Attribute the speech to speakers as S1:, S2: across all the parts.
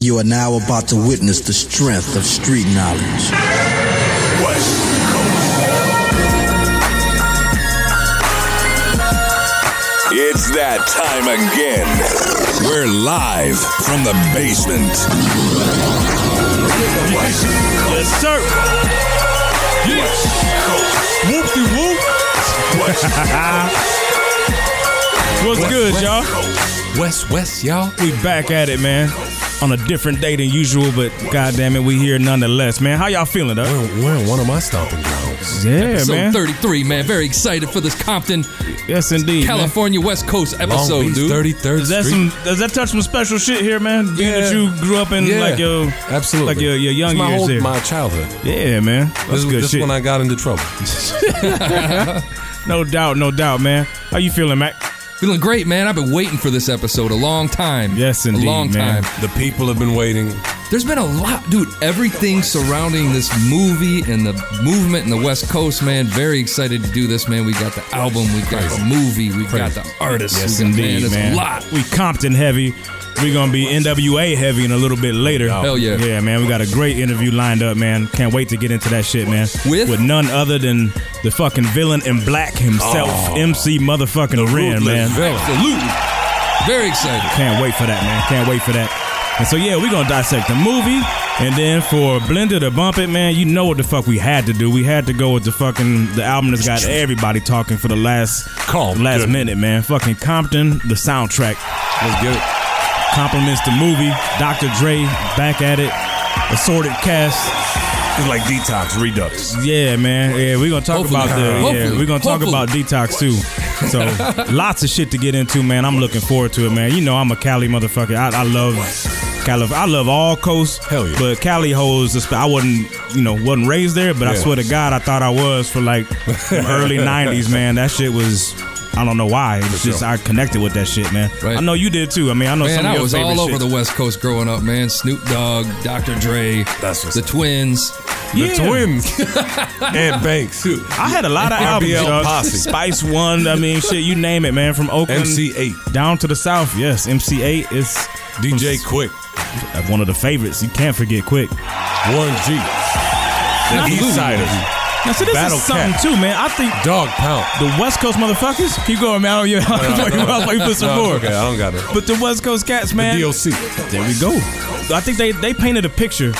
S1: You are now about to witness the strength of street knowledge.
S2: West Coast. It's that time again. We're live from the basement.
S3: Yes, sir. Yes. Whoop de whoop. What's good, y'all?
S4: West, West, y'all.
S3: We back at it, man. On a different day than usual, but goddamn it, we here nonetheless, man. How y'all feeling, though?
S4: We're, we're in one of my stomping grounds.
S3: Yeah,
S5: episode 33, man. Very excited for this Compton,
S3: Yes, indeed. man.
S5: California West Coast
S4: Long
S5: episode,
S4: Beach,
S5: dude.
S4: 33rd
S3: Does that
S4: Street.
S3: some does that touch some special shit here, man? Being that
S4: Yeah.
S3: you grew up in
S4: yeah,
S3: like your
S4: absolutely.
S3: like your, your young
S4: It's my
S3: years
S4: whole-
S3: here.
S4: my childhood.
S3: yeah, man.
S4: This
S3: That's
S4: is
S3: good
S4: this is
S3: shit.
S4: when I got into trouble.
S3: no doubt, no doubt, man. How you feeling, Mac?
S5: Feeling great, man. I've been waiting for this episode a long time.
S3: Yes,
S5: A
S3: indeed,
S5: long
S3: man.
S5: time.
S4: The people have been waiting.
S5: There's been a lot, dude. Everything surrounding this movie and the movement in the West Coast, man. Very excited to do this, man. We got the album, we got the movie, we got the artist.
S3: Yes,
S5: we got-
S3: indeed, man.
S5: man. There's a lot.
S3: We Compton heavy. We're gonna be NWA heavy in a little bit later.
S5: Hell yeah.
S3: Yeah, man. We got a great interview lined up, man. Can't wait to get into that shit, man.
S5: With?
S3: with none other than the fucking villain in black himself,
S4: Oh.
S3: MC motherfucking Ren, man.
S5: Absolutely. Very excited.
S3: Can't wait for that, man. Can't wait for that. And so yeah, we're gonna dissect the movie. And then for Blender to bump it, man, you know what the fuck we had to do. We had to go with the fucking the album that's got everybody talking for the last
S4: Call
S3: last
S4: good.
S3: minute, man. Fucking Compton, the soundtrack.
S4: Let's get it.
S3: Compliments the movie. Dr. Dre back at it. Assorted cast.
S4: It's like detox, redux.
S3: Yeah, man. Yeah, we're gonna talk
S5: Hopefully.
S3: about the yeah,
S5: Hopefully.
S3: we're gonna talk
S5: Hopefully.
S3: about detox too. So lots of shit to get into, man. I'm looking forward to it, man. You know I'm a Cali motherfucker. I, I love Cali. I love all coasts.
S4: Hell yeah.
S3: But Cali holds. the sp- I wasn't, you know, wasn't raised there, but I
S4: Yeah.
S3: swear to God, I thought I was for like the early '90s, man. That shit was. I don't know why. It's just I connected with that shit, man.
S5: Right.
S3: I know you did too. I mean, I know
S5: Man,
S3: some of
S5: I
S3: your
S5: was
S3: favorite
S5: all over
S3: shit.
S5: the West Coast growing up, man. Snoop Dogg, Dr. Dre,
S4: That's what's
S5: the
S4: up.
S5: twins.
S3: Yeah.
S4: The twins. and Banks.
S3: I had a lot of albums,
S4: RBL
S3: dog.
S4: Posse.
S3: Spice One. I mean, shit, you name it, man. From Oakland
S4: MC8.
S3: down to the South. Yes, MC8 is uh,
S4: DJ Quick.
S3: one of the favorites. You can't forget Quick.
S4: Warren G. The East Siders.
S3: Now, see, this
S4: Battle
S3: is something
S4: Cat.
S3: too, man. I think
S4: Dog Pound.
S3: the West Coast motherfuckers keep going, man. I don't, I was like, I was like, put some
S4: No,
S3: more.
S4: okay, I don't got it.
S3: But the West Coast cats, man.
S4: DOC.
S3: There we go. I think they they painted a picture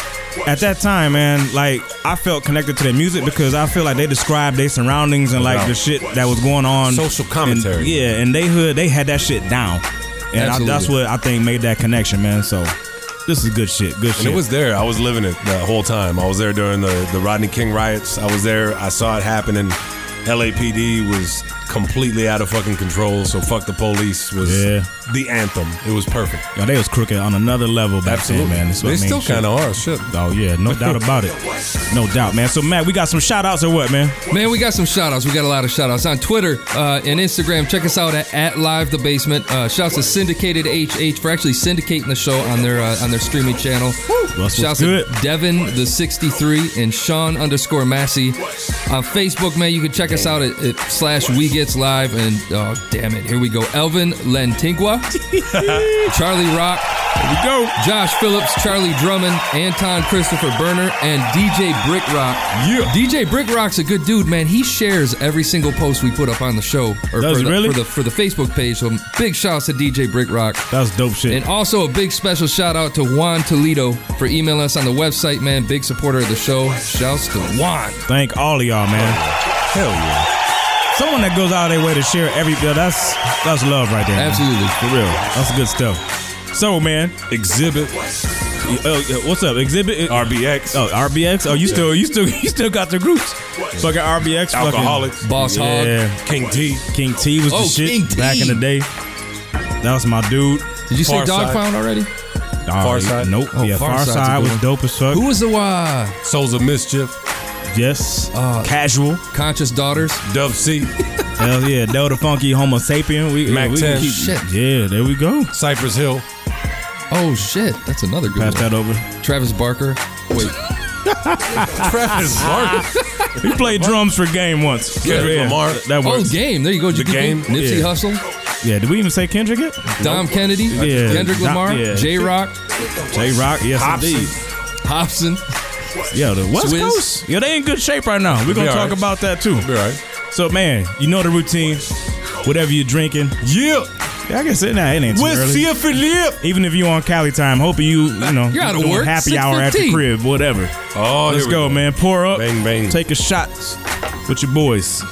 S3: at that time, man. Like I felt connected to their music because I feel like they described their surroundings and like
S4: Yeah.
S3: the shit that was going on.
S4: Social commentary.
S3: And, yeah, and they hood they had that shit down, and I,
S5: Absolutely.
S3: that's what I think made that connection, man. So this is good shit. Good shit.
S4: And it was there. I was living it the whole time. I was there during the, the Rodney King riots. I was there. I saw it happening. LAPD was completely out of fucking control. So fuck the police was
S3: Yeah.
S4: the anthem. It was perfect.
S3: Yo, they was crooked on another level back
S4: Absolutely,
S3: then, man. That's what
S4: They
S3: I mean,
S4: still
S3: shit.
S4: kind of are. Shit.
S3: Oh yeah, no doubt about it. No doubt, man. So Matt, we got some shout outs or what, man?
S5: Man, we got some shout outs. We got a lot of shout outs on Twitter uh, and Instagram. Check us out at, at Live the Basement. Uh, shouts to Syndicated HH for actually syndicating the show on their uh, on their streaming channel.
S3: what's
S5: Shouts
S3: good.
S5: to Devin the 63 and Sean underscore Massey. On Facebook, man, you can check us out at, at slash We Gets Live. And oh, damn it, here we go. Elvin Lantigua, Charlie Rock,
S3: We go.
S5: Josh Phillips, Charlie Drummond, Anton Christopher Berner, and DJ Brick Rock.
S4: Yeah.
S5: DJ Brick Rock's a good dude, man. He shares every single post we put up on the show or
S3: Does
S5: for,
S3: he
S5: the,
S3: really?
S5: for the for the Facebook page. So big shouts to DJ Brick Rock.
S3: That's dope shit.
S5: And also a big special shout out to Juan Toledo for emailing us on the website, man. Big supporter of the show. Shouts to Juan.
S3: Thank all of y'all, man.
S4: Hell yeah.
S3: Someone that goes out of their way to share every yo, that's that's love right there. man.
S5: Absolutely.
S3: For real. That's good stuff. So man,
S4: Exhibit
S3: y- oh, y- what's up? Exhibit uh,
S4: RBX.
S3: Oh, RBX? Oh, you still you still you still got the groups. Fucking RBX fucking-
S4: Alcoholics.
S5: Boss Hog.
S3: Yeah.
S4: King T.
S3: King T was the
S5: Oh,
S3: shit
S5: King T.
S3: back in the day. That was my dude.
S5: Did you say
S4: Far
S5: Dog
S4: Side.
S5: Pound already?
S3: Oh,
S4: Farside?
S3: Nope.
S5: Oh,
S3: yeah, Far
S5: Farside's a
S3: Side
S5: good
S3: was
S5: one.
S3: dope as fuck.
S5: Who was the uh,
S4: Souls of Mischief.
S3: Yes.
S5: Uh,
S3: Casual.
S5: Conscious Daughters?
S4: Dove C.
S3: Hell yeah. Del the funky Homo sapien. We,
S4: Mac
S3: we
S4: 10.
S3: keep-
S5: Shit.
S3: Yeah, there we go.
S4: Cypress Hill.
S5: Oh shit, that's another good
S3: Pass
S5: one.
S3: that over.
S5: Travis Barker. Wait,
S4: Travis Barker.
S3: He played drums for game once.
S4: Kendrick Lamar.
S3: That
S5: oh
S3: works.
S5: game. There you go.
S4: The
S5: GPP.
S4: Game?
S5: Nipsey
S3: Yeah.
S5: Hustle.
S3: Yeah, did we even say Kendrick yet?
S5: Dom Kennedy,
S3: Yeah.
S5: Kendrick
S3: Dom-
S5: Lamar,
S3: yeah.
S5: J Rock,
S3: J Rock, yes
S4: Hobson.
S3: indeed.
S5: Hobson.
S3: Yo, the West
S5: Swizz.
S3: Coast. Yo, they in good shape right now. We're gonna
S4: Be all
S3: talk
S4: right.
S3: about that too.
S4: Be all right.
S3: So man, you know the routine. Whatever you're drinking,
S4: Yeah.
S3: yeah, I guess it now it ain't too
S4: What's
S3: early.
S4: here for lip?
S3: Even if you on Cali time, hoping you you know
S5: You're out of
S3: doing
S5: work,
S3: happy hour at the
S5: 6:15.
S3: crib, whatever.
S4: Oh,
S3: Let's
S4: here we
S3: go, man. Pour up,
S4: Bang, bang.
S3: take a shots with your boys.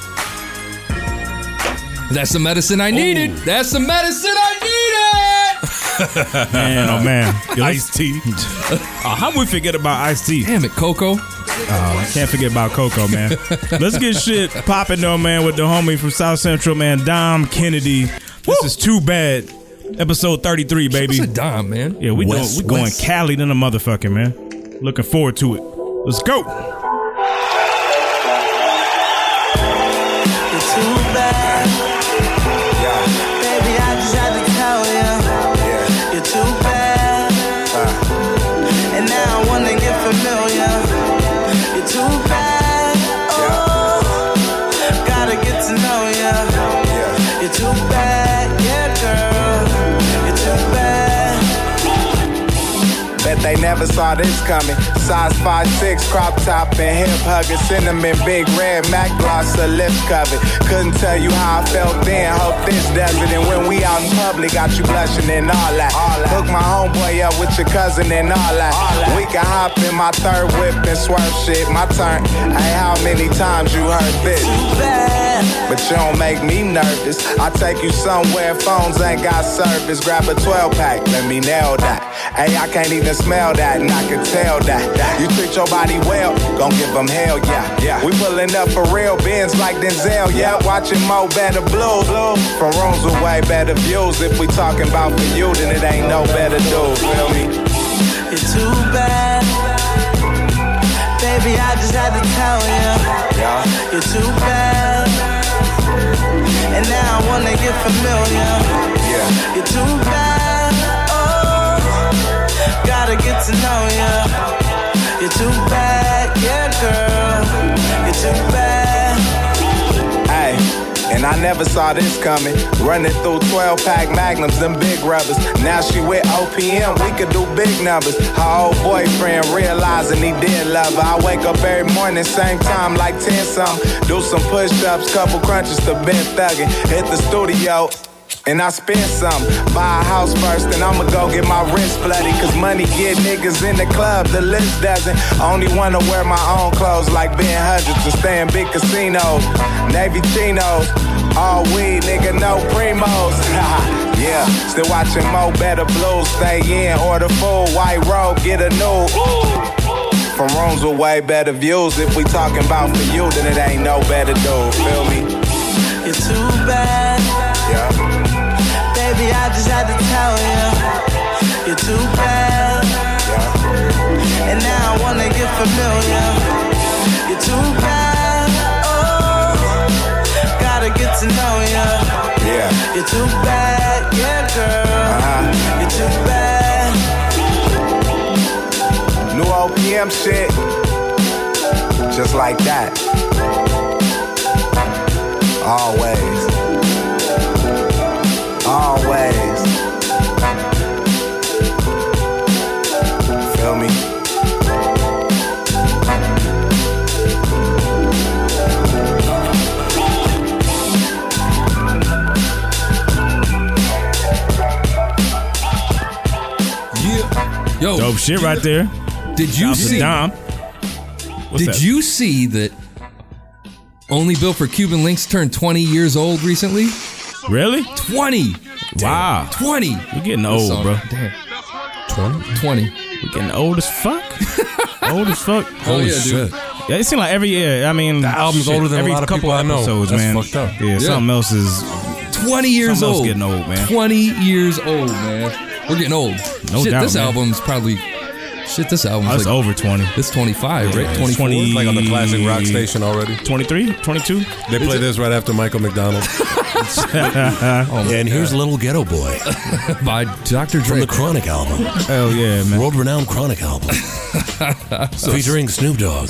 S5: That's the medicine I needed. That's the medicine I needed.
S3: Man, oh man, Yo, let's-
S4: Iced tea.
S3: oh, how we forget about iced tea? Uh,
S5: Damn it, Coco.
S3: Can't forget about Coco, man. Let's get shit popping though, man, with the homie from South Central, man, Dom Kennedy. This is too bad. Episode 33, baby.
S5: What's a Dom, man?
S3: Yeah, we
S1: West,
S3: doing, we going
S1: West.
S3: Cali than a motherfucker, man. Looking forward to it. Let's go.
S6: It's too bad. Baby, I just had to tell you. You're too bad. And now I wanna get familiar. You're too bad. Oh, gotta get to know you. You're too bad. Yeah, girl. You're too bad.
S7: Bet they never saw this coming. Size 5'6, crop top and hip hugging. Cinnamon, big red, Mac gloss, a lip covered. Couldn't tell you how I felt then. Hope this doesn't. And when we out in public, got you blushing and all that. Hook my homeboy up with your cousin and all that. We can hop in my third whip and swerve shit. My turn. Hey, how many times you heard this?
S6: Too bad.
S7: But you don't make me nervous. I take you somewhere, phones ain't got service. Grab a 12 pack, let me nail that. Hey, I can't even smell that, and I can tell that. You treat your body well, gon' give them hell, yeah. yeah. We pulling up for real bins like Denzel, yeah. Watching Mo Better Blue, blue. From rooms with way better views. If we talking about for you, then it ain't no better dude, feel me?
S6: You're too bad. Baby, I just had to tell you. You're too bad. And now I wanna get familiar. You're too bad. Oh, gotta get to know you. You're too bad, yeah, girl. You're too bad.
S7: Hey, and I never saw this coming. Running through 12 pack magnums, them big rubbers. Now she with OPM, we could do big numbers. Her old boyfriend realizing he did love her. I wake up every morning, same time, like 10 something. Do some push ups, couple crunches to bed thuggin'. Hit the studio. And I spend some. Buy a house first, and I'ma go get my wrist bloody. Cause money get niggas in the club, the list doesn't. I only wanna wear my own clothes like Ben Hundreds and stay in big casinos. Navy chinos, all weed, nigga, no primos. yeah, still watching Mo Better Blues, stay in, order food, white robe, get a new. From rooms with way better views, if we talking about for you, then it ain't no better dude, feel me?
S6: You're too bad.
S7: Yeah.
S6: Baby, I just had to tell you. You're too bad. And now I wanna get familiar. You're too bad. Oh, gotta get to know you.
S7: Yeah.
S6: You're too bad, yeah, girl. You're too
S7: Uh-huh.
S6: bad.
S7: New OPM shit. Just like that. Always. Always. Feel me?
S5: Yo,
S3: Dope shit right there.
S5: Did you
S3: Dom to
S5: see?
S3: Dom. What's
S5: Did
S3: that?
S5: you see that? Only built for Cuban links turned 20 years old recently.
S3: Really?
S5: 20,
S3: Wow.
S5: 20.
S3: We're getting old,
S5: Song.
S3: bro.
S5: Damn. 20. 20.
S3: We're getting old as fuck. old as fuck.
S5: Holy
S4: yeah,
S5: shit.
S4: dude.
S3: Yeah, it seems like every year. I mean, the
S4: album's older than a lot of
S3: couple
S4: people I know.
S3: episodes,
S4: That's
S3: man.
S4: fucked up.
S3: Yeah,
S4: Yeah.
S3: something else is
S5: 20 years
S3: Something else
S5: old.
S3: getting old, man.
S5: 20 years old, man. We're getting old.
S3: No
S5: shit,
S3: doubt,
S5: this
S3: man.
S5: album's probably. Shit, this album's
S3: oh, it's
S5: like.
S3: over twenty.
S5: It's 25, right?
S3: it's
S5: 24.
S3: 20.
S4: Like on the classic rock station already.
S3: 23, 22.
S4: They play this right after Michael McDonald.
S5: Oh, my
S8: And here's Little Ghetto Boy
S5: God. by Dr.
S8: from the
S5: Dre.
S8: Chronic album,
S3: Hell yeah, man.
S8: world renowned Chronic album.
S4: Featuring Snoop Dogg.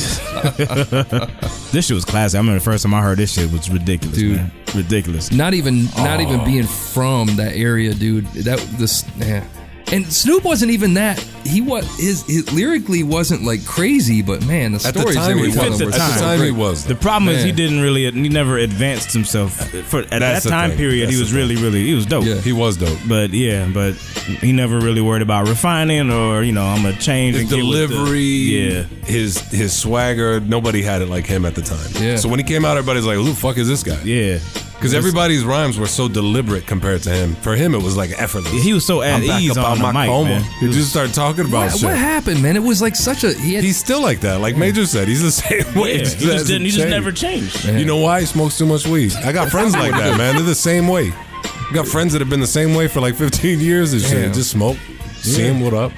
S3: This shit was classic. I remember the first time I heard this shit was ridiculous,
S5: Dude.
S3: man. Ridiculous.
S5: Not even, not even being from that area, dude. That this, yeah. And Snoop wasn't even that. He was his, his lyrically wasn't like crazy, but man, the
S4: At the
S5: stories they
S4: time, he
S5: were
S4: was.
S5: telling
S4: At
S5: were
S4: the
S5: so
S4: time,
S5: great.
S4: he was.
S3: The problem is he
S5: Man.
S3: didn't really, he never advanced himself. For, at
S4: That's
S3: that
S4: the
S3: time
S4: thing.
S3: period,
S4: That's
S3: he
S4: the
S3: was
S4: thing.
S3: really, really, he was dope.
S5: Yeah.
S4: He was dope.
S3: But yeah, but he never really worried about refining or you know I'm gonna change
S4: His
S3: and get with the-
S4: delivery,
S3: yeah,
S4: his his swagger, nobody had it like him at the time.
S5: Yeah.
S4: So when he came out, everybody's like, "Who the fuck is this guy?"
S3: yeah.
S4: Because everybody's rhymes were so deliberate compared to him. For him, it was like effortless.
S3: He was so at
S4: I'm back
S3: ease
S4: up
S3: on
S4: out
S3: the
S4: my
S3: mic,
S4: coma.
S3: man.
S4: He just started talking about
S5: What,
S4: shit.
S5: what happened, man? It was like such a he had
S4: He's still like that. Like Major said, he's the same way.
S3: Yeah,
S4: It
S3: he just
S4: hasn't
S3: didn't. He just
S4: changed.
S3: never changed.
S4: You know why? He smokes too much weed. I got friends like that, man. They're the same way. I got friends that have been the same way for like 15 years and
S5: Damn.
S4: shit. Just smoke, see him, what up?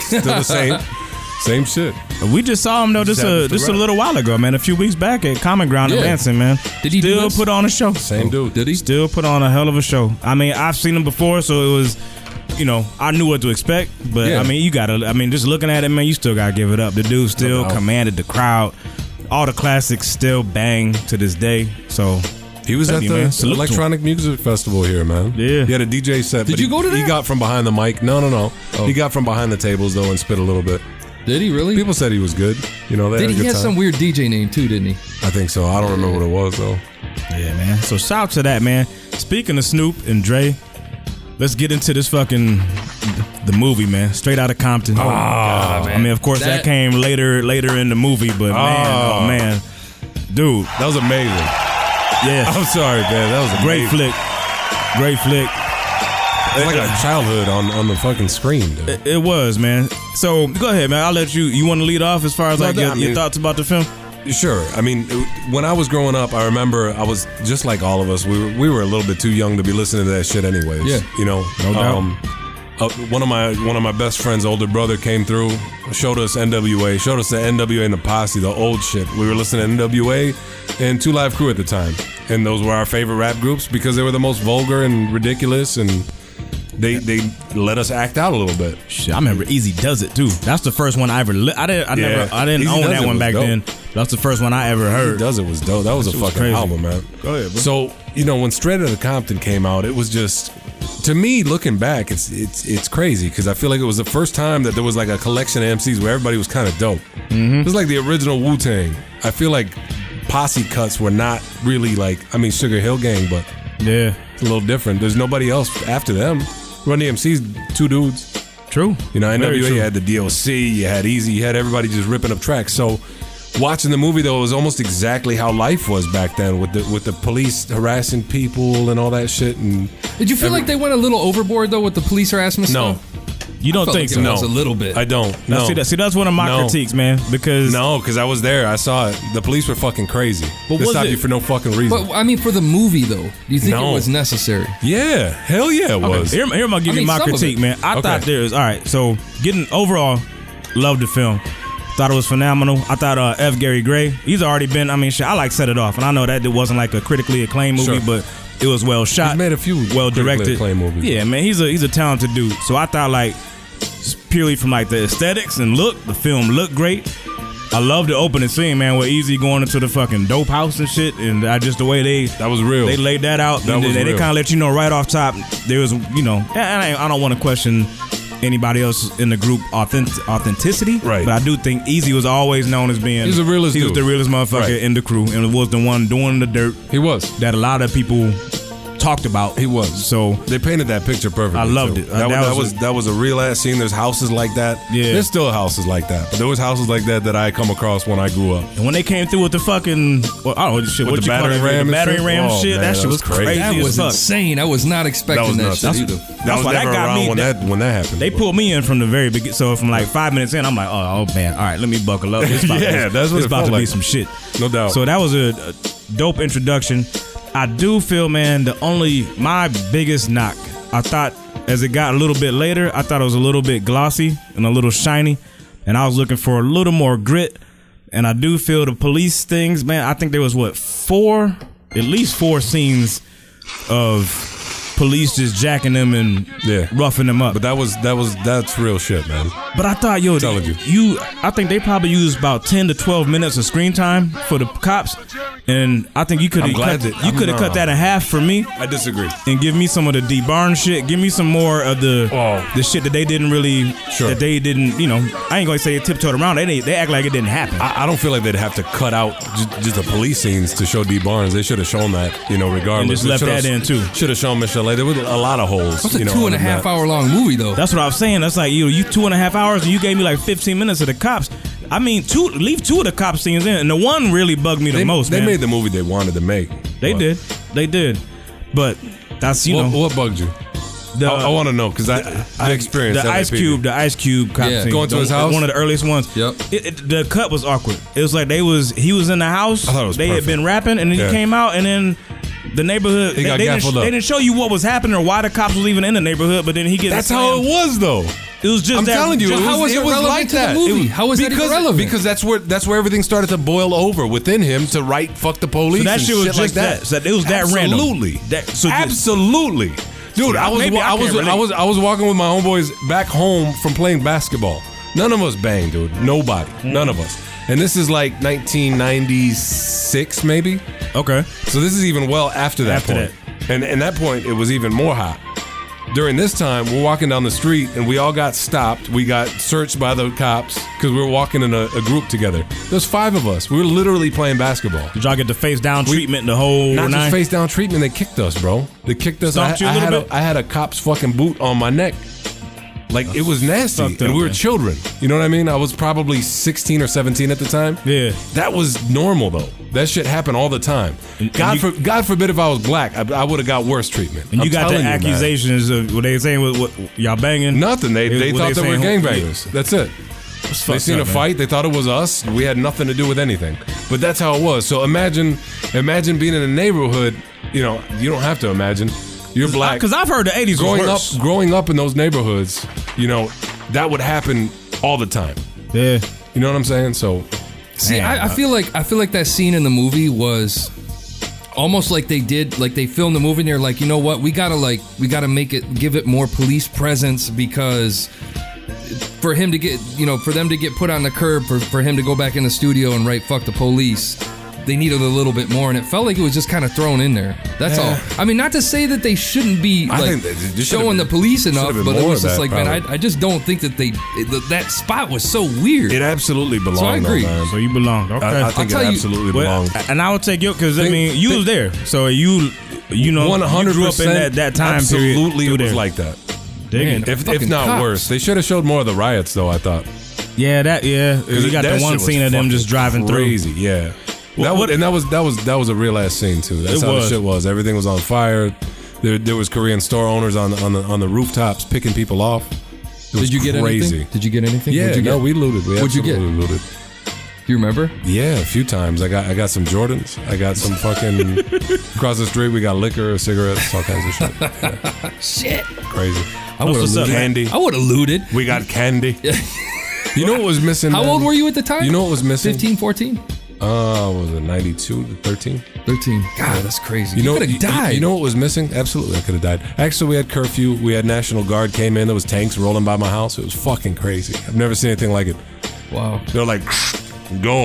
S4: Still the same. Same shit.
S3: We just saw him though. This
S4: Just
S3: a
S4: happens to
S3: this a
S4: rap.
S3: little while ago, man. A few weeks back at Common Ground in
S5: Yeah.
S3: Lansing, man.
S5: Did he do
S3: still
S5: this?
S3: put on a show?
S4: Same dude.
S5: did he?
S3: Still put on a hell of a show. I mean, I've seen him before, so it was. You know, I knew what to expect, but
S5: Yeah.
S3: I mean, you gotta. I mean, just looking at it, man, you still gotta give it up. The dude still
S4: No doubt.
S3: commanded the crowd. All the classics still bang to this day. So
S4: He was
S3: Thank
S4: at
S3: you,
S4: the
S3: man. Salute to
S4: Electronic Music Festival here, man.
S3: Yeah.
S4: He had a DJ set.
S5: Did
S4: but
S5: you
S4: he-
S5: go to
S4: He
S5: that?
S4: got from behind the mic. No, no, no.
S5: Oh.
S4: He got from behind the tables, though, and spit a little bit.
S5: did he really?
S4: People said he was good. You know, they
S5: did
S4: had a
S5: he,
S4: good
S5: had
S4: time.
S5: some weird DJ name too? Didn't he?
S4: I think so. I don't remember what it was, though.
S3: Yeah, man. So shout out to that, man. Speaking of Snoop and Dre, let's get into this fucking the movie, man. Straight out of Compton. I mean, of course that,
S5: That-
S3: came later later in the movie, but man,
S4: Oh.
S3: oh man. Dude,
S4: That was amazing.
S3: yeah.
S4: I'm sorry, man. That was amazing.
S3: Great flick. Great flick.
S4: It's like a childhood on, on the fucking screen, dude.
S3: It was, man. So go ahead, man. I'll let you you want to lead off as far as
S4: No,
S3: like
S4: no,
S3: your,
S4: I
S3: your
S4: mean-
S3: thoughts about the film?
S4: Sure. I mean, it- when I was growing up, I remember I was just like all of us. We were we were a little bit too young to be listening to that shit, anyways.
S5: Yeah.
S4: You know.
S3: No doubt.
S4: uh, one of my one of my best friend's older brother came through, showed us NWA, showed us the NWA and the Posse, the old shit. We were listening to NWA and Two Live Crew at the time, and those were our favorite rap groups because they were the most vulgar and ridiculous, and they they let us act out a little bit.
S3: Shit, I remember Easy Does It too. That's the first one I ever li- I didn't I
S4: Yeah.
S3: never I didn't
S4: Easy
S3: own
S4: Does
S3: that
S4: It
S3: one
S4: was
S3: back
S4: dope.
S3: then. That's the first one I ever heard.
S4: He does it was dope. That was a
S3: shit was
S4: fucking
S3: crazy.
S4: album, man.
S3: Go ahead, bro.
S4: So you know when Straight Outta Compton came out, it was just to me looking back, it's it's it's crazy because I feel like it was the first time that there was like a collection of MCs where everybody was kind of dope.
S3: Mm-hmm.
S4: It was like the original Wu Tang. I feel like posse cuts were not really like I mean Sugar Hill Gang, but
S3: Yeah.
S4: it's a little different. There's nobody else after them. Run DMC's two dudes.
S3: True.
S4: You know,
S3: Very
S4: NWA
S3: true.
S4: you had the DLC, you had Easy, you had everybody just ripping up tracks. So watching the movie though it was almost exactly how life was back then with the with the police harassing people and all that shit and
S5: Did you feel like they went a little overboard though with the police harassment
S4: no,
S5: stuff?
S3: You don't
S5: Felt
S3: think
S5: like
S3: so?
S5: it was a little bit.
S4: I don't.
S3: Now,
S4: No.
S3: see, that, see, that's one of my
S4: No.
S3: critiques, man. Because
S4: No, because I was there. I saw it. The police were fucking crazy.
S3: But
S4: they
S3: was
S4: stopped
S3: it-
S4: you for no fucking reason.
S5: But I mean, for the movie though, do you think
S4: No.
S5: it was necessary?
S4: yeah, hell yeah, it was.
S3: here, here I'm gonna give
S5: I
S3: you
S5: mean,
S3: my
S5: some of
S3: critique,
S5: it.
S3: man. I
S4: Okay.
S3: thought there was all right. So getting overall, loved the film. Thought it was phenomenal. I thought uh, F. Gary Gray. He's already been. I mean, shit. I like Set It Off, and I know that it wasn't like a critically acclaimed movie,
S4: Sure.
S3: but it was well shot.
S4: He's made a few
S3: well directed.
S4: critically acclaimed movies.
S3: Yeah, man. He's a he's a talented dude. So I thought like just purely from like the aesthetics and look, the film looked great. I love the opening scene, man, with Easy going into the fucking dope house and shit, and I just the way they
S4: That was real.
S3: They laid that out.
S4: That
S3: and
S4: was
S3: they
S4: real.
S3: kind of let you know right off top. There was, you know, and I, ain't- I don't want to question anybody else in the group authentic, authenticity,
S4: Right.
S3: But I do think Easy was always known as being
S4: He's the realest
S3: He was
S4: dude.
S3: the realest motherfucker
S4: Right.
S3: in the crew, and was the one doing the dirt
S4: He was.
S3: that a lot of people talked about.
S4: He was.
S3: So
S4: They painted that picture perfectly.
S3: I loved
S4: too.
S3: it.
S4: That, was, that was that was a real ass scene. There's houses like that.
S3: Yeah.
S4: There's still houses like that. But there was houses like that that I come across when I grew up.
S3: And when they came through with the fucking, well, I don't know what shit,
S4: With
S3: what
S4: the
S3: you call
S4: battering
S3: it,
S4: ram
S3: the
S4: and
S3: battering
S4: shit?
S3: ram
S4: Oh,
S3: shit.
S4: man,
S3: that, shit was crazy,
S5: That was
S3: as fuck.
S5: insane. I was not
S4: That was
S5: expecting that,
S4: nuts.
S5: shit
S4: That's,
S5: either.
S4: that
S3: That's
S4: was
S3: why that
S4: never
S3: got
S4: around
S3: me-
S4: when
S3: that-
S4: that when that happened.
S3: They pulled me in from the very beginning. So from like five minutes in, I'm like, oh, oh man, all right, let me buckle up. It's about,
S4: Yeah,
S3: it's,
S4: that's what
S3: it's
S4: it
S3: about
S4: felt
S3: to be
S4: like.
S3: some shit.
S4: No doubt.
S3: So that was a, a dope introduction. I do feel, man, the only my biggest knock. I thought as it got a little bit later, I thought it was a little bit glossy and a little shiny, and I was looking for a little more grit. And I do feel the police things, man. I think there was what four, at least four scenes of police just jacking them and
S4: Yeah.
S3: roughing them up.
S4: But that was that was that's real shit, man.
S3: But I thought, yo,
S4: Telling
S3: you. I think they probably used about ten to twelve minutes of screen time for the cops, and I think you could
S4: I'm
S3: have
S4: glad
S3: cut,
S4: that-
S3: you
S4: I'm
S3: could have
S4: not.
S3: cut that in half for me,
S4: I disagree.
S3: and give me some of the D Barn shit. Give me some more of the
S4: Oh.
S3: the shit that they didn't really,
S4: Sure.
S3: that they didn't, you know. I ain't gonna say they tiptoed around. They didn't- they act like it didn't happen.
S4: I, I don't feel like they'd have to cut out j- just the police scenes to show D Barnes. They should have shown that, you know, regardless.
S3: just left that in, too.
S4: Should have shown Michelle. There was a lot of holes.
S5: That's a
S4: you know,
S5: two and
S4: other
S5: a
S4: than
S5: half
S4: that.
S5: hour long movie though.
S3: That's what I was saying. That's like you, you two and a half hours, and you gave me like fifteen minutes of the cops. I mean, two leave two of the cop scenes in, and the one really bugged me the
S4: They,
S3: most.
S4: they
S3: man.
S4: made the movie they wanted to make.
S3: They
S4: But-
S3: did. They did. But that's you
S4: what,
S3: know
S4: what bugged you?
S3: the,
S4: I, want to know because I, I experienced
S3: the Ice
S4: LAPD.
S3: Cube, the Ice Cube cop
S5: Yeah.
S3: scene.
S4: Going to
S3: The-
S4: his house?
S3: One of the earliest ones.
S5: Yep.
S3: It, it- the cut was awkward. It was like they was he was in the house.
S4: I thought it was
S3: they
S4: perfect.
S3: had been rapping and then
S4: Yeah.
S3: he came out and then the neighborhood
S4: He
S3: they,
S4: got
S3: they didn't,
S4: gaffled
S3: sh-
S4: up.
S3: they didn't show you what was happening or why the cops was even in the neighborhood, but then he gets
S4: That's how it was, though.
S3: It was just
S4: I'm
S3: that-
S4: telling you,
S3: just
S4: it was,
S5: how is
S4: it
S5: it
S4: was
S5: relevant
S4: like
S5: to the
S4: that.
S5: movie?
S4: It was-
S5: How is that
S4: because,
S5: irrelevant?
S4: Because that's where that's where everything started to boil over within him to write "fuck the police."
S3: So that
S4: and
S3: shit was just
S4: like that.
S3: that. So it was that random.
S4: Absolutely.
S3: That- so just-
S4: absolutely. Dude, I was
S3: Maybe I
S4: I, was
S3: can't relate.
S4: I was I was walking with my homeboys back home from playing basketball. None of us banged, dude. Nobody.
S3: Mm.
S4: None of us. And this is like 1996 maybe.
S3: Okay.
S4: So this is even well after that
S3: After
S4: point. And and that point it was even more hot. During this time, we're walking down the street and we all got stopped. We got searched by the cops because we were walking in a, a group together. There's five of us. We were literally playing basketball.
S3: Did y'all get the face down treatment the whole
S4: Not
S3: nine?
S4: just face down treatment. They kicked us, bro. They kicked us. I,
S3: Stomped you a
S4: I
S3: little
S4: had
S3: bit?
S4: A, I had a cop's fucking boot on my neck. Like it was nasty,
S3: fucked
S4: and
S3: up,
S4: we were
S3: man.
S4: children. You know what I mean? I was probably 16 or 17 at the time.
S3: Yeah.
S4: that was normal though. That shit happened all the time.
S3: And-
S4: God,
S3: and you-
S4: for, God forbid if I was black, I, I would have got worse treatment.
S3: And you
S4: I'm
S3: got the
S4: telling man.
S3: accusations of what they saying was what y'all banging.
S4: Nothing. They
S3: It-
S4: they
S3: what
S4: thought they, were
S3: saying, who-
S4: gangbangers. That's it.
S3: It's
S4: They
S3: fucked
S4: seen
S3: up,
S4: a
S3: man.
S4: fight. They thought it was us. We had nothing to do with anything. But that's how it was. So imagine, imagine being in a neighborhood. You know, you don't have to imagine. You're black.
S3: Because I've heard the '80s
S4: growing
S3: was
S4: up,
S3: worse.
S4: growing up in those neighborhoods, you know, that would happen all the time.
S3: Yeah.
S4: You know what I'm saying? So
S5: See, I, I feel like I feel like that scene in the movie was almost like they did like they filmed the movie and they're like, you know what, we gotta like we gotta make it give it more police presence because for him to get you know, for them to get put on the curb, for, for him to go back in the studio and write fuck the police. They needed a little bit more, and it felt like it was just kind of thrown in there. That's all. I mean, not to say that they shouldn't be
S4: I
S5: like
S4: think that there should've
S5: showing
S4: been-
S5: the police
S4: should've
S5: enough,
S4: been
S5: but it
S4: more
S5: was
S4: of
S5: just
S4: that,
S5: like, man,
S4: probably.
S5: I, I just don't think that they it, that spot was so weird.
S4: it absolutely belonged. though,
S5: agree.
S4: man.
S3: So you belonged. Okay.
S4: I, I think
S5: I'll
S4: it
S5: tell you-
S4: absolutely
S3: Well,
S4: belonged.
S3: and I would take you because I
S4: Think-
S3: mean you
S4: think-
S3: was there, so you you know
S4: One
S3: you
S4: hundred
S3: grew up in that,
S4: percent.
S3: that time period.
S4: Absolutely,
S3: through
S4: it was
S3: there.
S4: like that.
S3: Digging.
S5: Man, The
S4: If, if
S5: fucking
S4: not
S5: cops.
S4: worse, they should have showed more of the riots, though. I thought
S3: yeah, that yeah. You got
S4: that
S3: the one
S4: shit was
S3: scene of them just driving
S4: fucking crazy. Yeah, that
S3: Well,
S4: was,
S3: what-
S4: and that was that was that was a real ass scene too. That's
S3: It
S4: how
S3: was.
S4: the shit was. Everything was on fire. There, there was Korean store owners on the, on the on the rooftops picking people off. It was
S5: Did you get
S4: crazy?
S5: anything? Did you get anything?
S4: Yeah,
S5: What'd you
S4: no,
S5: get?
S4: we looted. We
S5: What'd you get?
S4: absolutely Looted.
S5: Do you remember?
S4: Yeah, a few times. I got I got some Jordans. I got some fucking across the street. We got liquor, cigarettes, all kinds of shit.
S5: Shit.
S4: Crazy.
S5: I would have
S3: what's up,
S5: looted.
S3: man.
S4: Candy.
S5: I would have looted.
S4: We got candy. you know what was missing?
S5: How
S4: man?
S5: old were you at the time?
S4: You know what was missing?
S5: 15, 14?
S4: Uh, was it 92 to 13?
S5: 13. God, that's crazy.
S4: You know,
S5: could have died.
S4: You, know what was missing? Absolutely, I could have died. Actually, we had curfew. We had National Guard came in. There was tanks rolling by my house. It was fucking crazy. I've never seen anything like it.
S5: Wow.
S4: They're like, go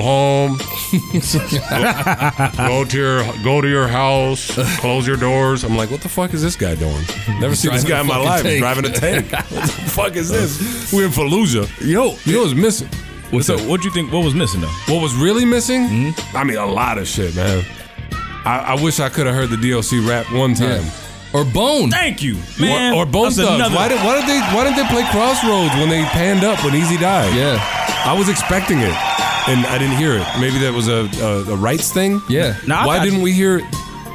S4: home, go to your go to your house, close your doors. I'm like, what the fuck is this guy doing? Never seen this
S5: Driving
S4: guy
S5: a fucking
S4: in my life.
S5: tank.
S4: Driving a tank. what the fuck is this? We're in Fallujah.
S5: Yo.
S4: You know what's missing?
S3: through. So
S4: that?
S3: what do you think? What was missing though?
S4: What was Hmm? really missing? I mean, a lot of shit, man. I, I wish I could have heard the DLC rap one time.
S5: Yeah. Or Bone.
S3: Thank you, man.
S4: Or, or Bone
S3: That's
S4: Thugs.
S3: another-
S4: Why did why did they why didn't they play Crossroads when they panned up when Easy died?
S5: Yeah.
S4: I was expecting it, and I didn't hear it. Maybe that was a a, a rights thing.
S5: Yeah.
S3: Nah, I
S4: why
S3: thought-
S4: didn't we hear? it?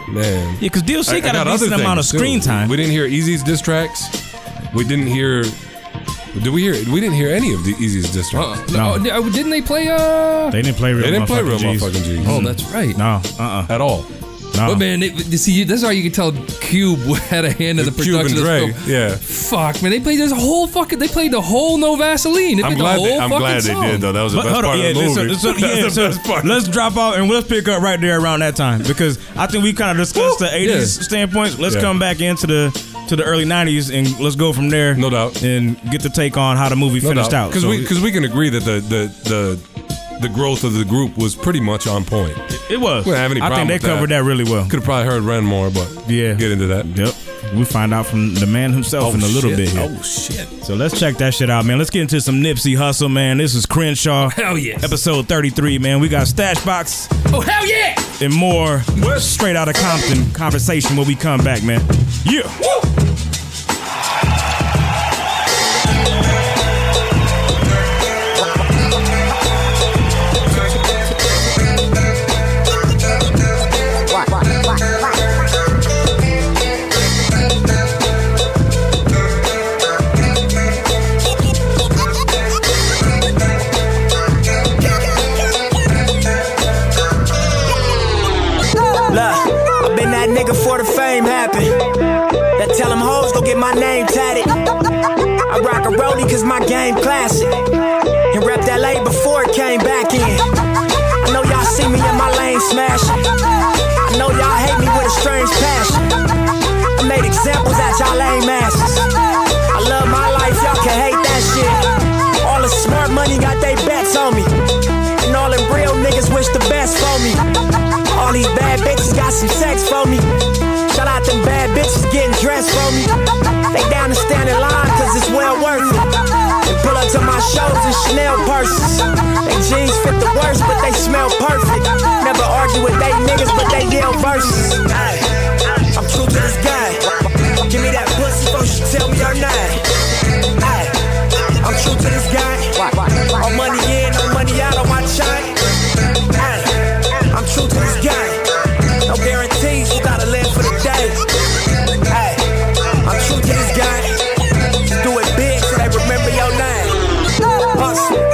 S4: Man,
S3: Yeah, because DLC
S4: I- I
S3: got, a
S4: other
S3: decent amount of
S4: things, too.
S3: screen time.
S4: We didn't hear Easy's diss tracks. We didn't hear. Did we hear? We didn't hear any of the Easy's diss tracks.
S5: Uh, no.
S3: No.
S5: oh, Didn't they play, uh...
S3: They didn't play real.
S4: They didn't play
S3: motherfucking
S4: real
S3: Gs.
S4: motherfucking G's
S5: Oh, that's right.
S3: No, uh, uh
S4: at all.
S3: Nah.
S5: But man, they, see, that's how you can tell Cube had a hand in the
S4: Cube and
S5: production
S4: Dre,
S5: of this film.
S4: yeah.
S5: Fuck, man, they played this whole fucking. They played the whole No Vaseline. They
S4: I'm
S5: played
S4: glad.
S5: the whole
S4: They, I'm
S5: fucking
S4: glad they
S5: song.
S4: did though. That was the
S3: But
S4: best
S3: hold
S4: part
S3: on, yeah,
S4: of the movie.
S3: so, so,
S4: That's
S3: yeah,
S4: the
S3: so
S4: best part.
S3: let's drop off and let's pick up right there around that time because I think we kind of discussed the '80s
S5: Yeah.
S3: standpoint. Let's
S4: Yeah.
S3: come back into the to the early '90s and let's go from there.
S4: No doubt.
S3: and get the take on how the movie finished out.
S4: Because
S3: So
S4: we because we can agree that the the the the growth of the group was pretty much on point.
S3: it was.
S4: we don't have any
S3: I
S4: problem
S3: think they
S4: with
S3: covered that.
S4: that.
S3: really well.
S4: Could have probably heard Ren more, but
S3: Yeah.
S4: get into that. Oh,
S3: Yep. We find out from the man himself in a little
S4: shit.
S3: bit here.
S4: Oh shit!
S3: So let's check that shit out, man. Let's get into some Nipsey Hustle, man. This is Crenshaw.
S5: Hell yes.
S3: Episode 33, man. We got Stash Box
S5: Oh hell yeah!
S3: and more straight out of Compton conversation when we come back, man. Yeah.
S8: Look, I've been that nigga for the fame happen. That tell them hoes go get my name tatted. I rock a rollie cause my game classic. And rep that LA before it came back in. I know y'all see me in my lane smashing. I know y'all hate me with a strange passion. I made examples out y'all lame asses. I love my life, y'all can hate that shit. All the smart money got they bets on me. And all them real niggas wish the best for me. All these bad bitches got some sex for me. Shout out them bad bitches getting dressed for me. They down to stand in line cause it's well worth it. And pull up to my shows in Chanel purses. They jeans fit the worst, but they smell perfect. Never argue with they niggas, but they yell verses. Ay, I'm true to this guy. Give me that pussy before she tell me her name. Ay, I'm true to this guy. On money in, on money out, on my chain. Ay, I'm true to this guy. No guarantees, you gotta live for the day. Ay, I'm true to this guy. Just do it big so they remember your name. Hustle.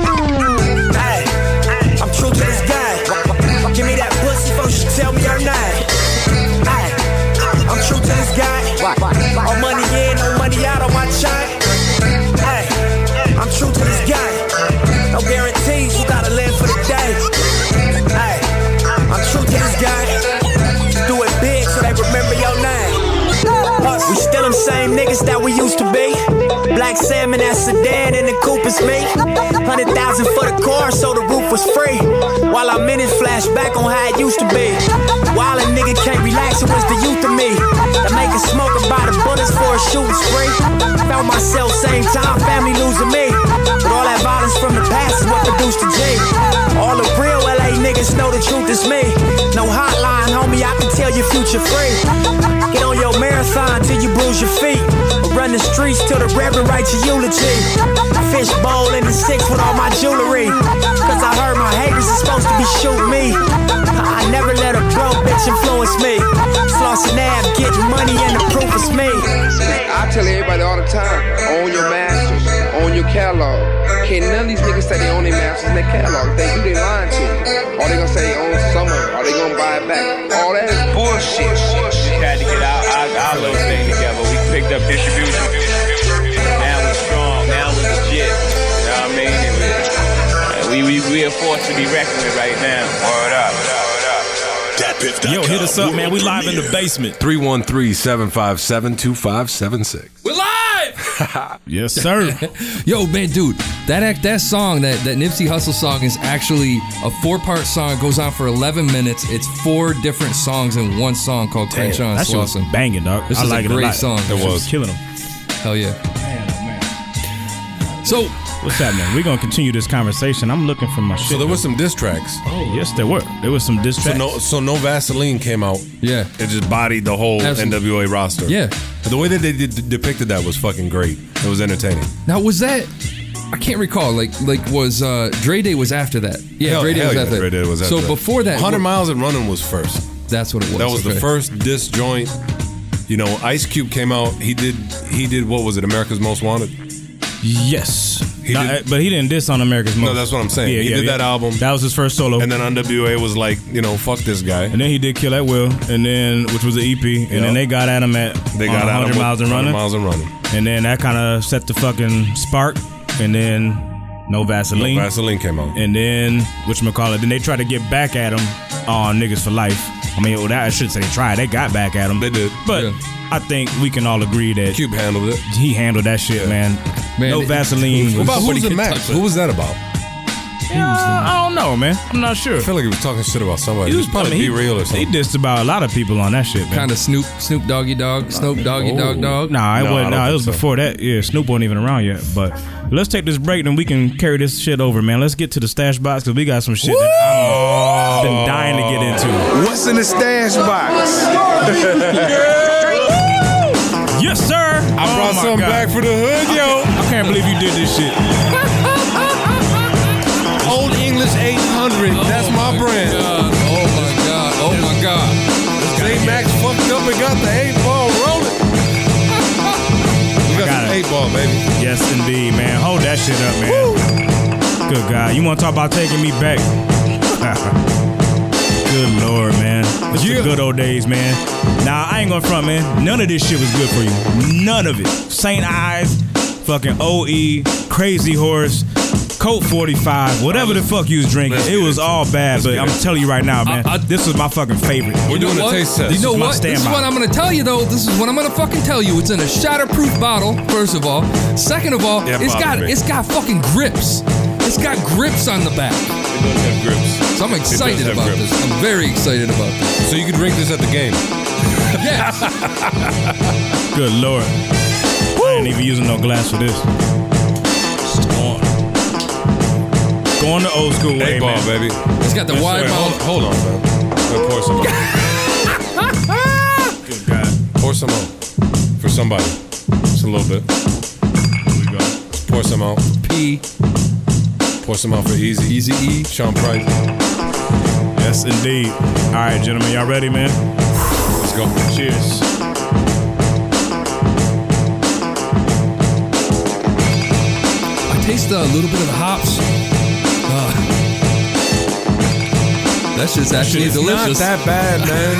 S8: Ay, I'm true to this guy. Give me that pussy before she tell me her name. Ay, I'm true to this guy. All money in, no money out on my chain. Ay, I'm true to this guy. No guarantees, you gotta live for the day. Ay, I'm true to this guy. Just do it big so they remember your name. Us, we still them same niggas that we used to be. Black salmon, that sedan, and the coupe is me. Hundred thousand for the car, so the roof was free. While I'm in it, flashback on how it used to be. While a nigga can't relax, it was the youth of me. That make a smoke about the bullets for a shooting spree. Found myself same time, family losing me. But all that violence from the past is what produced the G. All the real LA niggas know the truth is me. No hotline, homie, I can tell your future free. Get on your marathon till you bruise your feet. Or run the streets till the reverend writes your eulogy. Fish bowl in the six with all my jewelry. Cause I heard my haters is supposed to be shooting me. I never let a broke bitch influence me. Flossing ab, getting money and the proof is me.
S9: I tell everybody all the time, own your masters, own your catalog. Can't none of these niggas say they own their masters and their catalog. If they do, they lying to you. Are they gonna say they own some of it? Are they gonna buy it back? All that is bullshit.
S10: We tried to get our, our, our little thing together. We picked up distribution. Now we're strong. Now we're legit. You know what I mean? And we, and we, we, we are forced to be reckoned with right now. Word up.
S3: Yo, hit us up, man. We live in the basement.
S4: 313-757-2576.
S5: We're live.
S3: Yes, sir.
S5: Yo, man, dude, that act, that song, that that Nipsey Hussle song is actually a four part song. It goes on for eleven minutes. It's four different songs in one song called Ten Sean
S3: that shit was
S5: Slauson.
S3: banging, dog.
S5: This
S3: I
S5: is a
S3: like it
S5: great
S3: a lot.
S5: song. It
S3: It
S5: was.
S3: was killing him.
S5: Hell yeah. So
S3: What's happening? We're gonna continue this conversation. I'm looking for my shit.
S4: So there was some diss tracks.
S3: oh, yes, there were. There was some diss
S4: So
S3: tracks.
S4: no, so no Vaseline came out.
S5: yeah,
S4: It just bodied the whole
S5: Absolutely.
S4: NWA roster.
S5: Yeah.
S4: But the way that they did, depicted that was fucking great. It was entertaining.
S5: now was that? I can't recall. Like like was uh, Dre Day was after that. Yeah,
S4: Hell-
S5: Dre Day
S4: hell
S5: was
S4: yeah,
S5: after
S4: Dre Day
S5: that.
S4: was
S5: so
S4: after that.
S5: before that,
S4: 100
S5: what-
S4: Miles and Running was first.
S5: That's what it was.
S4: That was
S5: okay.
S4: the first disjoint. You know, Ice Cube came out. He did. He did what was it? America's Most Wanted.
S3: yes,
S4: He
S3: Nah,
S4: did-
S3: uh, but he didn't diss on America's Most.
S4: that's what I'm saying. He did that album.
S3: That was his first solo,
S4: And then NWA was like, you know, fuck this guy.
S3: And then he did Kill at Will, and then which was E an EP, and
S4: Yeah.
S3: then they got at him at
S4: They got out
S3: 100
S4: of
S3: miles and
S4: 100
S3: running,
S4: Miles and running.
S3: and then that kind of set the fucking spark, and then no Vaseline,
S4: Vaseline came out.
S3: and then which it. Then they tried to get back at him on niggas for life. I mean, well, that, I should say they tried. They got back at him.
S4: They did.
S3: but
S5: Yeah.
S3: I think we can all agree that
S4: Cube handled it.
S3: he handled that shit, man.
S5: Man,
S3: No
S5: it-
S3: Vaseline.
S5: What
S4: What
S3: was-
S4: about
S5: Nobody
S4: who's the
S5: can
S4: Max?
S5: touch it.
S4: Who was that about?
S3: Yeah, Uh, I don't know, man. I'm not sure.
S4: I feel like he was talking shit about somebody.
S3: He
S4: He was probably
S3: I mean,
S4: be real or something.
S3: He dissed about a lot of people on that shit, man.
S5: kind of Snoop Snoop Doggy Dog Snoop Doggy Dog Dog.
S3: Nah, it
S4: No, Oh. I
S3: wasn't.
S4: don't
S3: Nah, it
S4: think
S3: was
S4: so.
S3: before that. Yeah, Snoop wasn't even around yet. But let's take this break, then we can carry this shit over, man. Let's get to the stash box because we got some shit that I've been dying to get into.
S7: What's in the stash box?
S3: Yes, sir.
S4: I
S3: Oh,
S4: brought
S3: my
S4: something
S3: God.
S4: back for the hood, yo.
S3: I can't believe you did this shit.
S4: Old English 800. That's Oh my brand.
S5: God. Oh my god. Oh my god.
S4: J Max fucked up and got the eight ball rolling. We got,
S3: got
S4: some
S3: it.
S4: eight ball, baby.
S3: Yes, indeed, man. Hold that shit up, man. Good God. You want to talk about taking me back? good Lord, man. It's
S4: Yeah.
S3: the good old days, man. Nah, I ain't gonna front, man. None of this shit was good for you. None of it. St. Ives, fucking OE, Crazy Horse, Colt 45, whatever the fuck you was drinking.
S4: Let's
S3: It
S4: get
S3: was
S4: into
S3: all
S4: it.
S3: bad,
S4: Let's
S3: but
S4: get
S3: I'm
S4: into
S3: telling you right now, man,
S5: I- I-
S3: this was my fucking favorite.
S4: We're doing a
S5: what?
S4: taste test.
S5: You know
S3: This is my
S5: what? This is
S3: standby.
S5: what I'm gonna tell you though. This is what I'm gonna fucking tell you. It's in a shatterproof bottle. First of all. Second of all,
S4: Yeah,
S5: it's got
S4: bother me.
S5: it's got fucking grips. It's got grips on the back.
S4: It does have grips.
S5: So I'm excited
S4: have
S5: about
S4: grips.
S5: this. I'm very excited about this.
S4: So you can drink this at the game.
S5: Yes.
S3: Good Lord. I ain't even using no glass for this. It's Going, going the old school way,
S4: eight ball,
S3: man.
S4: baby.
S5: it's got the wide
S4: Wait, hold,
S5: mouth.
S4: hold on, man. I'm gonna pour some out.
S3: Good God.
S4: Pour some out. For somebody. Just a little bit. Here we go. Just pour some out.
S5: P.
S4: Pour some out for Easy. Easy E. Sean Price.
S3: Yes, indeed. All right, gentlemen, y'all ready, man?
S4: Let's go.
S3: Cheers.
S5: I taste a little bit of the hops. Uh, Ah. that shit's actually delicious.
S4: that bad, man.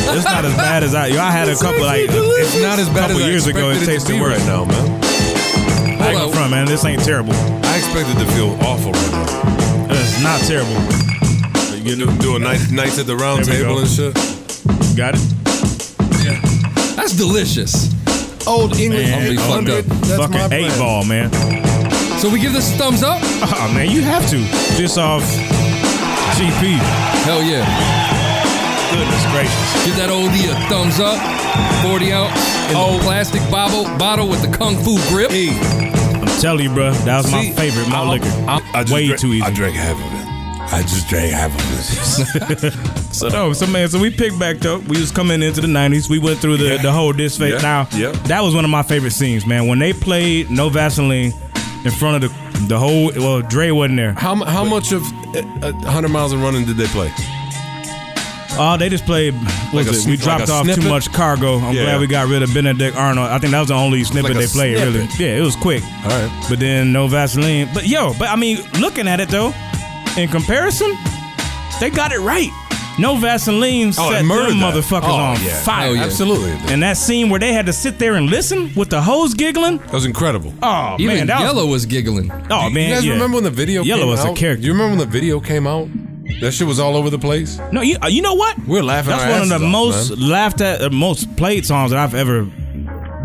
S3: It's not as bad as I. Yo, I had a couple like a
S4: It's not as bad
S3: couple
S4: as I
S3: years ago. It
S4: expected to
S3: tasted
S4: be
S3: worse.
S4: right now, man.
S3: I ain't
S5: Hold
S3: go
S5: on.
S3: front, man. This ain't terrible.
S4: I expected to feel awful right now.
S3: It's not terrible.
S4: You do, do a night nights at the round
S3: There we
S4: table
S3: go.
S4: and shit.
S3: Got it.
S5: That's delicious.
S4: Old English
S5: Man,
S4: eight
S5: I'm
S4: hundred.
S5: fucked up.
S4: That's my
S3: oh, Fucking eight
S4: brand.
S3: ball, man.
S5: So we give this a thumbs up?
S3: Oh man, you have to just off GP.
S5: Hell yeah.
S3: Goodness gracious.
S5: Give that old E a thumbs up. 40 ounce in
S3: Oh.
S5: the plastic bottle, bottle with the kung fu grip.
S4: Hey,
S3: I'm telling you, bro, that was my
S4: see,
S3: favorite
S4: I-
S3: malt liquor.
S4: I just
S3: Way
S4: drank-
S3: too easy.
S4: I drank half of it. I just drank half of it.
S3: So no, so man, so we picked back up. We was coming into the nineties. We went through the,
S4: Yeah.
S3: the whole this phase.
S4: Yeah.
S3: Now
S4: Yeah.
S3: that was one of my favorite scenes, man. When they played No Vaseline in front of the the whole well, Dre wasn't there.
S4: how mu- how much of uh, uh, hundred miles and running did they play?
S3: Oh, they just played. What
S4: Like a
S3: was it? We
S4: sn- like
S3: dropped
S4: a
S3: off
S4: snippet?
S3: too much cargo. I'm
S4: Yeah.
S3: glad we got rid of Benedict Arnold. I think that was the only snippet
S4: Like a
S3: they played. Really,
S4: snippet.
S3: yeah, it was quick.
S4: All right.
S3: But then no Vaseline. But yo, but I mean, looking at it though, in comparison, they got it right. No Vaseline
S4: Oh, it
S3: set them
S4: murdered that.
S3: motherfuckers
S4: Oh,
S3: on
S4: yeah.
S3: fire.
S5: Oh, yeah.
S4: Absolutely.
S3: And that scene where they had to sit there and listen with the hoes giggling.
S4: That was incredible.
S3: Oh
S5: Even
S3: man, that
S5: Yellow was giggling.
S3: Was, oh man,
S4: you guys
S3: yeah.
S4: remember when the video
S3: Yellow
S4: came
S3: was
S4: out?
S3: a character.
S4: Do you remember when the video came out? That shit was all over the place.
S3: no, you, uh, you know what?
S4: We We're laughing.
S3: That's
S4: our
S3: one of the
S4: asses off,
S3: most
S4: man.
S3: laughed at, uh, most played songs that I've ever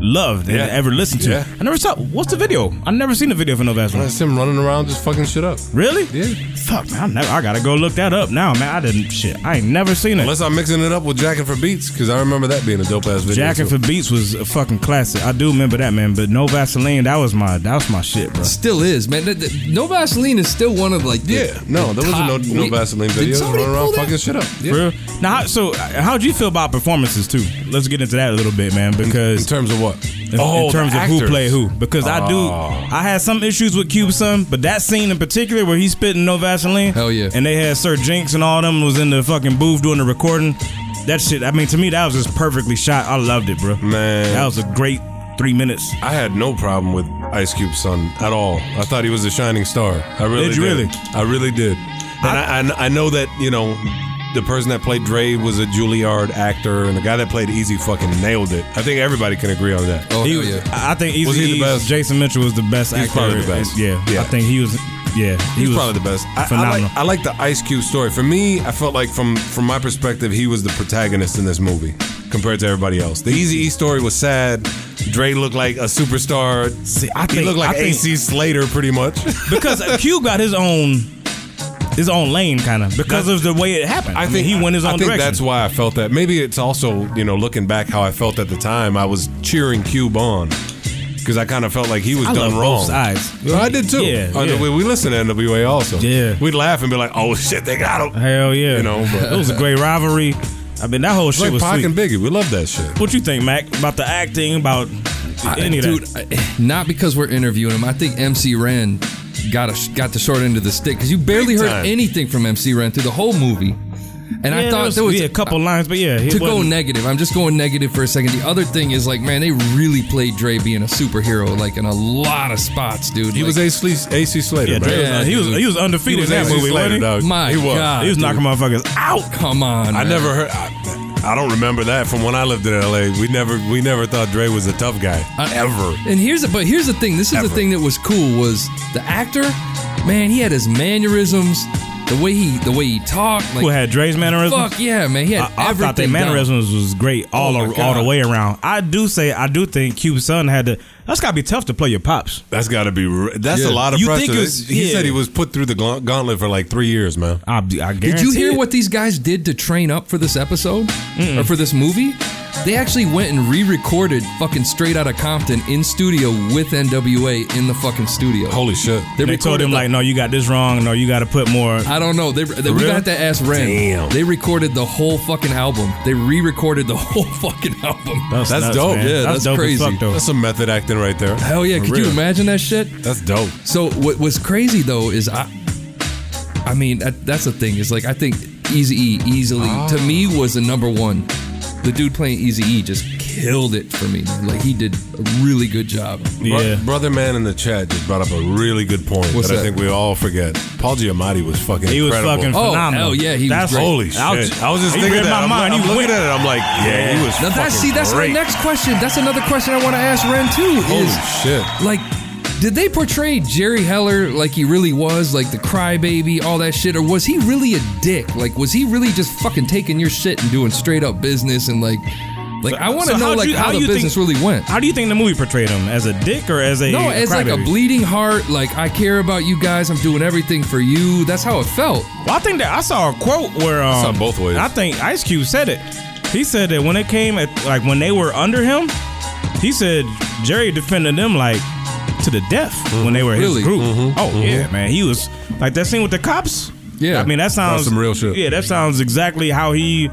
S3: loved and
S4: Yeah.
S3: ever listened to.
S4: Yeah.
S3: I never saw. What's the video? I never seen the video for No Vaseline.
S4: That's him running around just fucking shit up.
S3: Really?
S4: Yeah.
S3: Fuck man, I, never, I gotta go look that up now, man. I didn't shit. I ain't never seen it.
S4: Unless I'm mixing it up with Jackin' for Beats, because I remember that being a dope ass video.
S3: Jacking
S4: too.
S3: for Beats was a fucking classic. I do remember that man, but No Vaseline, that was my that was my shit, bro.
S5: Still is, man. That- that- no Vaseline is still one of like the,
S4: Yeah, no,
S5: the
S4: there wasn't
S5: top-
S4: no, no
S5: Wait,
S4: Vaseline
S5: did
S4: video
S5: somebody
S4: running around
S5: pull that?
S4: fucking shit up. Yeah.
S3: For real. Now, how, so uh, how'd you feel about performances too? Let's get into that a little bit, man,
S4: In
S3: because.
S4: terms of what? Ah.
S3: In,
S5: Oh,
S3: in
S4: the
S3: terms of who
S4: actors.
S3: played who, because I do, I had some issues with Cube Son, but that scene in particular where he's spitting no Vaseline,
S5: Hell yeah.
S3: and they had Sir Jinx and all them was in the fucking booth doing the recording. That shit, I mean, to me that was just perfectly shot. I loved it, bro.
S4: Man.
S3: that was a great three minutes.
S4: I had no problem with Ice Cube's son at all. I thought he was a shining star. I really
S3: Did you really?
S4: I really did. And I, and I know that you know the person that played Dre was a Juilliard actor, and the guy that played Easy fucking nailed it. I think everybody can agree on that.
S5: Oh
S3: He
S5: hell
S3: was-
S5: yeah.
S3: I I think Easy
S4: Was he the best?
S3: Jason Mitchell was the best
S4: He's
S3: actor.
S4: probably the best.
S3: Yeah,
S4: Yeah.
S3: I think he was. Yeah, he
S4: He's
S3: was
S4: probably the best. I, I,
S3: Phenomenal.
S4: like, I like the Ice Cube story. For me, I felt like from from my perspective, he was the protagonist in this movie compared to everybody else. The Easy E story was sad. Dre looked like a superstar.
S3: See, I
S4: he
S3: think-
S4: looked like
S3: I think-
S4: AC Slater pretty much.
S3: because Cube got his own his own lane kind of because of the way it happened. I, think mean, he went his own
S4: I think
S3: direction.
S4: that's why I felt that. Maybe it's also you know looking back how I felt at the time. I was cheering Cube on because I kind of felt like he was
S3: I
S4: done
S3: love
S4: wrong.
S3: both sides.
S4: No, I did too.
S3: Yeah,
S4: I-
S3: yeah.
S4: We, we listened to NWA also.
S3: Yeah.
S4: we'd laugh and be like, "Oh shit, they got him."
S3: Hell yeah,
S4: You know, but-
S3: it was a great rivalry. I mean, that whole
S4: It's
S3: shit
S4: like
S3: was
S4: Pac
S3: sweet.
S4: and Biggie. We love that shit.
S3: what you think, Mac, about the acting, about any of
S5: Dude,
S3: that?
S5: I- not because we're interviewing him. I think MC Ren got a, got the short end of the stick because you barely
S4: Big
S5: heard
S4: time.
S5: anything from MC Ren through the whole movie. And
S3: Yeah,
S5: I thought
S3: there was yeah, a couple lines, but yeah, he
S5: to go
S3: wasn't-
S5: negative. I'm just going negative for a second. The other thing is like, man, they really played Dre being a superhero like in a lot of spots, dude.
S4: He
S5: Like,
S4: was AC, AC Slater.
S3: Yeah,
S4: man.
S3: Dre was,
S5: Yeah,
S3: he was
S5: dude.
S3: he was undefeated
S4: was
S3: in that
S4: AC
S3: movie,
S4: Slater,
S3: wasn't he?
S4: dog.
S5: My
S4: He was.
S5: God,
S3: He was
S5: dude.
S3: knocking motherfuckers out.
S5: Come on,
S4: I
S5: man.
S4: never heard. I, I don't remember that from when I lived in LA. We never we never thought Dre was a tough guy
S5: I-
S4: ever.
S5: And here's the but here's the thing. This is
S4: Ever.
S5: the thing that was cool was the actor, man. He had his mannerisms, the way he the way he talked. Like,
S3: Who had Dre's mannerisms?
S5: fuck yeah, man. He had
S3: I, I
S5: everything.
S3: thought their
S5: down.
S3: mannerisms was great all
S5: Oh my
S3: ar- all the
S5: God.
S3: way around. I do say I do think Cube Son had to. That's gotta be tough to play your pops.
S4: That's got to be. re- That's
S5: Yeah.
S4: a lot of
S3: You
S4: pressure.
S3: think it was-
S4: he
S3: yeah.
S4: said he was put through the gaunt- gauntlet for like three years, man.
S3: I, I
S5: Did you hear
S3: guarantee it.
S5: what these guys did to train up for this episode or for this movie? They actually went and re-recorded fucking straight out of Compton in studio with NWA in the fucking studio.
S4: Holy shit!
S5: They,
S3: They told
S5: recorded
S3: him
S5: the-
S3: like, no, you got this wrong. No, you got to put more.
S5: I don't know. They, they we
S3: real?
S5: got to ask Ren.
S4: Damn.
S5: They recorded the whole fucking album. They re-recorded the whole fucking album.
S4: That's
S3: nuts,
S4: dope.
S3: man.
S4: Yeah,
S5: that's
S3: dope
S5: crazy.
S3: As fuck, though.
S4: That's some method acting right there.
S5: Hell yeah!
S4: For
S5: Could
S4: real.
S5: you imagine that shit?
S4: That's dope.
S5: So what was crazy though is I, I mean that, that's the thing is like I think Easy E easily to me was the number one. The dude playing Easy E just killed it for me. man. Like he did a really good job.
S4: Bro-
S3: Yeah.
S4: brother man in the chat just brought up a really good point
S5: What's
S4: that, I
S5: that?
S4: think we all forget. Paul Giamatti was fucking.
S3: He was
S4: incredible.
S3: fucking
S5: Oh,
S3: phenomenal.
S5: hell yeah, he was
S3: That's
S5: great.
S4: Holy shit! I was
S3: I
S4: just
S3: he
S4: thinking
S3: read
S4: that.
S3: my
S4: I'm,
S3: mind.
S4: I'm
S3: he
S4: looking
S3: went,
S4: at it. I'm like, yeah, he was.
S5: Now
S4: fucking
S5: that see that's
S4: great.
S5: my next question. That's another question I want to ask Ren too.
S4: Holy
S5: is
S4: shit!
S5: like. Did they portray Jerry Heller like he really was, like the crybaby, all that shit, or was he really a dick? Like, was he really just fucking taking your shit and doing straight up business and like, like I want to
S3: So
S5: know
S3: how'd
S5: like
S3: you-
S5: how,
S3: how
S5: the
S3: you think-
S5: business really went.
S3: How do you think the movie portrayed him as a dick or as a
S5: No, as like a
S3: crybaby?
S5: bleeding heart, like I care about you guys, I'm doing everything for you. That's how it felt.
S3: Well, I think that I saw a quote where um,
S4: saw both ways.
S3: I think Ice Cube said it. He said that when it came at like when they were under him, he said Jerry defended them like to the death when they were
S5: Really?
S3: his group.
S4: Mm-hmm.
S3: oh yeah, man, he was like that scene with the cops.
S5: Yeah.
S3: I mean that sounds
S4: some real shit.
S3: Yeah, that sounds exactly how he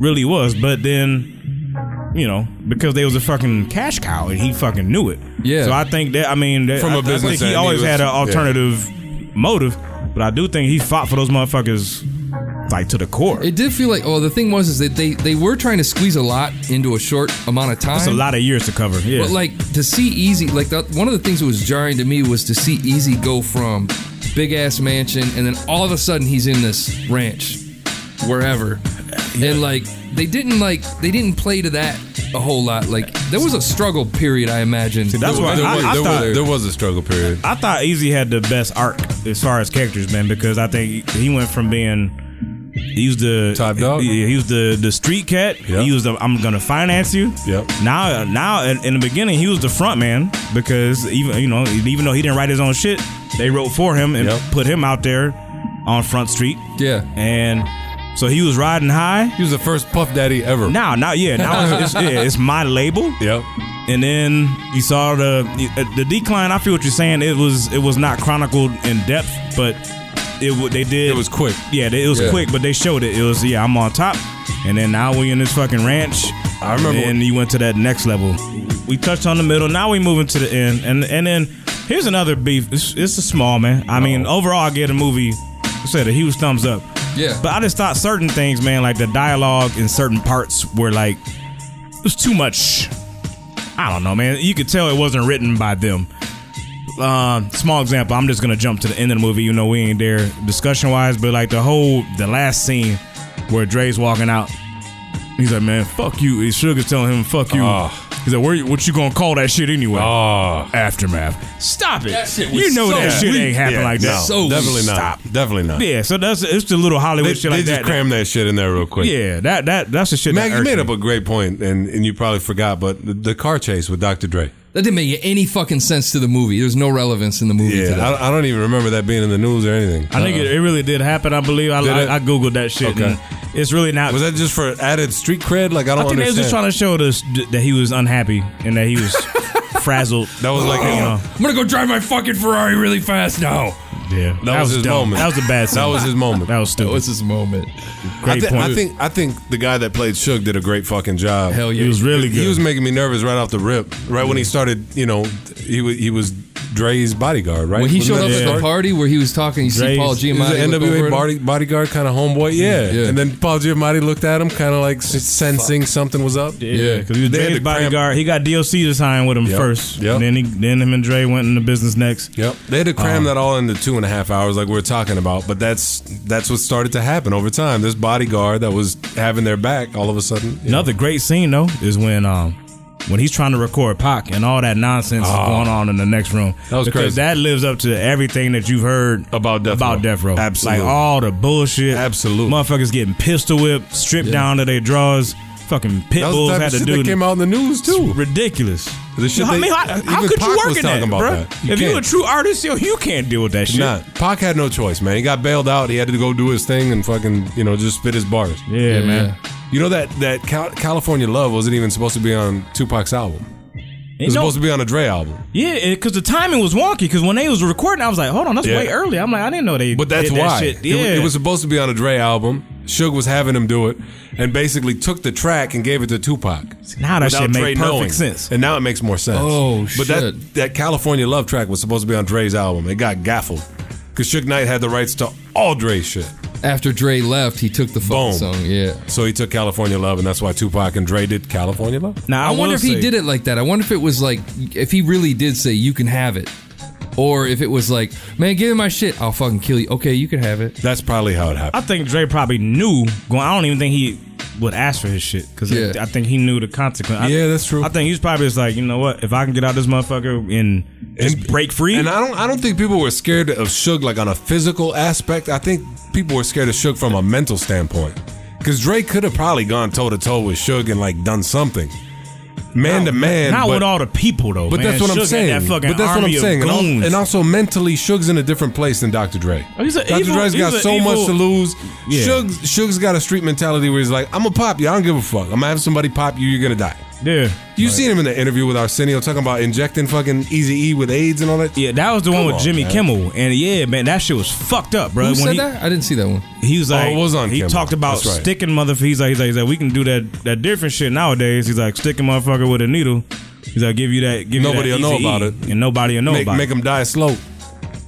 S3: really was. But then, you know, because they was a fucking cash cow and he fucking knew it.
S5: Yeah.
S3: So I think that I mean that,
S4: From
S3: I-
S4: a
S3: I
S4: business
S3: think
S4: end,
S3: he
S4: he
S3: always
S4: was-
S3: had an
S4: yeah.
S3: alternative motive, but I do think he fought for those motherfuckers like to the core.
S5: It did feel like oh the thing was is that they they were trying to squeeze a lot into a short amount of time.
S3: That's a lot of years to cover. Yeah,
S5: But like to see Easy, like the, one of the things that was jarring to me was to see Easy go from big ass mansion, and then all of a sudden he's in this ranch, wherever, and like they didn't like they didn't play to that a whole lot. Like there was a struggle period, I imagine.
S3: that's why
S4: there,
S3: I,
S4: was,
S3: I
S4: there,
S3: thought.
S4: was, there was a struggle period.
S3: I thought Easy had the best arc as far as characters, man, because I think he went from being He was the
S4: Top dog?
S3: He, he was the the street cat.
S4: Yep.
S3: He was the I'm gonna finance you.
S4: Yep.
S3: Now now in, in the beginning he was the front man because even you know even though he didn't write his own shit, they wrote for him and
S4: Yep.
S3: put him out there on Front Street.
S5: Yeah.
S3: And so he was riding high.
S4: He was the first Puff Daddy ever.
S3: Now now yeah now it's, it's, yeah, it's my label.
S4: Yep.
S3: and then you saw the the decline. I feel what you're saying. It was it was not chronicled in depth, but it w- they did.
S4: It was quick.
S3: Yeah, they, it was
S5: Yeah.
S3: quick, but they showed it. It was yeah, I'm on top, and then now we in this fucking ranch.
S4: I remember
S3: And you went to that next level. We touched on the middle. Now we moving to the end, and and then here's another beef. It's, it's a small man. I mean, overall, I get a movie. I said a huge thumbs up.
S5: Yeah.
S3: But I just thought certain things, man, like the dialogue in certain parts were like it was too much. I don't know, man. You could tell it wasn't written by them. Um, small example. I'm just gonna jump to the end of the movie. You know, we ain't there discussion wise, but like the whole the last scene where Dre's walking out, he's like, "Man, fuck you." His sugar's telling him, "Fuck you."
S4: Ah.
S3: He's like, "Where? you- What you gonna call that shit anyway?"
S4: Oh,
S3: Aftermath. Stop it.
S5: That shit was
S3: you know
S5: so
S3: that shit
S5: weak.
S3: ain't happen
S4: yeah,
S3: like
S4: no,
S3: that.
S5: So
S4: definitely not.
S3: Stop.
S4: Definitely not.
S3: Yeah, so that's it's the little Hollywood
S4: They,
S3: shit
S4: they
S3: like
S4: just
S3: that.
S4: crammed that shit in there real quick.
S3: yeah, that that that's the shit.
S4: Mac,
S3: that
S4: you made
S3: irked
S4: up
S3: me.
S4: a great point, and, and you probably forgot, but the, the car chase with Dr. Dre.
S5: That didn't make any fucking sense to the movie. There's no relevance in the movie to that.
S4: I, I don't even remember that being in the news or anything.
S3: I think it, it really did happen. I believe I,
S4: Did it?
S3: I, I googled that shit.
S4: Okay.
S3: and it's really not.
S4: Was that just for added street cred? Like I
S3: I
S4: don't
S3: think they was
S4: understand.
S3: just trying to show us d- that he was unhappy and that he was frazzled.
S4: That was like,
S3: you know,
S5: I'm gonna go drive my fucking Ferrari really fast now.
S3: yeah.
S4: that, was, his
S3: dumb.
S4: moment.
S3: That was a bad. Scene.
S4: That was his moment.
S3: That was stupid.
S5: That was his moment.
S4: I,
S3: Great
S4: thi-
S3: point.
S4: I think I think the guy that played Suge did a great fucking job.
S5: Hell yeah.
S3: he was really good.
S4: He was making me nervous right off the rip. Right when he started, you know, he wa- he was Dre's bodyguard. Right
S5: When he
S4: Wasn't
S5: showed up
S4: that
S5: at
S4: story?
S5: the party where he was talking, you see
S3: Dre's-
S5: Paul
S4: He was
S5: Giamatti.
S4: an
S5: look over
S4: NWA
S5: at him.
S4: body, bodyguard kind of homeboy, yeah.
S5: Yeah.
S4: And then Paul Giamatti looked at him, kind of like s- sensing something was up.
S3: yeah, because he was
S4: They had
S3: Dre's
S4: to cram-
S3: bodyguard. He got DLC to sign with him
S4: Yep.
S3: first.
S4: Yep.
S3: And then he, then him and Dre went into business next.
S4: Yep, they had to cram
S3: Um,
S4: that all into two and a half hours, like we were talking about. But that's that's what started to happen over time. This bodyguard that was having their back, all of a sudden, you know.
S3: Another great scene though is when um when he's trying to record Pac and all that nonsense is going on in the next room.
S4: Ah. That was
S3: because
S4: crazy.
S3: that lives up to everything that you've heard
S4: About Death
S3: about
S4: Row.
S3: Death Row.
S4: Absolutely.
S3: like all the bullshit.
S4: Absolutely.
S3: motherfuckers getting pistol whipped, stripped down to their drawers. Fucking pit
S4: that was
S3: bulls
S4: the
S3: had
S4: type of
S3: to
S4: shit
S3: do
S4: that came out in the news too.
S3: ridiculous.
S4: The shit
S3: I
S4: they-
S3: mean, how,
S4: even
S3: how could
S4: Pac
S3: you
S4: was
S3: work in that,
S4: talking about
S3: bruh?
S4: that. You
S3: if you're a
S4: can't.
S3: true artist, yo, you can't deal with that shit.
S4: Nah, Pac had no choice, man. He got bailed out. He had to go do his thing and fucking, you know, just spit his bars.
S3: Yeah, man.
S4: You know that that Cal- California Love wasn't even supposed to be on Tupac's album. It was
S3: No,
S4: supposed to be on a Dre album.
S3: Yeah, because the timing was wonky. Because when they was recording, I was like, "Hold on, that's
S4: Yeah.
S3: way early." I'm like, "I didn't know they."
S4: But that's
S3: did that
S4: why
S3: shit.
S4: It-
S3: Yeah,
S4: it, was supposed to be on a Dre album. Suge was having him do it, and basically took the track and gave it to Tupac.
S3: now that
S4: without
S3: shit
S4: Dre
S3: made perfect
S4: knowing.
S3: sense.
S4: and now it makes more sense.
S5: Oh, shit.
S4: but that that California Love track was supposed to be on Dre's album. It got gaffled because Suge Knight had the rights to all Dre's shit,
S5: After Dre left, he took the fucking
S4: Boom.
S5: song. Yeah.
S4: so he took California Love, and that's why Tupac and Dre did California Love.
S3: Now
S5: I, wonder if he did it like that. I wonder if it was like if he really did say you can have it, or if it was like, man, give me my shit, I'll fucking kill you. Okay, you can have it.
S4: That's probably how it
S3: I
S4: happened.
S3: think Dre probably knew. Going, I don't even think he would ask for his shit because
S5: Yeah.
S3: I think he knew the consequence.
S4: Yeah,
S3: I,
S4: that's true.
S3: I think he's probably just like, you know what? If I can get out this motherfucker and just break free,
S4: And I don't, I don't think people were scared of Suge like on a physical aspect. I think people were scared of Suge from a mental standpoint, because Dre could have probably gone toe to toe with Suge and like done something, man to man.
S3: not
S4: but-
S3: with all the people though.
S4: But
S3: man.
S4: that's what
S3: Suge
S4: I'm
S3: had
S4: saying.
S3: That fucking
S4: but that's what
S3: army
S4: I'm
S3: of
S4: saying. And, al-
S3: goons.
S4: and also mentally, Suge's in a different place than Dr. Dre.
S3: Oh, he's a
S4: Dr.
S3: evil-
S4: Dre's
S3: he's
S4: got
S3: a
S4: so much
S3: evil-
S4: to lose.
S3: Yeah.
S4: Suge, Suge's got a street mentality where he's like, I'm gonna pop you. I don't give a fuck. I'm gonna have somebody pop you. You're gonna die.
S3: yeah,
S4: You seen him in the interview with Arsenio talking about injecting fucking Easy E with AIDS and all that.
S3: yeah, that was the one
S4: Come
S3: with
S4: on,
S3: Jimmy
S4: man.
S3: Kimmel, and yeah, man, that shit was fucked up, bro.
S5: Who
S3: when
S5: said
S3: he,
S5: that? I didn't see that one.
S3: He was
S4: Oh,
S3: like,
S4: it was on
S3: he
S4: Kimmel.
S3: talked about
S4: That's right.
S3: sticking motherfucker. He's like, he's like, he's like, we can do that that different shit nowadays. He's like, sticking motherfucker with a needle. He's like, give you that, give
S4: Nobody
S3: you
S4: will
S3: that
S4: know
S3: Eazy-E,
S4: about it.
S3: and nobody will know
S4: Make,
S3: about
S4: make
S3: it.
S4: him die slow.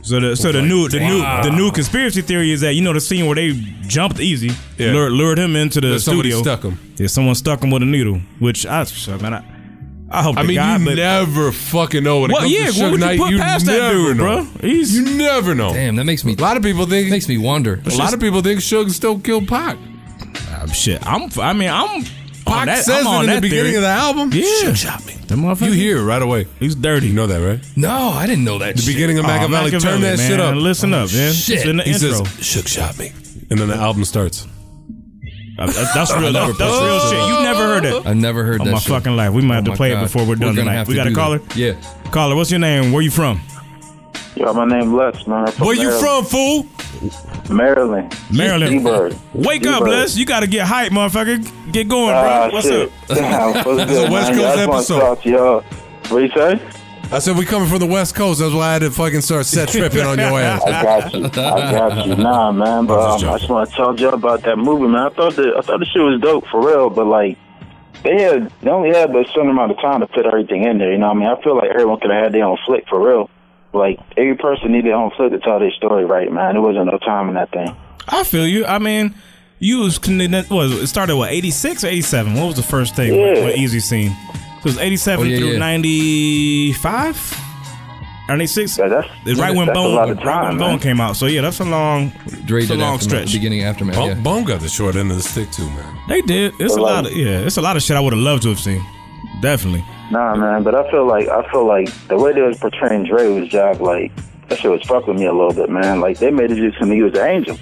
S3: So the so the new the new the new conspiracy theory is that you know the scene where they jumped easy,
S4: Yeah.
S3: lured, lured him into the
S4: That somebody
S3: studio.
S4: stuck him.
S3: Yeah, someone stuck him with a needle, which I sure, man, I, I hope
S4: I
S3: to
S4: mean,
S3: God,
S4: you
S3: but
S4: never fucking know when it
S3: Well,
S4: comes
S3: yeah,
S4: to
S3: what
S4: Suge
S3: would you
S4: Knight.
S3: put past that
S4: never
S3: dude,
S4: know.
S3: bro? He's-
S4: you never know.
S5: Damn, that makes me
S4: A lot of people think.
S5: makes me wonder.
S4: a lot of people think Suge still killed Pac.
S3: uh, shit. I'm I mean I'm
S4: Pac
S3: on that,
S4: says
S3: I'm
S4: it
S3: on
S4: in the
S3: that
S4: beginning
S3: theory.
S4: of the album.
S3: Yeah.
S4: Suge shot me.
S3: That motherfucker,
S4: You hear it right away.
S3: he's dirty.
S4: You know that, right?
S5: No, Oh, I didn't know that.
S4: The
S5: shit.
S4: beginning of
S3: Aw,
S4: Oh, Machiavelli. Turn that
S3: Oh, man,
S4: shit up.
S3: Listen up, man. It's
S5: shit.
S3: in the
S4: he
S3: intro.
S4: says, "Shook shot me," and then the album starts.
S3: Uh, that- That's real.
S5: never
S3: That, that's
S5: played
S3: real
S5: that
S3: shit.
S5: shit.
S3: You've never heard that.
S5: I've never heard
S3: Oh,
S5: that.
S3: my
S5: shit.
S3: fucking life. We might have to
S5: my
S3: play it
S5: God.
S3: before we're done
S5: gonna
S3: tonight.
S5: have
S3: We
S5: to
S3: got a
S5: do that.
S3: caller?
S5: Yeah.
S3: Caller, what's your name? Where you from?
S11: Yo, my name Lutz, man. I'm
S3: Where you from, fool?
S11: from? Maryland.
S3: Maryland.
S11: D-Bird.
S3: Wake up,
S11: D-Bird.
S3: Les. You got to get hype, motherfucker. Get going,
S11: Ah,
S3: bro. What's
S11: shit.
S3: up?
S11: Damn, what's
S4: a
S11: good, man?
S4: West Coast
S11: I just want
S4: episode.
S11: to talk to y'all. What you say?
S4: I said we coming from the West Coast. That's why I had to fucking start set tripping on your ass.
S11: I got you. I got you. Nah, man. But
S4: I'm just
S11: um, I
S4: joking.
S11: just want to talk to y'all about that movie, man. I thought the I thought the shit was dope for real, but like they had they only had but a certain amount of time to put everything in there. You know what I mean? I feel like everyone could have had their own flick for real. Like every person needed their own flick to tell their story, right, man? There wasn't no time in that thing.
S3: I feel you. I mean, you was what was it? it started what eighty six or eighty seven? What was the first thing?
S11: Yeah.
S3: What Easy seen? So it was eighty seven
S5: Oh, yeah,
S3: through
S5: yeah.
S3: ninety five. Ninety six.
S11: Yeah, that's
S3: It's right when
S11: that's a
S3: Bone,
S11: lot of
S3: right when
S11: time,
S3: Bone
S11: man.
S3: came out. So yeah, that's a long,
S5: Dre
S3: it's a
S5: did
S3: long
S5: aftermath,
S3: stretch.
S5: beginning aftermath.
S4: Bone,
S5: Yeah.
S4: Bone got the short end of the stick too, man.
S3: They did. It's a
S11: But,
S3: lot
S11: like-
S3: of yeah. It's a lot of shit I would have loved to have seen. Definitely.
S11: Nah, man, but I feel like I feel like the way they was portraying Dre was job like that shit was fucking with me a little bit, man. Like they made it just seem he was an angel.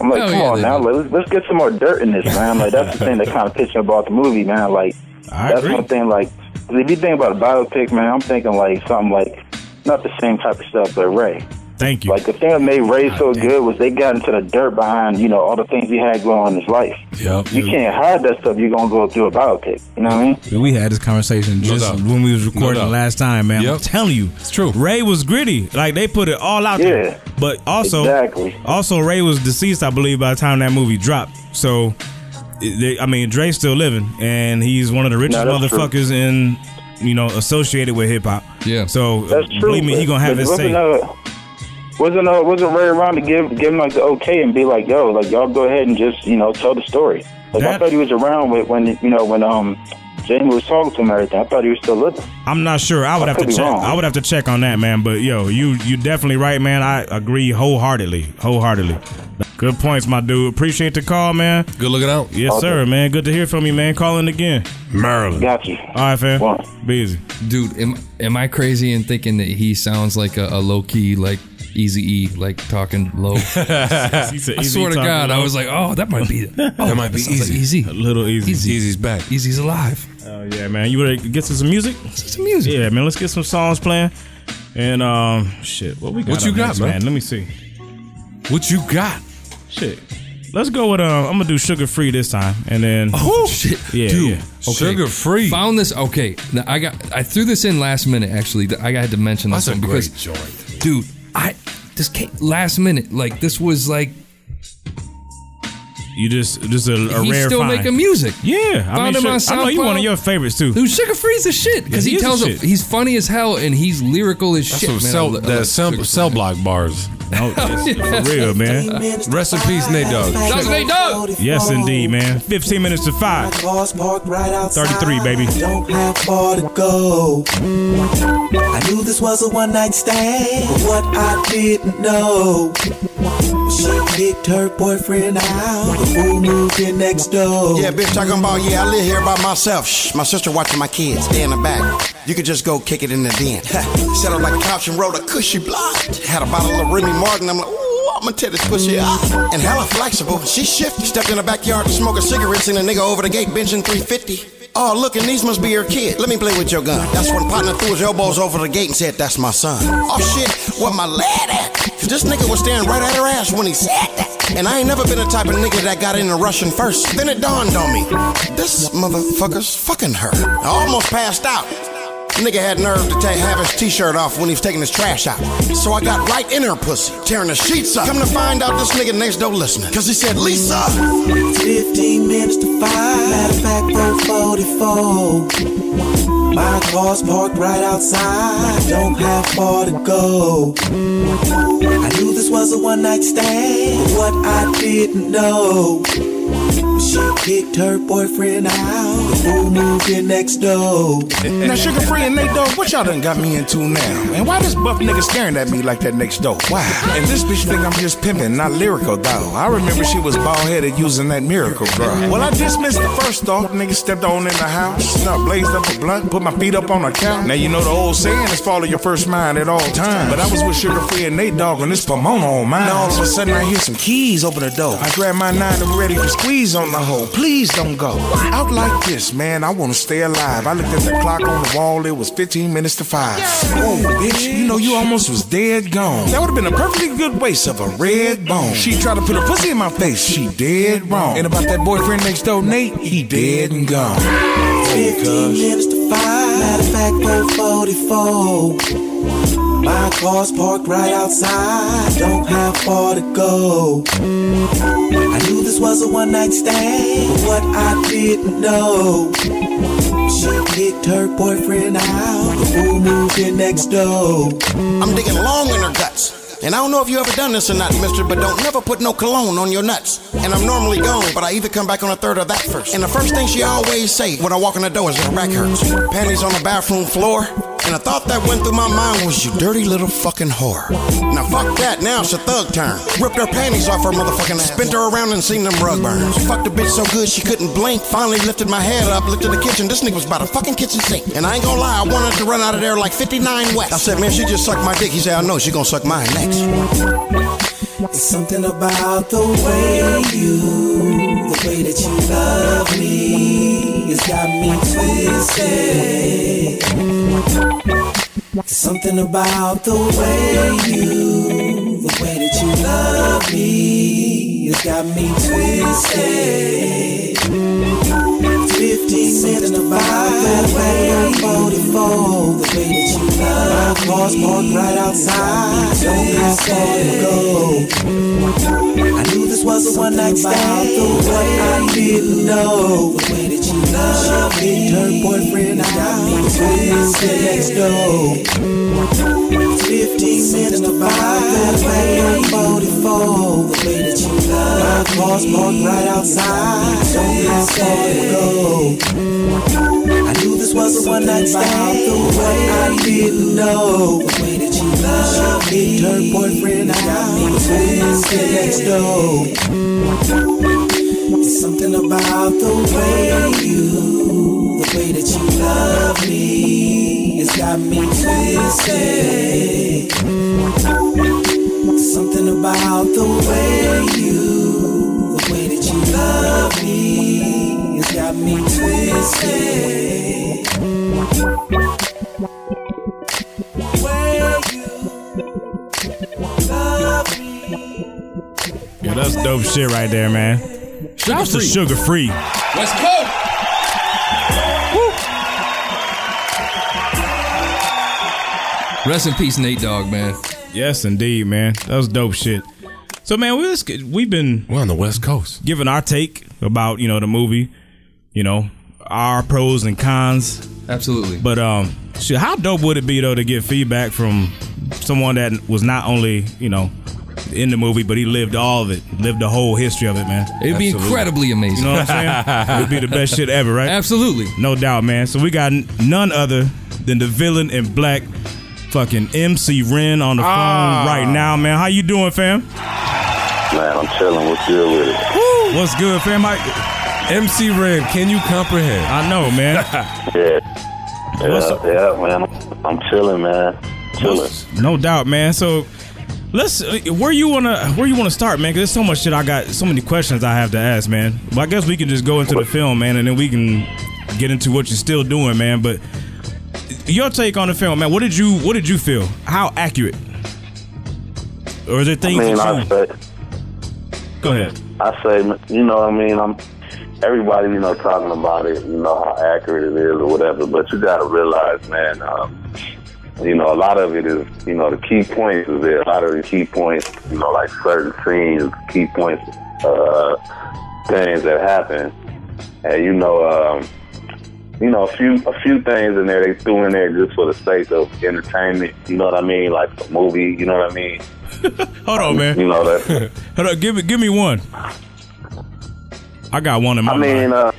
S11: I'm like,
S5: Hell
S11: come
S5: yeah,
S11: on
S5: they
S11: now,
S5: did.
S11: like, let's, let's get some more dirt in this, man. Like that's the thing that kind of pissed me about the movie, man. Like
S3: I
S11: that's
S3: agree.
S11: one thing. Like 'cause if you think about a biopic, man, I'm thinking like something like not the same type of stuff, but Ray.
S3: Thank you.
S11: Like the thing that made Ray so good was they got into the dirt behind you know all the things he had going on in his life.
S4: Yep.
S11: You can't hide that stuff. You're gonna go through a biopic. You know what I mean?
S3: We had this conversation just
S4: doubt.
S3: when we was recording
S4: doubt.
S3: last time, man. I'm
S4: Yep.
S3: telling you,
S4: It's true.
S3: Ray was gritty. Like they put it all out
S11: Yeah.
S3: there. But also,
S11: Exactly.
S3: also Ray was deceased, I believe, by the time that movie dropped. So, it- they, I mean, Dre's still living, and he's one of the richest
S11: No, that's true.
S3: motherfuckers in you know associated with hip hop.
S5: Yeah.
S3: So
S11: That's true.
S3: believe me, he
S11: but-
S3: gonna have
S11: but
S3: his say.
S11: Wasn't, uh, wasn't, uh, wasn't Ray around to give give him like the okay and be like, yo, like y'all go ahead and just you know tell the story. Like I
S3: That-
S11: thought he was around with when you know when um Jamie was talking to him and everything. I thought he was still living.
S3: I'm not sure. I would
S11: I
S3: have to
S11: could be
S3: check.
S11: wrong.
S3: I would have to check on that, man. But yo, you you definitely right, man. I agree wholeheartedly, wholeheartedly. Good points, my dude. Appreciate the call, man.
S4: Good looking out,
S3: Yes,
S11: Awesome.
S3: sir, man. Good to hear from you, man. Calling again.
S4: Maryland.
S11: Got you.
S3: All right, fam.
S11: Well.
S3: Be easy.
S5: Dude, am, am I crazy in thinking that he sounds like a, a low key, like Easy E, like talking low?
S3: He said
S5: I
S3: easy
S5: swear to
S3: talk,
S5: God,
S3: you know?
S5: I was like, oh, that might be that
S4: might be
S5: sounds like
S4: Easy.
S5: Easy.
S3: a little easy.
S4: Easy's back.
S5: Easy's alive.
S3: Oh yeah, man. You ready to get to some music?
S5: It's just music.
S3: Yeah, man. Let's get some songs playing. And um, shit. What we got?
S4: What you
S3: up
S4: got,
S3: next,
S4: man?
S3: Let me see.
S4: What you got?
S3: Shit. Let's go with um. I'm gonna do sugar free this time, and then
S5: Oh shit.
S3: yeah,
S4: Dude,
S3: yeah.
S4: sugar free.
S5: Found this. Okay, now I got. I threw this in last minute. Actually, I had to mention this
S4: That's a
S5: one
S4: great
S5: because,
S4: joint.
S5: dude, I this came last minute. Like this was like
S3: You just just a, a
S5: he's
S3: rare
S5: still
S3: find.
S5: making music.
S3: Yeah, I
S5: Found
S3: mean,
S5: him
S3: shit,
S5: on
S3: I know you one of
S5: SoundCloud.
S3: your favorites too.
S5: Dude, Sugar Free's the shit because
S3: Yeah, he
S5: he,
S3: is the
S5: tells him
S3: shit.
S5: he's funny as hell and he's lyrical as shit.
S4: Some
S5: man. I
S4: cell,
S5: lo- I
S4: that
S5: love
S4: cell,
S5: Sugar
S4: cell
S5: Free.
S4: block bars.
S3: No, it's for real, man.
S4: Rest in peace, Nate Dogg.
S5: Dogg, Nate Dogg.
S3: Yes, indeed, man. 15 minutes to five.
S6: Cars parked right outside.
S3: 33, baby.
S6: Don't have far to go. I knew this was a one night stand, but what I didn't know. She kicked her boyfriend out. The fool moved in next door.
S12: Yeah, bitch, talking about, yeah, I live here by myself. Shh, my sister watching my kids, stay in the back. You could just go kick it in the den. Set up like a couch and rolled a cushy block. Had a bottle of Remy Martin, I'm like, ooh, I'ma tear this pussy out. And hella flexible, she shifty. Stepped in the backyard to smoke a cigarette, seen a nigga over the gate benching 350. Oh, look, and these must be your kid. Let me play with your gun. That's when partner threw his elbows over the gate and said, that's my son. Oh, shit, where my lad at? 'Cause this nigga was staring right at her ass when he said that. And I ain't never been the type of nigga that got into rushing first. Then it dawned on me. This motherfucker's fucking her. I almost passed out. Nigga had nerve to take, have his t-shirt off when he was taking his trash out. So I got right in her pussy, tearing the sheets up. Come to find out this nigga next door listening. Cause he said, Lisa,
S6: 15 minutes to 5. Matter of fact, 444. My car's parked right outside. Don't have far to go. I knew this was a one night stand. But what I didn't know. She kicked her boyfriend out. The fool moved in next door.
S13: Now, Sugar Free and Nate Dogg, what y'all done got me into now? And why this buff nigga staring at me like that next door? Why? And this bitch think I'm just pimping, not lyrical, though. I remember she was bald headed using that miracle, girl. Well, I dismissed the first thought. Nigga stepped on in the house. Snuff blazed up a blunt, put my feet up on the couch. Now, you know the old saying is follow your first mind at all times. But I was with Sugar Free and Nate Dogg, and this Pomona on mine. Now, all of a sudden, I hear some keys open the door. I grab my nine and ready to squeeze on on the hoe. Please don't go. Out like this, man. I wanna stay alive. I looked at the clock on the wall. It was 15 minutes to five. Ooh, bitch. You know you almost was dead gone. That would have been a perfectly good waste of a red bone. She tried to put a pussy in my face. She dead wrong. And about that boyfriend next door, Nate. He dead and gone. Hey, cuz.
S6: minutes to five. Matter of fact, go 44. My car's parked right outside. Don't have far to go. I knew this was a one night stand, but what I didn't know. She kicked her boyfriend out before moving next door.
S12: I'm digging long in her guts. And I don't know if you ever done this or not, mister, but don't never put no cologne on your nuts. And I'm normally gone, but I either come back on a third or that first. And the first thing she always say when I walk in the door is her back hurts. Panties on the bathroom floor. And a thought that went through my mind was, you dirty little fucking whore. Now fuck that, now it's a thug turn. Ripped her panties off her motherfucking ass. Spent her around and seen them rug burns. Fucked a bitch so good she couldn't blink. Finally lifted my head up, looked in the kitchen. This nigga was by the fucking kitchen sink. And I ain't gonna lie, I wanted to run out of there like 59 West. I said, man, she just sucked my dick. He said, I know, she gonna suck mine next.
S6: It's something about the way you, the way that you love me, it's got me twisted. It's something about the way you, the way that you love me, it's got me twisted. Fifteen minutes to buy the way I'm 44, the way that you love me. My car's parked right outside, don't have far to go. I knew this was a one night stand. The way I didn't know. The way that you love she me. Her boyfriend out. Got me twisted next door. Fifteen minutes to buy. The way I'm 44. The way that you love My car's parked right outside. Don't have far to go. I knew this was a one night stand. The way I didn't know. The way that you love she me. Her boyfriend out. Got me twisted next door. It's something about the way you, the way that you love me, it's got me twisted. It's something about the way you, the way that you love me, it's got me twisted.
S3: Yeah, that's dope shit right there, man. Shouts to Sugar Free.
S5: West Coast. Rest in peace, Nate Dogg, man.
S3: Yes, indeed, man. That was dope shit. So, man, we just, we've been
S4: we're on the West Coast
S3: giving our take about you know the movie, you know our pros and cons.
S5: Absolutely.
S3: But um, shit, how dope would it be though to get feedback from someone that was not only you know in the movie, but he lived all of it, lived the whole history of it, man.
S5: It'd be incredibly amazing.
S3: You know what I'm saying? It'd be the best shit ever, right?
S5: Absolutely.
S3: No doubt, man. So we got n- none other than the villain in black, fucking MC Ren on the phone right now, man. How you doing, fam?
S14: Man, I'm chilling. What's good with it?
S3: What's good, fam? I-
S4: MC Ren, can you comprehend?
S3: I know, man.
S14: Yeah. Yeah, yeah, man. I'm chilling, man. Chilling.
S3: No doubt, man. So let's uh, where you wanna where you wanna start, man? Cause there's so much shit I got, so many questions I have to ask, man. But I guess we can just go into the film, man, and then we can get into what you're still doing, man. But your take on the film, man. What did you what did you feel? How accurate? Or is there
S14: I
S3: things?
S14: mean,
S3: that
S14: I
S3: you,
S14: say,
S3: go ahead.
S14: I say, you know, what I mean, I'm everybody, you know, talking about it, you know, how accurate it is or whatever. But you gotta realize, man, um, you know, a lot of it is, you know, the key points is there. A lot of the key points, you know, like certain scenes, key points, uh, things that happen, and you know, um, you know, a few a few things in there they threw in there just for the sake of entertainment. You know what I mean? Like a movie. You know what I mean?
S3: Hold on, man.
S14: You know that.
S3: Hold on, give me give me one. I got one in my
S14: I mean,
S3: mind.
S14: uh,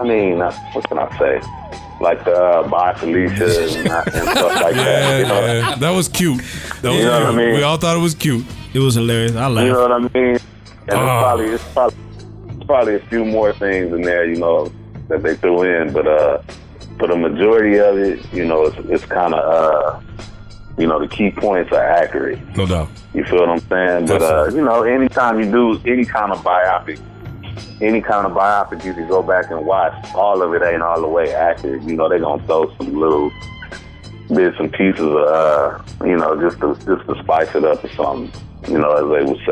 S14: I mean, uh, what can I say? Like the uh, by Felicia and, and stuff like that. You know,
S4: Yeah, that was cute. That was
S14: You know what I
S4: cute.
S14: mean?
S4: We all thought it was cute.
S3: It was hilarious. I
S14: you know what I mean? And
S4: Oh.
S14: it's probably it's probably it's probably a few more things in there, you know, that they threw in, but uh, for the majority of it, you know, it's it's kind of uh, you know, the key points are accurate.
S4: No doubt.
S14: You feel what I'm saying? But uh, you know, anytime you do any kind of biopic, any kind of biopic you can go back and watch, all of it ain't all the way accurate. You know, they gonna throw some little bits and pieces of, uh, you know, just to just to spice it up or something. You know, as they would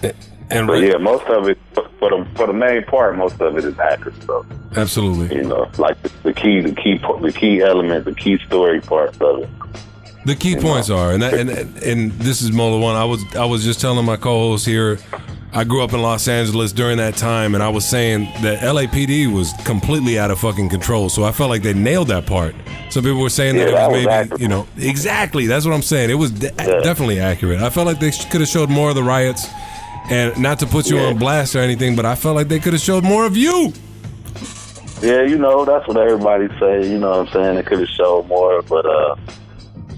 S14: say.
S4: And
S14: but yeah, most of it for the for the main part, most of it is accurate stuff.
S4: Absolutely.
S14: You know, like the, the key, the key, po- the key element, the key story parts of it.
S4: The key points
S14: uh,
S4: are, and that, and and this is more the one I was I was just telling my co-host here. I grew up in Los Angeles during that time, and I was saying that LAPD was completely out of fucking control. So I felt like they nailed that part. Some people were saying
S14: Yeah,
S4: that it
S14: that
S4: was
S14: was
S4: maybe
S14: accurate.
S4: you know exactly. That's what I'm saying. It was de- definitely accurate. I felt like they could have showed more of the riots, and not to put you on blast or anything, but I felt like they could have showed more of you.
S14: Yeah, you know, that's what everybody say, you know what I'm saying? It could have showed more, but uh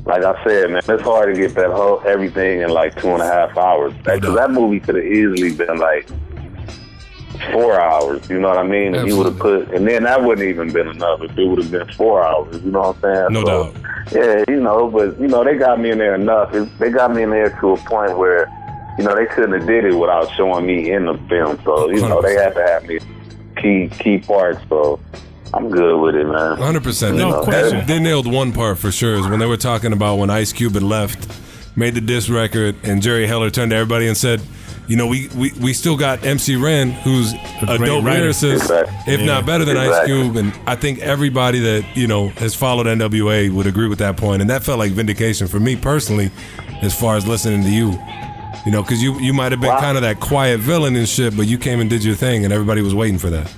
S14: like I said, man, it's hard to get that whole everything in like two and a half hours. Because that movie could have easily been like four hours, you know what I mean? And you would have put and then that wouldn't even been enough if it would have been four hours, you know what I'm saying?
S4: No
S14: doubt. Yeah, you know, but you know, they got me in there enough. It, they got me in there to a point where, you know, they couldn't have did it without showing me in the film. So, you know, they had to have me key key parts, so I'm good with it, man.
S4: Hundred percent. They- They, they nailed one part for sure. Is when they were talking about when Ice Cube had left, made the diss record, and Jerry Heller turned to everybody and said, "You know, we we, we still got MC Ren, who's a,
S3: great
S4: dope
S3: writer.
S4: lyricist,
S3: Exactly.
S4: if
S3: Yeah.
S4: not better than Ice
S3: Exactly.
S4: Cube." And I think everybody that you know has followed NWA would agree with that point. And that felt like vindication for me personally, as far as listening to you. You know, because you, you might have been kind of that quiet villain and shit, but you came and did your thing, and everybody was waiting for that.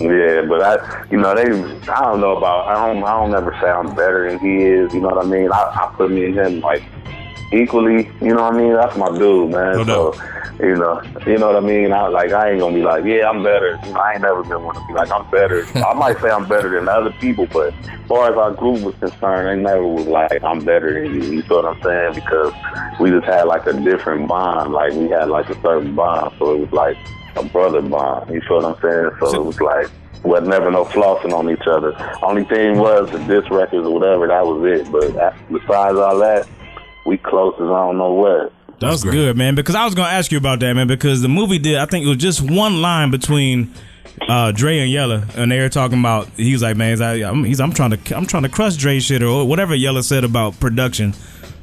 S14: Yeah, but I, you know, they, I don't know about, I don't, I don't ever sound better than he is. You know what I mean? I, I put me and him like equally. You know what I mean? That's my dude, man. so, you know, you know what I mean? I like, I ain't gonna be like, yeah, I'm better. You know, I ain't never been one to be like, I'm better. I might say I'm better than other people, but as far as our group was concerned, they never was like, I'm better than you. You feel what I'm saying? Because we just had like a different bond. Like we had like a certain bond, so it was like a brother bond. You feel what I'm saying? So, it was like. Was never no flossing on each other. Only thing was the disc records or whatever. That was it. But that- besides all that, we close as I don't know what.
S3: That's good, man. Because I was gonna ask you about that, man. Because the movie did, I think it was just one line between uh, Dre and Yella, and they were talking about. He was like, "Man, he's, like, I'm, he's, I'm trying to, I'm trying to crush Dre shit or whatever Yella said about production."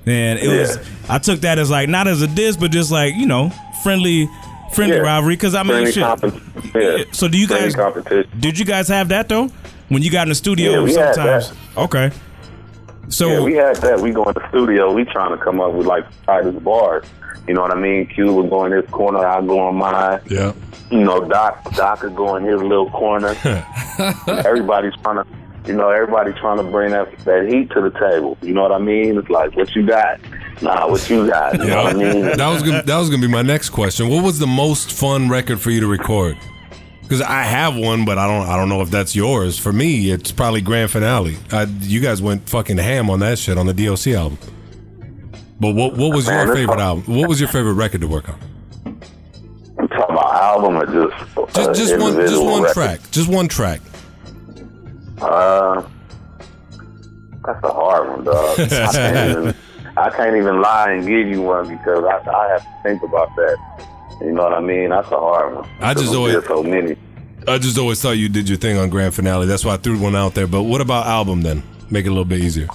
S3: And it was, I took that as like not as a diss, but just like you know, friendly, friendly rivalry. Because I mean,
S14: Friendly
S3: shit.
S14: compet- yeah.
S3: So do you
S14: Friendly
S3: guys-
S14: competition?
S3: Did you guys have that though? When you got in the studio,
S14: Yeah, we had
S3: sometimes. Okay. So
S14: yeah, we had that. We go in the studio. We trying to come up with like tightest bars. You know what I mean? Q would go in his corner. I would go in mine.
S4: Yeah.
S14: You know, Doc Doc would go in his little corner. everybody's trying to, you know, everybody's trying to bring that that heat to the table. You know what I mean? It's like what you got. Nah, what you got? You know what I mean?
S4: that was gonna, that was gonna be my next question. What was the most fun record for you to record? Because I have one, but I don't I don't know if that's yours. For me, it's probably Grand Finale. I, you guys went fucking ham on that shit on the DOC album. But what what was
S14: Man,
S4: your
S14: that's
S4: favorite
S14: fu-
S4: album? What was your favorite record to work on?
S14: I'm talking about album or just uh,
S4: Just, just one just
S14: individual
S4: one
S14: record?
S4: track. Just one track.
S14: Uh, that's a hard one, dog. I can't even, I can't even lie and give you one because I, I have to think about that. You know what I mean? That's a hard one.
S4: I just
S14: There's
S4: always-
S14: so many.
S4: I just always thought you did your thing on Grand Finale. That's why I threw one out there. But what about album then? Make it a little bit easier.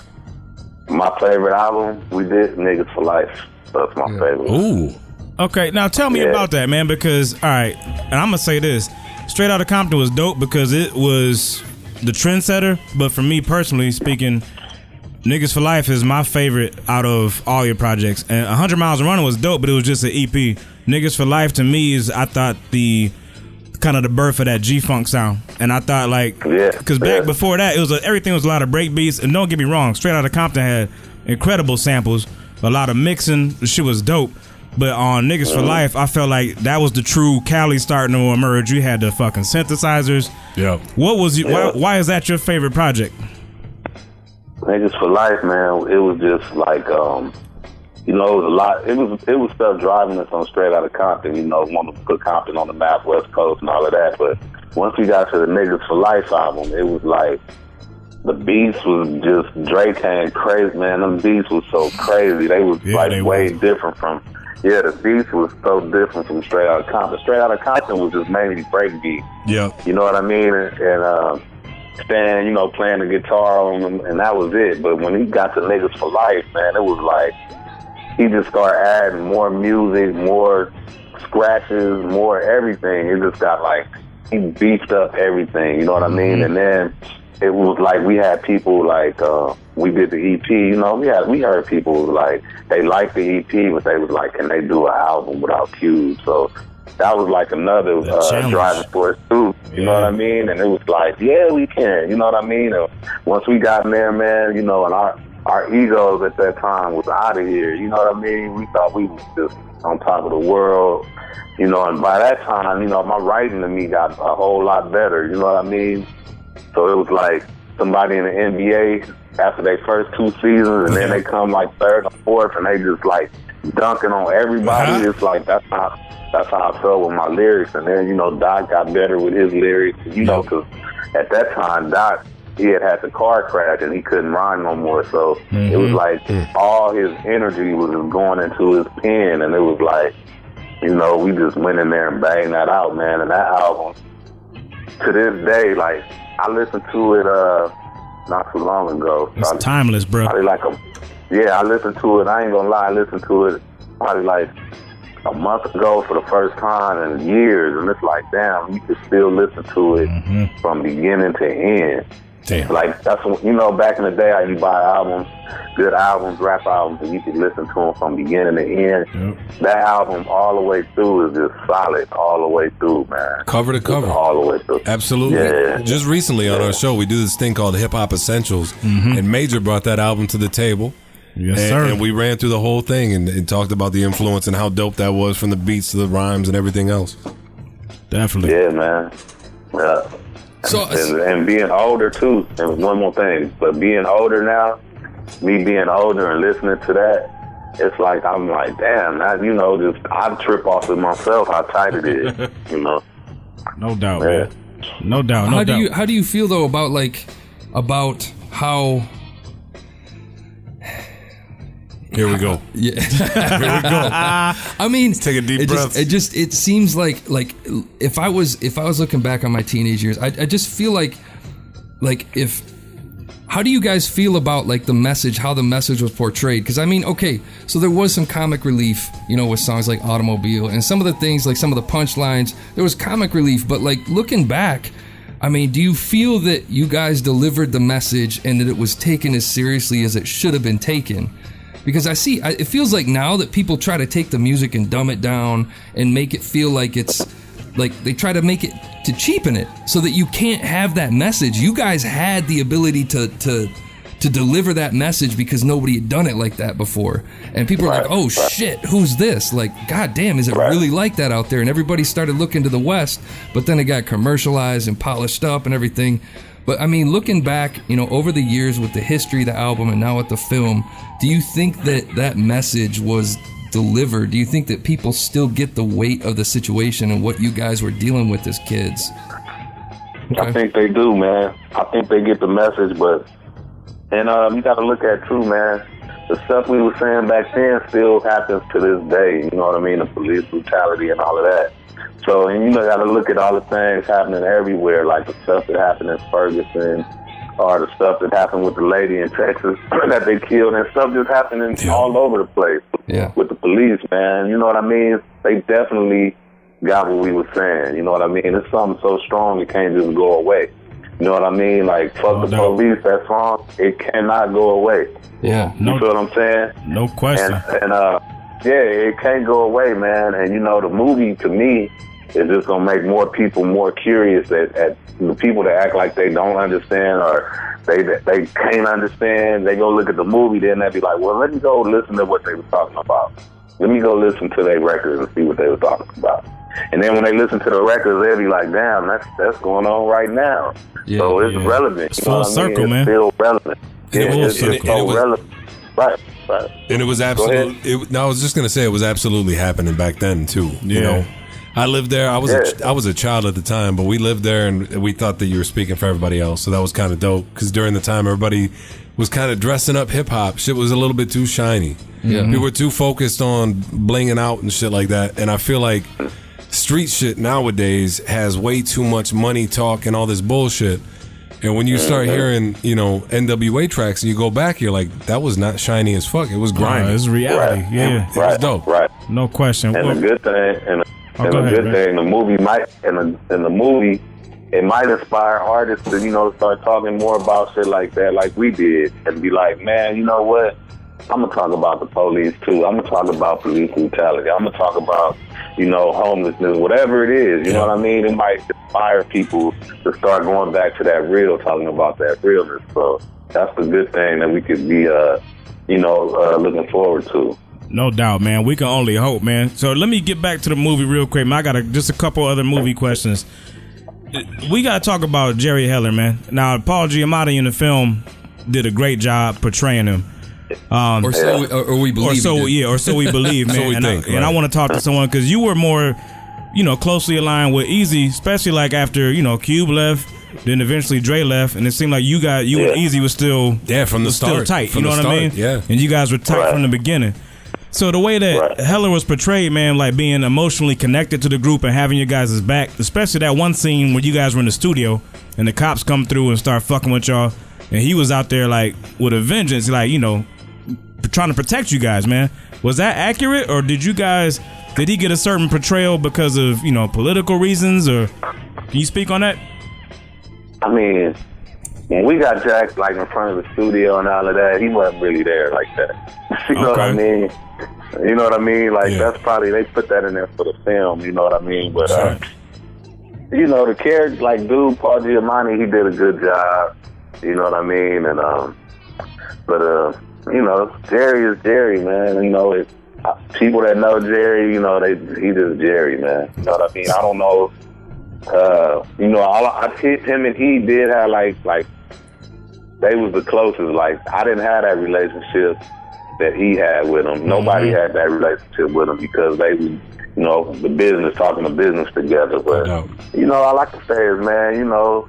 S14: My favorite album we did Niggas for Life. That's my favorite.
S4: Ooh.
S3: Okay, now tell me about that, man, because all right, and I'm gonna say this: Straight Outta Compton was dope because it was the trendsetter. But for me personally speaking, Niggas for Life is my favorite out of all your projects. And 100 Miles and Running was dope, but it was just an EP. Niggas for Life to me is I thought the kind of the birth of that G Funk sound, and I thought like
S14: Yeah.
S3: because back before that, it was a, everything was a lot of break beats. And don't get me wrong, Straight Outta Compton had incredible samples, a lot of mixing. The shit was dope. But on Niggas
S14: Mm-hmm.
S3: for Life, I felt like that was the true Cali starting to emerge. You had the fucking synthesizers.
S4: Yeah.
S3: What was you?
S14: Yeah.
S3: Why, why is that your favorite project?
S14: Niggas for Life, man. It was just like, um, you know, it was a lot. It was it was stuff driving us on straight out of Compton. You know, wanted to put Compton on the map, West Coast, and all of that. But once we got to the Niggas for Life album, it was like the beats was just Drake came crazy, man. Them beats was so crazy. They was like way different from Yeah, the beats was so different from Straight Outta Compton. Straight Outta Compton was just mainly breakbeat.
S4: Yeah.
S14: You know what I mean? And um, Stan, you know, playing the guitar on them, and that was it. But when he got to Niggas for Life, man, it was like he just started adding more music, more scratches, more everything. It just got like he beefed up everything. You know what I mean? And then it was like we had people like uh, we did the EP. You know, we had we heard people like they liked the EP, but they was like, can they do an album without cues? So that was like another uh,
S15: challenge.
S14: driving force too. You know what I mean? And it was like, yeah, we can. You know what I mean? And once we got in there, man, you know, and our our egos at that time was out of here. You know what I mean? We thought we was just on top of the world. You know, and by that time, you know, my writing to me got a whole lot better. You know what I mean? So it was like somebody in the NBA after their first two seasons, and then they come like third or fourth, and they just like dunking on everybody. It's like that's how that's how I felt with my lyrics. And then you know Doc got better with his lyrics, you know, 'cause at that time Doc he had had the car crash and he couldn't rhyme no more. So it was
S15: Mhm.
S14: like all his energy was just going into his pen, and it was like. You know, we just went in there and banged that out, man. And that album, to this day, like I listened to it uh not too long ago.
S3: It's timeless, bro.
S14: Probably like a yeah, I listened to it. I ain't gonna lie, I listened to it probably like a month ago for the first time in years, and it's like, damn, you can still listen to it
S3: Mm-hmm.
S14: from beginning to end.
S4: Damn.
S14: Like that's when- you know, back in the day, I you buy albums, good albums, rap albums, and you could listen to them from beginning to end. That album, all the way through, is just solid, all the way through, man.
S4: Cover to cover.
S14: all the way through.
S4: Absolutely.
S14: Yeah.
S4: Just recently on our show, we do this thing called Hip Hop Essentials,
S5: Mm-hmm.
S4: and Major brought that album to the table.
S3: Yes,
S4: and,
S3: sir.
S4: And we ran through the whole thing and, and talked about the influence and how dope that was from the beats to the rhymes and everything else.
S3: Definitely.
S14: Yeah, man. Yeah.
S5: So,
S14: and, and being older too, and one more thing, but being older now, me being older and listening to that, it's like I'm like, damn, I, you know, just I trip off of myself how tight it is, you know.
S3: No doubt, man. No doubt, no
S5: how
S3: doubt.
S5: do you how do you feel though about like about how
S4: Here we go.
S5: Yeah.
S4: Here we go.
S5: I mean, take a deep it
S4: breath.
S5: Just, it just it seems like like if I was if I was looking back on my teenage years, I, I just feel like like if how do you guys feel about like the message how the message was portrayed because i mean okay so there was some comic relief you know with songs like automobile and some of the things like some of the punchlines there was comic relief but like looking back i mean do you feel that you guys delivered the message and that it was taken as seriously as it should have been taken because i see I, it feels like now that people try to take the music and dumb it down and make it feel like it's like they try to make it to cheapen it so that you can't have that message. You guys had the ability to to to deliver that message because nobody had done it like that before. And people are like, "Oh shit, who's this?" Like, "God damn, is it really like that out there?" And everybody started looking to the west, but then it got commercialized and polished up and everything. But I mean, looking back, you know, over the years with the history of the album and now with the film, do you think that that message was delivered? Do you think that people still get the weight of the situation and what you guys were dealing with as kids?
S14: I think they do, man. I think they get the message, but and um, you got to look at too, man. The stuff we were saying back then still happens to this day. You know what I mean? The police brutality and all of that. So and you know, got to look at all the things happening everywhere, like the stuff that happened in Ferguson, or the stuff that happened with the lady in Texas that they killed, and stuff just happening all over the place
S5: Yeah.
S14: with the police, man. You know what I mean? They definitely got what we were saying. You know what I mean? It's something so strong it can't just go away. You know what I mean? Like fuck the police. That song it cannot go away.
S5: Yeah.
S14: You feel what I'm saying?
S3: No question.
S14: And, and uh, yeah, it can't go away, man. And you know, the movie to me is just gonna make more people more curious. That at the people that act like they don't understand or they they can't understand, they go look at the movie, then they be like, well, let me go listen to what they were talking about. Let me go listen to their records and see what they were talking about. And then when they listen to the records, they'll be like, damn, that's that's going on right now. so it's relevant.
S4: It's
S14: you know
S4: full
S14: what I mean?
S4: circle,
S14: It's
S4: man.
S14: Still relevant.
S4: And it
S14: Yeah,
S4: was-
S14: it's,
S4: and
S14: it's
S4: it-
S14: so
S4: and it was-
S14: relevant. Right, right.
S4: And it was
S14: Go ahead.
S4: absolutely. It, no, I was just gonna say it was absolutely happening back then too. You
S14: Yeah.
S4: know, I lived there. I was a
S14: Yeah.
S4: ch- I was a child at the time, but we lived there, and we thought that you were speaking for everybody else. So that was kind of dope because during the time, everybody was kind of dressing up hip hop. Shit was a little bit too shiny.
S15: Yeah.
S4: We were too focused on blinging out and shit like that. And I feel like street shit nowadays has way too much money talk and all this bullshit. And when you start
S14: Mm-hmm.
S3: Mhm.
S4: hearing, you know, NWA tracks, and you go back, you're like, that was not shiny as fuck. It was grinding.
S3: Uh, it's reality. Yeah.
S4: It was dope.
S14: Right.
S3: No question.
S14: And a good thing, and a,
S3: Oh,
S14: and
S3: go
S14: a
S3: ahead,
S14: good
S3: Rich.
S14: thing, the movie might, and a, in the movie, it might inspire artists to you know start talking more about shit like that, like we did, and be like, man, you know what? I'm gonna talk about the police too. I'm gonna talk about police brutality. I'm gonna talk about you know homelessness, whatever it is. You know what I mean? It might inspire people to start going back to that real, talking about that realness. So that's the good thing that we could be, uh, you know, uh, looking forward to.
S3: No doubt, man. We can only hope, man. So let me get back to the movie real quick. Man, I got a, just a couple other movie questions. Uh, We got to talk about Jerry Heller, man. Now, Paul Giamatti in the film did a great job portraying him. Um,
S5: Or so we- or- or we believe
S3: Or
S5: he
S3: so,
S5: did.
S3: yeah, or so we believe, man.
S5: So we
S3: and,
S5: think,
S3: I, and I
S5: right.
S3: want to talk to someone because you were more, you know, closely aligned with Easy, especially like after you know Cube left, then eventually Dre left, and it seemed like you got you and Easy was still
S4: yeah from the
S3: was still
S4: start.
S3: tight.
S4: From
S3: you know
S4: the
S3: what I
S4: start,
S3: mean?
S4: yeah.
S3: And you guys were tight from the beginning. So the way that Heller was portrayed, man, like being emotionally connected to the group and having your guys' back, especially that one scene where you guys were in the studio and the cops come through and start fucking with y'all, and he was out there like with a vengeance, like you know, trying to protect you guys, man. Was that accurate, or did you guys did he get a certain portrayal because of you know political reasons, or can you speak on that?
S14: I mean, when we got Jack like in front of the studio and all of that, he wasn't really there like that. you know what I mean? You know what I mean? Like that's probably they put that in there for the film. You know what I mean? But uh, you know the character, like dude, Paul Giamatti, he did a good job. You know what I mean? And um, but uh, you know Jerry is Jerry, man. You know it. uh, People that know Jerry, you know they he just Jerry, man. You know what I mean? I don't know uh, you know, all I, I hit him and he did have like like they was the closest. Like I didn't have that relationship that he had with him. Nobody had that relationship with him because they was you know the business talking the business together. But you know, all I can say is, man, you know,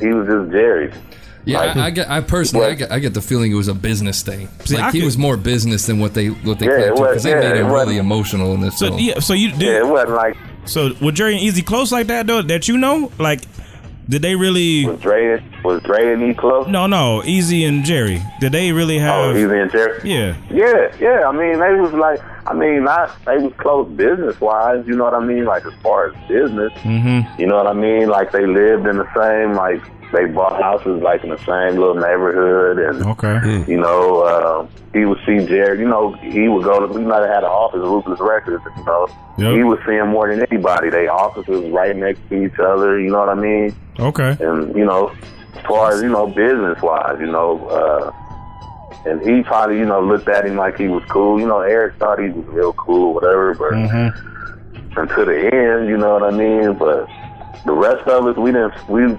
S14: he was just Jerry.
S5: Yeah,
S14: Like-
S5: I, I get. I personally, I get, I get the feeling it was a business thing.
S3: See,
S5: like
S3: I
S5: he
S3: could-
S5: was more business than what they what they
S3: Yeah,
S5: claimed
S3: it
S5: to,
S3: was-
S5: 'cause they
S3: yeah,
S5: made
S3: it
S5: him
S3: was-
S5: really emotional in this
S3: So
S5: film.
S3: yeah, so you did. Yeah,
S14: it wasn't like.
S3: So were Jerry and Easy close like that though? That you know, like, did they really? Was
S14: Dre was Dre and E close?
S3: No, no, Easy and Jerry. Did they really have?
S14: Easy and Jerry.
S3: Yeah.
S14: Yeah, yeah. I mean, they was like, I mean, not they was close business wise. You know what I mean? Like as far as business,
S16: Mm-hmm.
S14: You know what I mean? Like they lived in the same, like they bought houses like in the same little neighborhood, and
S3: Okay.
S14: you know, uh, he would see Jared. You know, he would go to. We might have had an office, Ruthless Records. You know,
S3: Yep.
S14: he would see him more than anybody. They offices right next to each other. You know what I mean?
S3: Okay.
S14: And you know, as far as you know, business wise, you know, uh, and he probably you know looked at him like he was cool. You know, Eric thought he was real cool, whatever. But
S17: Mm-hmm.
S14: until the end, you know what I mean. But the rest of us, we didn't. We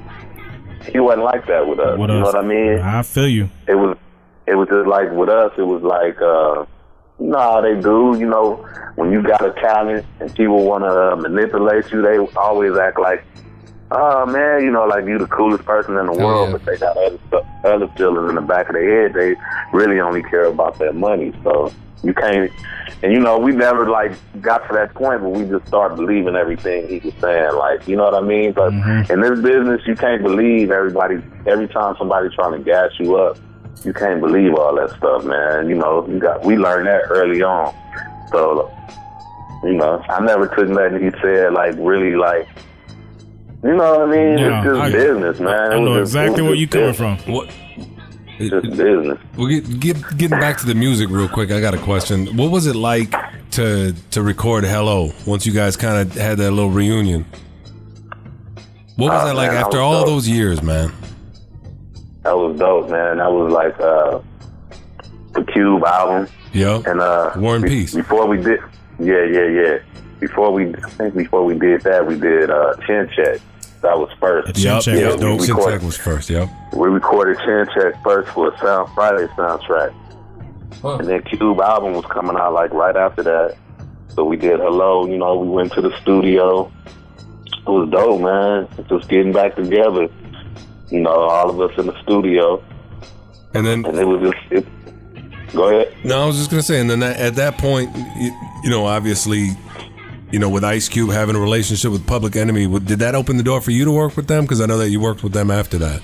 S14: he wasn't like that with us.
S3: With
S14: you know
S3: us.
S14: what I mean?
S3: I feel you.
S14: It was it was just like with us. It was like. uh no, they do. You know, when you got a talent and people want to uh, manipulate you, they always act like, oh man, you know, like you the coolest person in the world, but they got other stuff, other feelings in the back of their head. They really only care about their money. So you can't. And you know, we never like got to that point, but we just start believing everything he was saying. Like, you know what I mean? But in this business, you can't believe everybody. Every time somebody's trying to gas you up, you can't believe all that stuff, man. You know, you got we learned that early on. So, you know, I never took nothing he said like really like. You know what I mean?
S4: Yeah,
S14: it's just
S4: I-
S14: business, man.
S4: I
S14: It was
S4: know
S14: just- it
S4: exactly
S14: was
S4: where you
S14: just
S4: coming
S14: business.
S4: from. What?
S14: Just business.
S4: Well, get, get, getting back to the music real quick, I got a question. What was it like to to record "Hello" once you guys kind of had that little reunion? What was
S14: Oh,
S4: that like
S14: man, that
S4: after
S14: was
S4: all
S14: dope.
S4: those years, man?
S14: That was dope, man. That was like uh, the Cube album.
S4: Yeah.
S14: And uh, War and Peace. Before we did, yeah, yeah, yeah. Before we, I think before we did that, we did uh, Chin Check. That was first. yeah, we
S4: Dope. Chin
S14: recorded-
S4: Check was first. Yep.
S14: We recorded Chin Check first for a Sound Friday soundtrack. And then Cube album was coming out like right after that. So we did Hello, you know, we went to the studio. It was dope, man. Just getting back together. you know, all of us in the studio.
S4: And then
S14: and it was just it, go ahead.
S4: No, I was just gonna say, and then that, at that point, you, you know, obviously, you know, with Ice Cube having a relationship with Public Enemy, w- did that open the door for you to work with them? Because I know that you worked with them after that.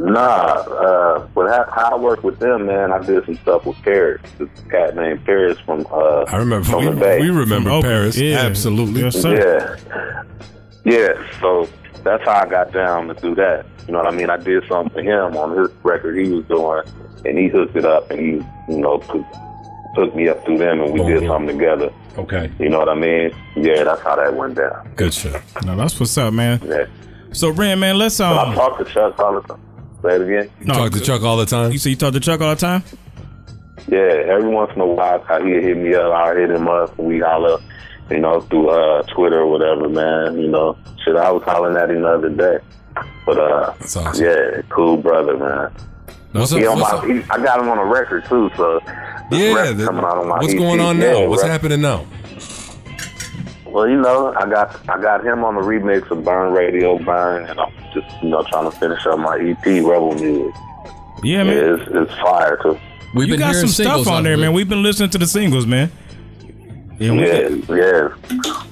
S14: Nah, uh, but how, how I work with them, man, I did some stuff with Paris. This cat named Paris from uh,
S4: I remember.
S14: from
S4: We,
S14: the Bay.
S4: we remember
S3: Oh,
S4: Paris. Absolutely.
S14: Yeah. Yeah. So that's how I got down to do that. You know what I mean? I did something for him on his record he was doing, and he hooked it up, and he, you know, took, took me up through them, and
S3: Oh,
S14: we did something together.
S4: Okay.
S14: You know what I mean? Yeah, that's how that went down.
S4: Good shit.
S3: No, that's what's up, man. So, Ren, man, let's
S14: But
S3: um.
S14: I talked to Chuck all the time. Say it again.
S3: No, talk to
S4: Chuck all the time.
S3: You say you talk to Chuck all the time?
S14: Yeah, every once in a while, I- he'll hit me up. I'll hit him up. We holler, you know, through uh, Twitter or whatever, man. You know, shit, I was hollering at him the other day. But, uh, yeah, cool brother, man.
S4: What's up-
S14: He on
S4: what's
S14: my-
S4: up?
S14: he- I got him on a record, too, so. this
S4: Yeah,
S14: record's
S4: the-
S14: coming out on my
S4: What's
S14: EP.
S4: going on
S14: Yeah,
S4: now? What's
S14: right.
S4: happening now?
S14: Well, you know, I got I got him on the remix of Burn Radio Burn, and I'm just, you know, trying to finish up my EP, Rebel Music.
S3: Yeah, man.
S14: it's, it's fire, too.
S3: you got some stuff on there, man. We've been listening to the singles, man. Yeah, we-
S14: Yeah, yeah.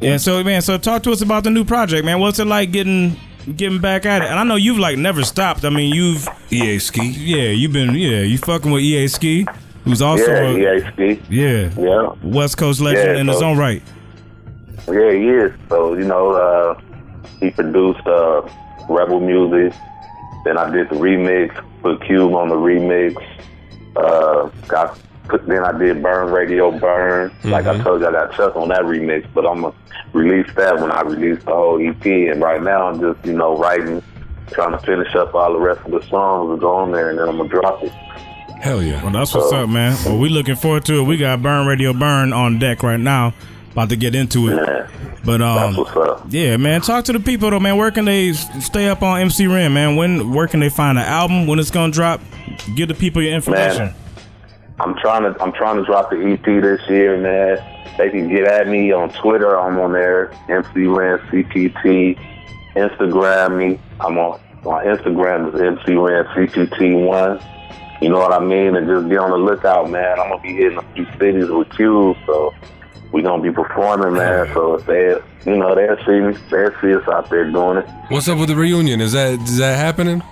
S3: Yeah, so man, so talk to us about the new project, man. What's it like getting getting back at it? And I know you've like never stopped. I mean, you've
S4: EA E Ski.
S3: Yeah, you've been yeah, you fucking with EA Ski, who's also a-
S14: yeah, yeah, Ski.
S3: yeah,
S14: Yeah.
S3: West Coast legend
S14: Yeah,
S3: in his
S14: so-
S3: own right.
S14: Yeah, he is. So you know, uh, he produced uh, Rebel Music. Then I did the remix, put Cube on the remix. Uh, got put, then I did Burn Radio Burn. Like I told you, I got Chuck on that remix, but I'm gonna release that when I release the whole EP. And right now, I'm just you know writing, trying to finish up all the rest of the songs that go on there, and then I'm gonna drop it.
S4: Hell yeah.
S3: Well, that's what's up, man. Well, we looking forward to it. We got Burn Radio Burn on deck right now. About to get into it. But um Yeah, man. Talk to the people though, man. Where can they s- stay up on MC Ren, man? When where can they find the album? When it's gonna drop? Give the people your information.
S14: Man, I'm trying to I'm trying to drop the EP this year, man. They can get at me on Twitter. I'm on there, MC Ren CPT. Instagram me. I'm on on Instagram is MC Ren CPT one. You know what I mean? And just be on the lookout, man. I'm gonna be hitting a few cities with Cube, so we gonna be performing, man. So if they, you know, they'll see me, they'll see us out there doing it.
S4: What's up with the reunion? Is that is that happening?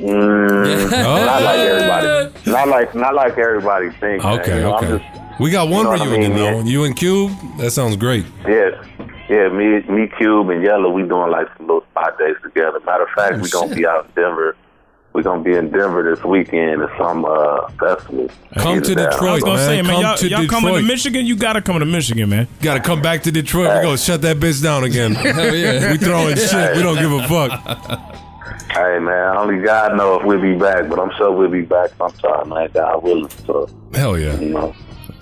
S14: Mm, Not like
S4: Oh.
S14: everybody. Not like not like everybody thinks. man. You
S4: Okay,
S14: know, I'm
S4: okay.
S14: just-
S4: We got
S14: you
S4: one
S14: know what I
S4: reunion
S14: mean,
S4: though. You and Cube. That sounds great.
S14: Yeah, yeah. Me, me, Cube, and Yellow. We doing like some little spot days together. Matter of
S4: Oh,
S14: fact, we gonna be out in Denver. We gonna be in Denver this weekend at some uh, festival.
S4: Come to
S14: Either that,
S4: Detroit,
S14: I don't know.
S4: man.
S3: man,
S4: come
S3: y'all,
S4: to
S3: y'all coming to
S4: Detroit.
S3: Michigan? You gotta come to Michigan, man.
S4: Got to come back to Detroit. We go shut that bitch down again.
S3: Hell yeah.
S4: we throwing shit. We don't give a fuck.
S14: Hey man, only God know if we'll be back, but I'm sure we'll be back sometime. Man, God willing. So
S4: Hell yeah.
S14: you know.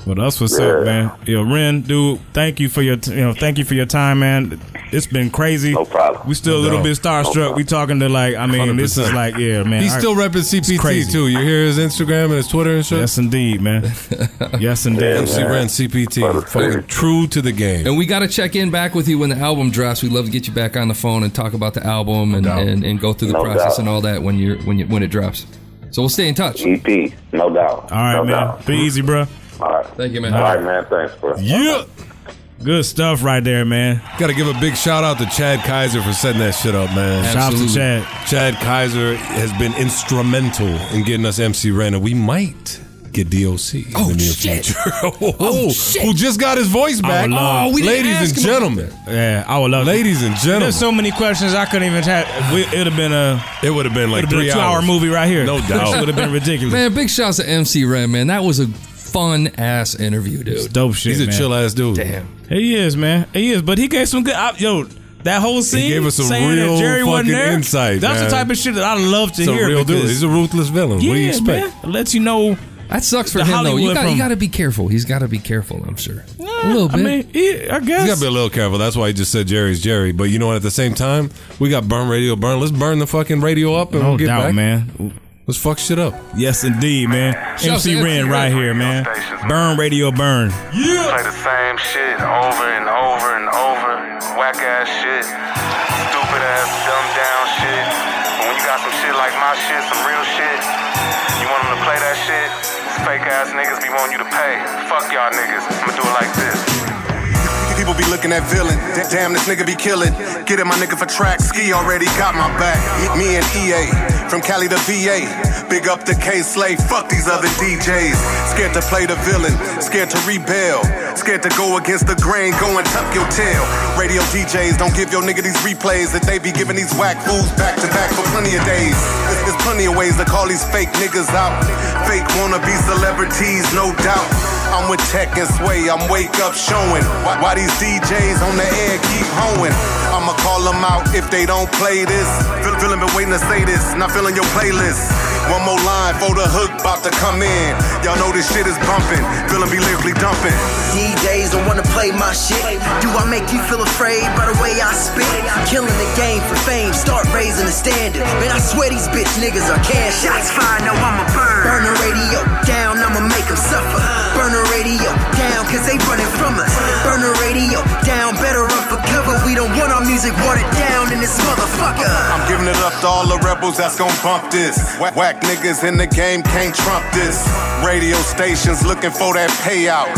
S3: Well, that's what's up, man. Yo, Ren, dude, thank you for your t- you know, thank you for your time, man. It's been crazy. No
S14: problem.
S3: We still a
S4: No
S3: little bit
S4: doubt.
S3: starstruck. we talking to like, I mean, this is
S4: 100%.
S3: like, yeah, man.
S4: He
S3: I-
S4: still repping CPT
S3: crazy.
S4: too. You hear his Instagram and his Twitter and shit.
S3: Yes, indeed, man. yes, indeed.
S4: MC Ren CPT, fucking true to the game.
S5: And we got to check in back with you when the album drops. We'd love to get you back on the phone and talk about the album and, and, and go through the
S14: No
S5: process
S14: doubt.
S5: and all that when you're when you, when it drops. So we'll stay in touch.
S14: EP, E no doubt.
S3: All right,
S14: no
S3: man.
S14: Doubt.
S3: Be easy, bro.
S14: All right.
S5: Thank you,
S3: man.
S14: All right, man. Thanks, bro.
S3: Yeah. Good stuff right there, man.
S4: Got to give a big shout out to Chad Kaiser for setting that shit up, man.
S3: Shout out to Absolutely. Chad.
S4: Chad Kaiser has been instrumental in getting us MC Ren, and we might get DOC in the near future. oh, Who just got his voice back?
S3: love- Oh, we didn't
S4: ladies
S3: ask
S4: and
S3: him about
S4: gentlemen.
S3: Yeah, I would love
S4: Ladies and gentlemen.
S3: There's so many questions I couldn't even have. we- It'd have been a
S4: It would have been like
S3: would've been
S4: three
S3: a two-hour
S4: hours.
S3: movie right here.
S4: No doubt.
S3: would have been ridiculous.
S5: Man, big shouts to MC Ren, man. That was a fun ass interview, dude.
S3: dope shit.
S4: He's a
S3: man.
S4: chill ass dude.
S5: Damn.
S3: He is, man. He is. But he gave some good. I, yo, that whole scene.
S4: gave us some
S3: saying that
S4: real
S3: Jerry wasn't
S4: fucking
S3: there,
S4: insight,
S3: That's
S4: man.
S3: the type of shit that I love to
S4: He's a
S3: hear.
S4: real dude.
S3: because-
S4: He's a ruthless villain.
S3: yeah,
S4: what do you expect?
S3: Man. It lets you know.
S5: That sucks for
S3: the
S5: him though. You
S3: Hollywood
S5: got
S3: from-
S5: you got to be careful. He's got to be careful. I'm sure. a little bit.
S3: I mean, he, I guess.
S4: You gotta be a little careful. That's why he just said Jerry's Jerry. But you know what? At the same time, we got burn radio burn. Let's burn the fucking radio up and
S3: no
S4: we'll get
S3: doubt,
S4: back.
S3: man.
S4: Let's fuck shit up.
S3: Yes, indeed, man.
S4: Shouts
S3: MC
S4: to
S3: Ren
S4: MC
S3: right
S4: Ren.
S3: here, man. Burn radio, burn.
S15: Yeah. Play the same shit over and over and over. Whack ass shit. Stupid ass, dumb down shit. But when you got some shit like my shit, some real shit, you want them to play that shit? These fake ass niggas be wanting you to pay. Fuck y'all niggas. I'ma do it like this.
S16: People be looking at villain. Da- Damn, this nigga be killing. Get it, my nigga for track. Ski already got my back. Me and EA, from Cali to VA. Big up the K Slay. Fuck these other DJs. Scared to play the villain. Scared to rebel. Scared to go against the grain. Go and tuck your tail. Radio DJs, don't give your nigga these replays that they be giving these whack fools back to back for plenty of days. There's- There's plenty of ways to call these fake niggas out. Fake wannabe celebrities, no doubt. I'm with Tech and Sway, I'm wake up showing. Why, why these DJs on the air keep hoeing? I'ma call them out if they don't play this. Feel, feeling been waiting to say this, not feeling your playlist. One more line for the hook, bout to come in. Y'all know this shit is bumping, feeling be lyrically dumping.
S18: DJs don't wanna play my shit. Do I make you feel afraid by the way I spit? Killing the game for fame, start raising the standard. Man, I swear these bitch niggas are cash. Shots fired, no, I'ma burn. Burn the radio down, I'ma make them suffer. Burn the radio down, cause they running from us. Burn the radio down, better run for cover. We don't want our music watered down in this motherfucker.
S16: I'm giving it up to all the rebels that's gon' bump this. Whack, whack niggas in the game can't trump this. Radio stations looking for that payout.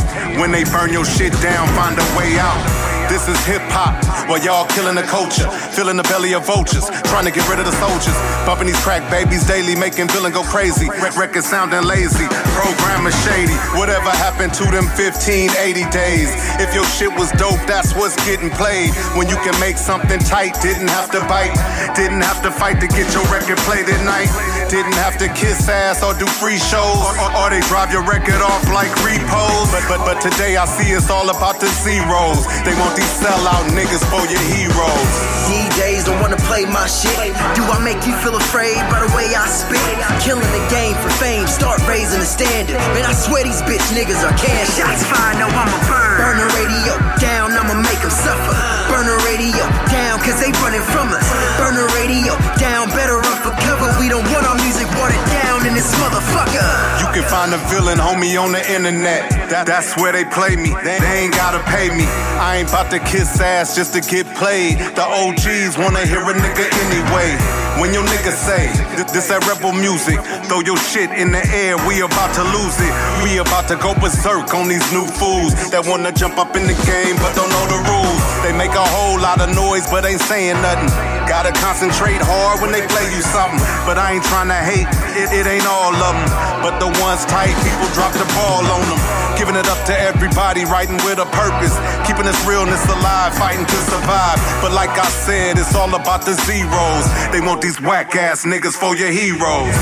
S16: When they burn your shit down, find a way out. This is hip hop, while y'all killing the culture, filling the belly of vultures, trying to get rid of the soldiers. Bumping these crack babies daily, making villain go crazy. Rec- records sounding lazy, programmer shady. Whatever happened to them 15, 80 days? If your shit was dope, that's what's getting played. When you can make something tight, didn't have to bite, didn't have to fight to get your record played at night, didn't have to kiss ass or do free shows, or, or they drive your record off like repos. But but but today I see it's all about the zeros. They want these sellout niggas for your heroes.
S18: DJs don't wanna play my shit. Do I make you feel afraid by the way I spit? Killing the game for fame, start raising the standard. Man, I swear these bitch niggas are cash. Shots fired, no, I'ma burn. Burn the radio down, I'ma make them suffer. Burn the radio down, cause they running from us. Burn the radio down, better run for cover. We don't want our music watered down in this motherfucker.
S16: You can find a villain, homie, on the internet. That, that's where they play me. They, they ain't gotta pay me. I ain't about to kiss ass just to get played. The OGs wanna hear a nigga anyway. When your nigga say, "Th- this that rebel music, throw your shit in the air, we about to lose it. We about to go berserk on these new fools that wanna jump up in the game but don't know the rules. They make a whole lot of noise but ain't saying nothing. Gotta concentrate hard when they play you something. But I ain't tryna hate, it, it ain't all of them. But the ones tight, people drop the ball on them. Giving it up to everybody, writing with a purpose. Keeping this realness alive, fighting to survive. But like I said, it's all about the zeros. They want these whack ass niggas for your heroes.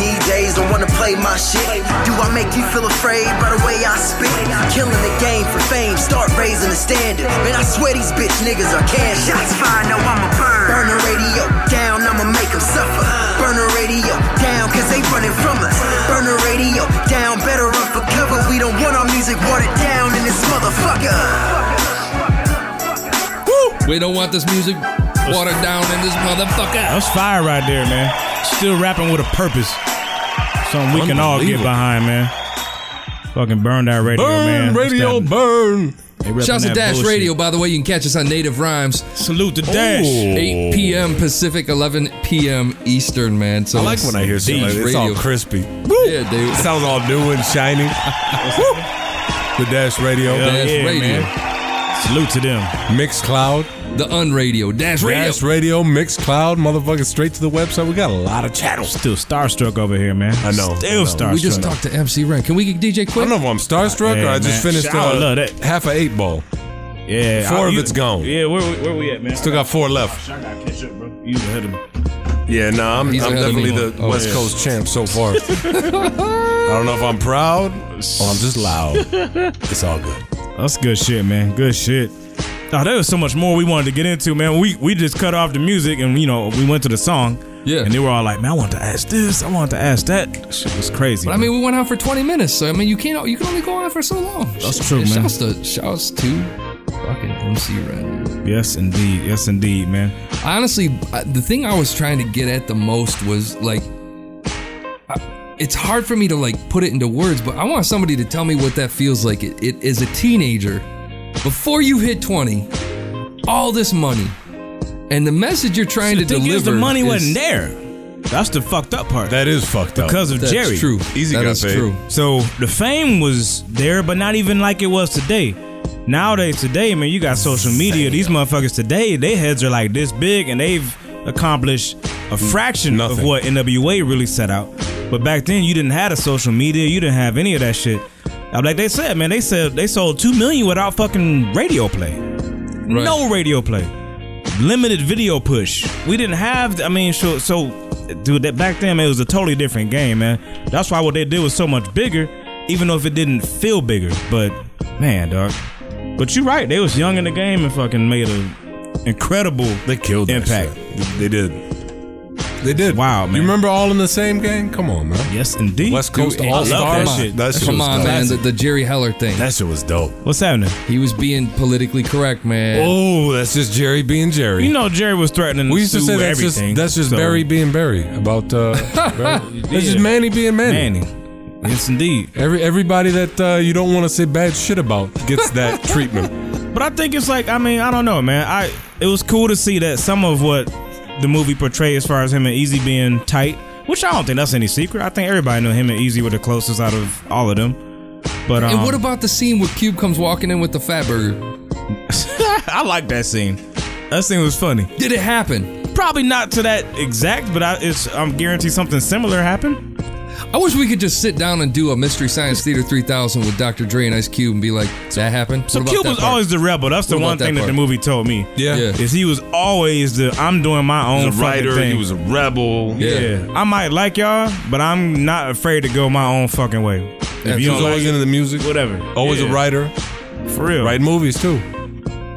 S18: DJs don't wanna play my shit. Do I make you feel afraid by the way I spit? Killing the game for fame, start raising the standard. Man, I swear these bitch niggas are cash. Shots fired, no, I'ma burn. Burn the radio down, I'ma make them suffer. Burn the radio down, cause they running from us. Burn the radio down, better run for cover. We don't want our music watered down in this motherfucker.
S5: We don't want this music watered down in this motherfucker.
S3: That's fire right there, man. Still rapping with a purpose. Something we can all get
S5: Unbelievable.
S3: behind, man. Fucking burn that radio,
S5: Burn
S3: man.
S5: radio,
S4: burn.
S5: Shouts to Dash Radio, by the way. You can catch us on Native Rhymes.
S3: Salute to
S4: Dash.
S5: 8 p.m. Pacific, 11 p.m. Eastern, man. So
S4: I like when I hear something like that. It's all crispy.
S5: Yeah, dude.
S4: It sounds all new and shiny. Woo. the Dash Radio.
S5: Hell Dash yeah, Radio. man.
S3: Salute to them.
S5: Mixcloud. The Unradio. Dash Radio.
S4: Dash Radio, Mixcloud, motherfucker, straight to the website. We got a lot of channels.
S3: Still starstruck over here, man. I
S4: know.
S3: Still
S4: I know.
S3: starstruck.
S5: We just talked to MC Ren. Can we get DJ Quick? I don't know
S4: if I'm starstruck
S3: Yeah,
S4: or I just
S3: man.
S4: finished
S3: Shit, I would
S4: uh,
S3: love that.
S4: half a eight ball.
S3: Yeah,
S4: Four
S3: I-
S4: of
S3: you-
S4: it's gone.
S3: Yeah, where, we- where we at, man?
S4: Still got four left.
S3: I got catch up, bro. You ahead of me.
S4: Yeah, no, I'm, I'm
S3: He's ahead of me.
S4: definitely the
S3: Oh,
S4: West
S3: yeah.
S4: Coast champ so far. I don't know if I'm proud or I'm
S3: Oh,
S4: just loud. It's all good.
S3: That's good shit, man. Good shit. Oh, there was so much more we wanted to get into, man. We we just cut off the music and you know we went to the song. Yeah. And they were all like, "Man, I want to ask this. I want to ask that." That Shit was crazy.
S5: But I mean, we went out for 20 minutes, so I mean, you can't. You can only go on for so long.
S3: That's true, man.
S5: Shouts to, shouts to fucking MC Ren. dude.
S3: yes, indeed. Yes, indeed, man.
S5: Honestly, I- the thing I was trying to get at the most was like it's hard for me to like put it into words, but I want somebody to tell me what that feels like. It, it is a teenager before you hit 20, all this money, and the message you're trying
S3: The
S5: to
S3: thing
S5: deliver.
S3: is, the money
S5: is-
S3: wasn't there. That's the fucked up part.
S4: That is fucked
S5: up.
S3: because of
S5: That's
S3: Jerry.
S5: true. Easy That got is paid. true.
S3: So the fame was there, but not even like it was today. Nowadays, today, man, you got social media. These motherfuckers today, their heads are like this big, and they've accomplished a
S5: Mm,
S3: fraction of what NWA really set out. But back then, you didn't have a social media. You didn't have any of that shit. Uh, Like they said, man, they said they sold two million without fucking radio play. No radio play limited video push. We didn't have. I mean, so so, dude. That back then, man, it was a totally different game, man. That's why what they did was so much bigger, even though if it didn't feel bigger. But man, dog. But you're right. They was young in the game and fucking made a incredible. They killed impact.
S4: They did. They did.
S3: Wow, man.
S4: You remember all in the same gang? Come on, man.
S3: Yes, indeed.
S4: West Coast
S5: Dude,
S4: All
S5: I love
S4: Stars.
S5: that shit. Come on, man. The, the Jerry Heller thing.
S4: That shit was dope.
S3: What's happening?
S5: He was being politically correct, man.
S4: Oh, that's just Jerry being Jerry.
S3: You know, Jerry was threatening.
S4: we
S3: to
S4: used to
S3: sue
S4: say that's just
S3: everything.
S4: that's just
S3: so-
S4: Barry being Barry about uh Barry. that's just
S3: Yeah.
S4: Manny being Manny.
S3: Manny. Yes, indeed.
S4: Every everybody that uh, you don't want to say bad shit about gets that treatment.
S3: But I think it's like I mean I don't know, man. I it was cool to see that some of what the movie portrayed as far as him and Easy being tight, which I don't think that's any secret. I think everybody knew him and Easy were the closest out of all of them. But um,
S5: and what about the scene where Cube comes walking in with the fat burger?
S3: I like that scene. That scene was funny.
S5: Did it happen?
S3: Probably not to that exact, but I, it's I'm guaranteed something similar happened.
S5: I wish we could just sit down and do a Mystery Science Theater 3000 with Dr. Dre and Ice Cube and be like, that happened?
S3: So
S5: What about
S3: Cube
S5: that
S3: was
S5: part?
S3: always the rebel. That's the
S5: What about
S3: one thing that,
S5: part?
S3: the movie told me.
S4: Yeah. Yeah.
S3: is he was always the I'm doing my own
S4: He was a
S3: fucking
S4: writer,
S3: thing.
S4: he was a rebel.
S3: Yeah. I might like y'all, but I'm not afraid to go my own fucking way.
S4: Yeah, he was always into the music,
S3: whatever.
S4: Always
S3: Yeah.
S4: a writer.
S3: For real.
S4: Writing movies too.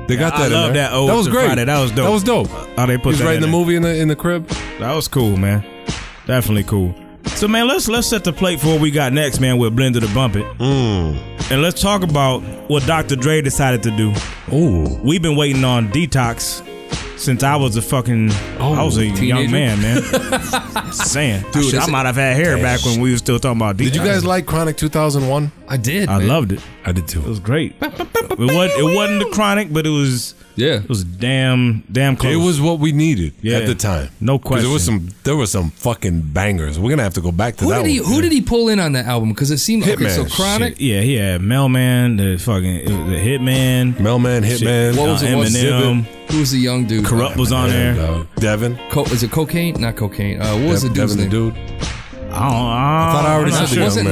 S4: They got
S3: I
S4: that in
S3: love
S4: there.
S3: that Ode
S4: that was
S3: to
S4: great.
S3: Friday. That was dope.
S4: That was dope.
S3: How they put
S4: He's
S3: that
S4: writing
S3: in
S4: the
S3: there.
S4: movie in the in the crib.
S3: That was cool, man. Definitely cool. So man, let's let's set the plate for what we got next, man, with Blender to Bump It.
S4: Mm.
S3: And let's talk about what Dr. Dre decided to do.
S4: Oh.
S3: We've been waiting on detox since I was a fucking I was a
S4: Oh, teenager?
S3: young man, man. Just saying. Dude, I,
S4: that's-
S3: might have had hair back when we were still talking about detox.
S4: Did you guys like Chronic 2001?
S5: I did.
S3: I loved it.
S4: I did too. It
S3: was great. it wasn't it wasn't the chronic, but it was
S5: yeah.
S3: It was damn damn close.
S4: It was what we needed
S3: Yeah.
S4: at the time.
S3: No
S4: 'Cause There was some there were some fucking bangers. We're gonna have to go back to
S5: Who
S4: that
S5: did he
S4: one.
S5: Who did he pull in on that album? Because it seemed okay. So Chronic.
S3: Shit. Yeah, he had Mailman, the fucking the Hitman,
S4: Mailman, Hitman.
S5: What was
S3: uh,
S5: it? What's
S3: Eminem.
S5: Who was the young dude?
S3: Corrupt was on
S5: Yeah,
S3: there.
S5: dog.
S4: Devin.
S5: Co- is it cocaine? Not cocaine. Uh, what was
S4: Dev-
S5: the dude's
S4: Devin
S5: name?
S4: the dude.
S3: I don't. I
S4: thought I already
S3: I'm not
S4: said the
S3: sure.
S5: Was it
S4: young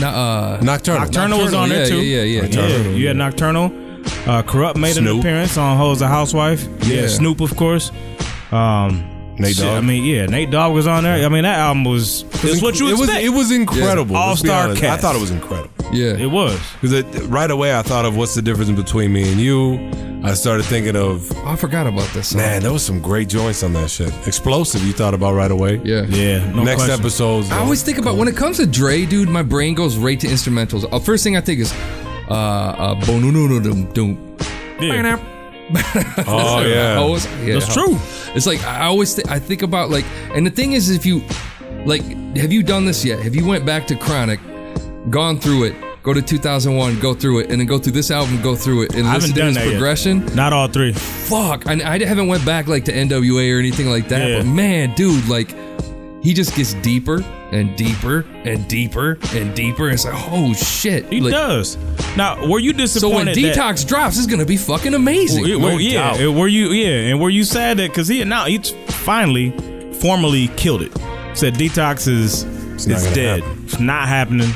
S5: not? No, uh,
S4: Nocturnal.
S3: Nocturnal was on
S5: yeah,
S3: there too.
S5: Yeah, yeah, yeah.
S3: Yeah, you had Nocturnal. Uh, Corrupt made an
S4: Snoop.
S3: appearance on Ho's the Housewife. Yeah,
S4: Yeah.
S3: Snoop of course. Um,
S4: Nate
S3: shit,
S4: Dogg.
S3: I mean, yeah, Nate Dogg was on there. I mean, that album was it's what you
S4: it was,
S3: expect.
S4: it was incredible.
S3: All
S4: let's be
S3: star
S4: honest.
S3: cast.
S4: I thought it was incredible.
S5: Yeah.
S3: It was.
S4: Because right away, I thought of what's the difference between me and you. I started thinking of
S5: Oh, I forgot about this. Song.
S4: man, there was some great joints on that shit. Explosive, you thought about right away.
S5: Yeah,
S3: Yeah, no
S4: Next
S3: question.
S4: episodes,
S5: I always think about when it comes to Dre, dude. My brain goes right to instrumentals. Uh, first thing I think is, uh, uh, bonunununum, doom.
S3: Yeah.
S4: Oh, yeah.
S5: I always-
S4: That's true.
S5: It's like I always th- I think about like, and the thing is, if you like, have you done this yet? Have you went back to Chronic, gone through it? Go to 2001, go through it, and then go through this album, go through it, and
S3: I haven't
S5: listen to
S3: done
S5: his
S3: that yet.
S5: progression.
S3: Not all three.
S5: fuck I, I haven't went back like to nwa or anything like that
S3: Yeah.
S5: but man dude like he just gets deeper and deeper and deeper and deeper it's like oh shit
S3: He
S5: Like,
S3: does. Now, were you disappointed?
S5: so when
S3: that-
S5: detox drops it's gonna be fucking amazing
S3: Well, yeah, well, yeah. and Were you yeah, and were you sad that because he now he's finally formally killed it? Said detox is it's,
S4: not gonna
S3: dead. It's not happening.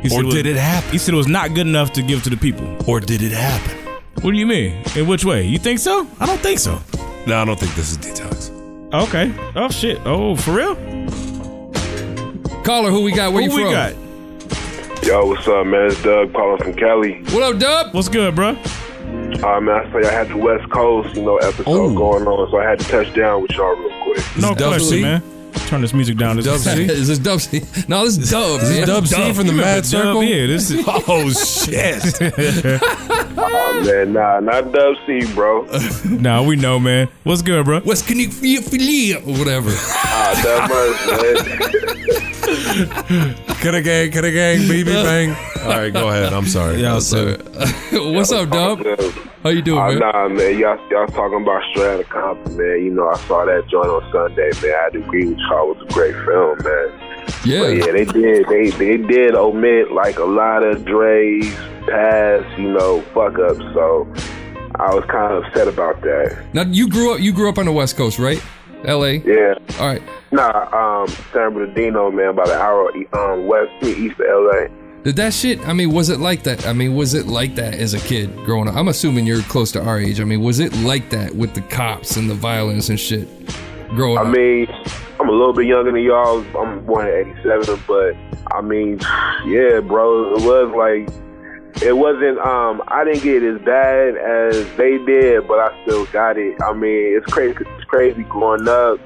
S3: He
S4: Or
S3: said was-
S4: did it happen?
S3: He said it was not good enough to give to the people.
S4: Or did it happen?
S3: What do you mean? In which way? You think so? I don't think so.
S4: No, I don't think this is detox.
S3: Okay. Oh shit. Oh, for real?
S5: caller who we got where
S3: Who
S5: you
S3: we
S5: from
S3: got?
S17: Yo, what's up, man? It's Doug calling from Cali.
S5: what up dub
S3: What's good, bro?
S17: Uh, man, I say I had the West Coast, you know, episode
S5: Oh.
S17: going on, so I had to touch down with y'all real quick.
S3: No
S4: Dub
S3: question,
S4: C?
S3: man. Turn this music down. This
S4: Dub C?
S5: is this dub c no this is dub
S4: Is
S5: man.
S4: this Dub C from the
S3: You remember
S4: Mad
S3: Dub?
S4: Circle?
S3: Yeah, this is.
S4: Oh shit!
S17: Oh, man, nah, not Dub C, bro.
S3: nah, we know, man. What's good, bro?
S17: Uh,
S5: what's can you feel or whatever
S17: Ah, Dub Merz, man.
S4: Coulda gang, coulda gang, BB bang. All right, go ahead. I'm sorry. Yeah, sir. Oh,
S5: What's up, Dub? How you doing,
S17: Oh,
S5: man?
S17: Nah, man, y'all, y'all talking about Stratocomp, man. You know, I saw that joint on Sunday, man. I agree with y'all. It was a great film, man.
S5: Yeah,
S17: but yeah, they did. They they did omit like a lot of Dre's past, you know, fuck ups. So I was kind of upset about that.
S5: Now you grew up. You grew up on the West Coast, right? L.A.
S17: Yeah.
S5: All right.
S17: Nah, um, San Bernardino, man, about an hour um west east of L.A.
S5: Did that shit? I mean, was it like that? I mean, was it like that as a kid growing up? I'm assuming you're close to our age. I mean, was it like that with the cops and the violence and shit growing
S17: I
S5: up?
S17: mean, I'm a little bit younger than y'all. I'm born in '87, but I mean, yeah, bro, it was like it wasn't. Um, I didn't get as bad as they did, but I still got it. I mean, it's crazy. It's crazy growing up.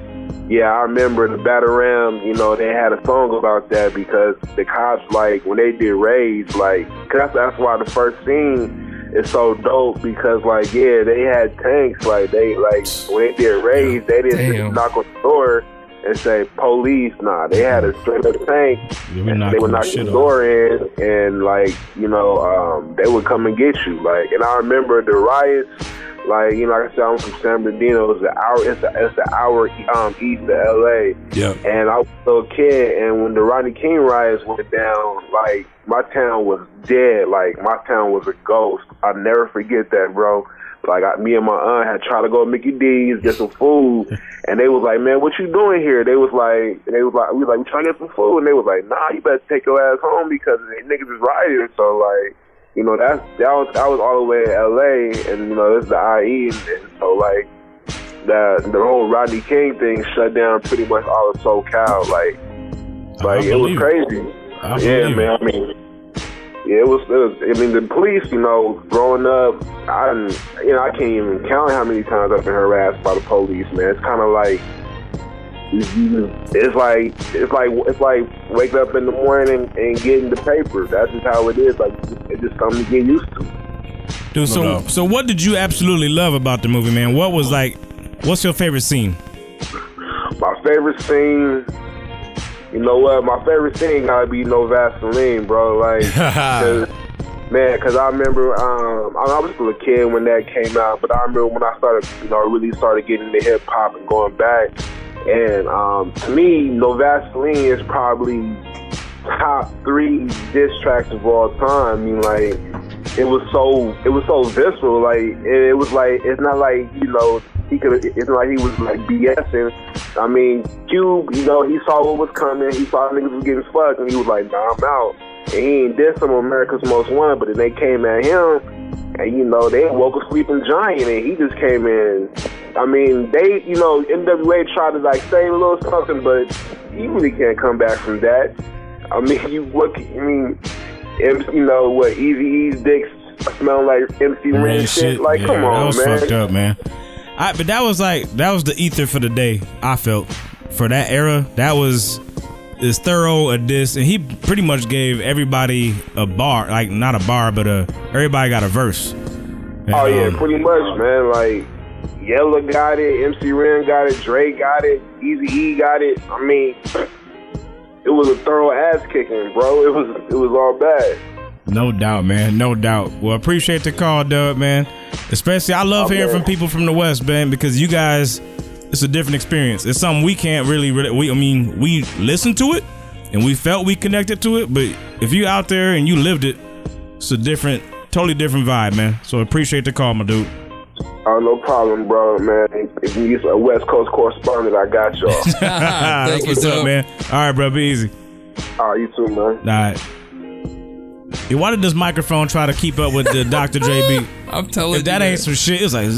S17: Yeah, I remember the battle ram. You know, they had a song about that because the cops, like, when they did raids, like, 'cause that's, that's why the first scene is so dope because, like, yeah, they had tanks. Like, they like when they did raids, they didn't
S5: Damn.
S17: just knock on the door and say police. Nah, they had a straight up tank.
S3: Yeah, we
S17: and
S3: knocked
S17: they would
S3: the
S17: knock
S3: shit
S17: your
S3: off.
S17: door in, and like, you know, um, they would come and get you. Like, and I remember the riots. Like you know, like I said, I'm from San Bernardino. It's an hour. It's, a, it's an hour um, east of LA.
S4: Yeah.
S17: And I was a little kid, and when the Rodney King riots went down, like my town was dead. Like my town was a ghost. I'll never forget that, bro. Like I, me and my aunt had tried to go to Mickey D's get some food, and they was like, "Man, what you doing here?" They was like, "They was like, we was like, we trying to get some food," and they was like, "Nah, you better take your ass home because they niggas is rioting." So like, you know, that's that was I was all the way in L.A. and you know it's the IE, and so like the the whole Rodney King thing shut down pretty much all of SoCal. Like, like it was
S19: believe it.
S17: crazy.
S19: I
S17: yeah,
S19: believe
S17: man.
S19: it.
S17: I mean, yeah, it was, it was. I mean, the police. You know, growing up, I didn't. You know, I can't even count how many times I've been harassed by the police. Man, it's kind of like. It's like it's like it's like waking up in the morning and getting the paper. That's just how it is. Like it's just something to get used to.
S3: Dude, so so what did you absolutely love about the movie, man? What was like? What's your favorite scene?
S17: My favorite scene, you know what? My favorite scene gotta be No Vaseline, bro. Like, 'cause- man, cause I remember um, I I was still a kid when that came out, but I remember when I started, you know, really started getting into hip hop and going back. And um, to me, No Vaseline is probably top three diss tracks of all time. I mean, like it was so it was so visceral. Like and it was like it's not like you know he could. It's not like he was like BSing. I mean, Cube, you know, he saw what was coming. He saw niggas was getting fucked, and he was like, "Nah, I'm out." And he ain't did some America's Most Wanted, but then they came at him. And you know, they woke a sleeping giant and he just came in. I mean, they, you know, NWA tried to like say a little something, but you really can't come back from that. I mean, you what? I mean, M- you know what? Easy E's dicks smell like MC Ren shit. Like,
S3: yeah,
S17: come on,
S3: that was
S17: man.
S3: fucked up, man. I, but that was like that was the ether for the day. I felt for that era, that was as thorough a diss, and he pretty much gave everybody a bar, like not a bar, but a everybody got a verse.
S17: Oh
S3: And,
S17: yeah,
S3: um,
S17: pretty much, man. Like, Yella got it, MC Ren got it, Drake got it, Easy E got it. I mean, it was a thorough ass kicking, bro. It was it was all bad.
S3: No doubt, man. No doubt. Well, appreciate the call, Dub, man. Especially, I love hearing from people from the West, man, because you guys, it's a different experience. It's something we can't really, really we, I mean, we listened to it and we felt we connected to it, but if you out there and you lived it, it's a different, totally different vibe, man. So appreciate the call, my dude.
S17: Oh, no problem, bro, man. If you use a West Coast correspondent, I got y'all.
S3: That's what's up, man. All right, bro, be easy.
S17: All right, Oh, you too, man.
S3: All right. Yeah, why did this microphone try to keep up with the Dr. JB? I'm telling if that ain't some shit. It's like,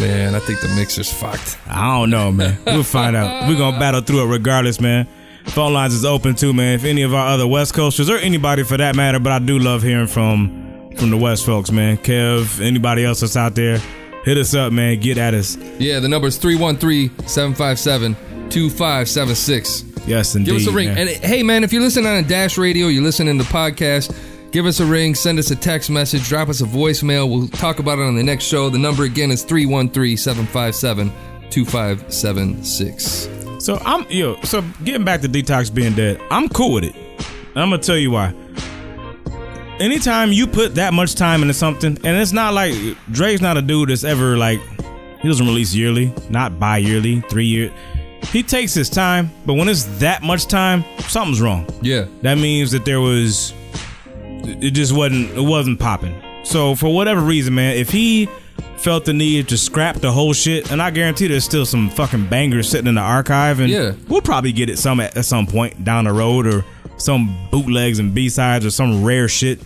S3: man, I think the mixer's fucked. I don't know, man. We'll find out. We're gonna battle through it regardless, man. Phone lines is open too, man. If any of our other West Coasters or anybody for that matter, but I do love hearing from from the West folks, man. Kev, anybody else that's out there, hit us up, man. Get at us.
S5: Yeah, the number's 313-757-2576.
S3: Yes, indeed.
S5: Give us a ring.
S3: man.
S5: And hey, man, if you're listening on Dash Radio, you're listening to podcast, give us a ring, send us a text message, drop us a voicemail. We'll talk about it on the next show. The number again is 313 757 2576.
S3: So I'm yo. So getting back to detox being dead, I'm cool with it. I'm gonna tell you why. Anytime you put that much time into something, and it's not like Dre's not a dude that's ever like he doesn't release yearly, not bi-yearly, three year. He takes his time, but when it's that much time, something's wrong.
S5: Yeah,
S3: that means that there was it just wasn't it wasn't popping. So for whatever reason, man, if he felt the need to scrap the whole shit, and I guarantee there's still some fucking bangers sitting in the archive, and
S5: Yeah.
S3: we'll probably get it some at, at some point down the road, or some bootlegs and B sides or some rare shit.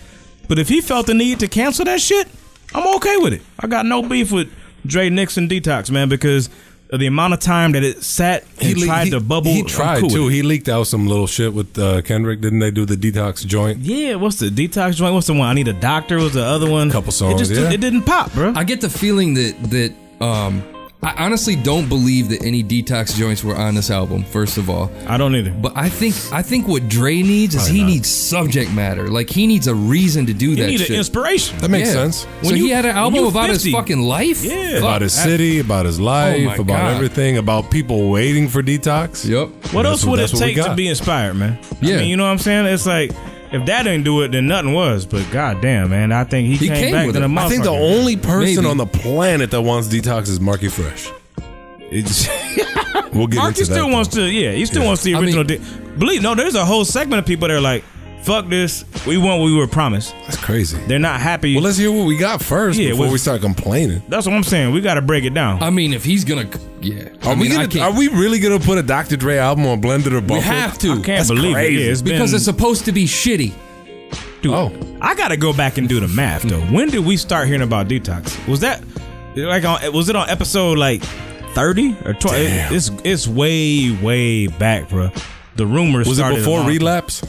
S3: But if he felt the need to cancel that shit, I'm okay with it. I got no beef with Dre Nixon Detox, man, because of the amount of time that it sat and
S4: le-
S3: tried to bubble.
S4: He
S3: I'm
S4: tried
S3: cool with
S4: too.
S3: it.
S4: He leaked out some little shit with uh, Kendrick. Didn't they do the detox joint?
S3: Yeah, what's the detox joint? What's the one? I need a doctor. Was the other one?
S4: Couple songs.
S3: just-
S4: yeah.
S3: it didn't pop, bro.
S5: I get the feeling that that um, I honestly don't believe that any detox joints were on this album. First of all,
S3: I don't either.
S5: But I think I think what Dre needs is he needs subject matter. Like he needs a reason to do
S3: You
S5: that.
S3: need an
S5: shit.
S3: inspiration. That
S4: makes sense.
S5: So
S4: When
S5: he
S4: you-
S5: had an
S4: when
S5: album
S4: you
S5: about his
S4: 50.
S5: fucking life.
S4: about his city, about his life,
S5: my
S4: about
S5: God.
S4: everything, about people waiting for detox.
S5: Yep.
S3: What else would it take to be inspired, man?
S4: Yeah.
S3: I mean, you know what I'm saying? It's like if that didn't do it, then nothing was. But goddamn, man, I think he,
S4: He
S3: came,
S4: came
S3: back
S4: with
S3: to the
S4: it. I think the
S3: motherfucker.
S4: only person on the planet that wants detox is Marky Fresh. we'll get
S3: Marky
S4: into that.
S3: still wants to, yeah, he still wants the original. di- Believe no, there's a whole segment of people that are like, "Fuck this, we want what we were promised."
S4: That's crazy.
S3: They're not happy.
S4: Well, let's hear what we got first before we start complaining.
S3: That's what I'm saying. We got to break it down.
S5: I mean, if he's gonna, yeah.
S4: Are
S5: I
S4: we
S5: mean, I
S4: gonna,
S5: can't-
S4: Are we really gonna put a Dr. Dre album on Blended or
S5: We
S4: Buffer?
S5: have to.
S4: That's crazy.
S5: because it's supposed to be shitty.
S3: Dude,
S4: Oh.
S3: I gotta go back and do the math though. When did we start hearing about detox? Was that like on? Was it on episode like thirty or twenty?
S4: Damn.
S3: It's it's way way back, bro. The rumors
S4: Was it
S3: started a
S4: before
S3: long-
S4: relapse?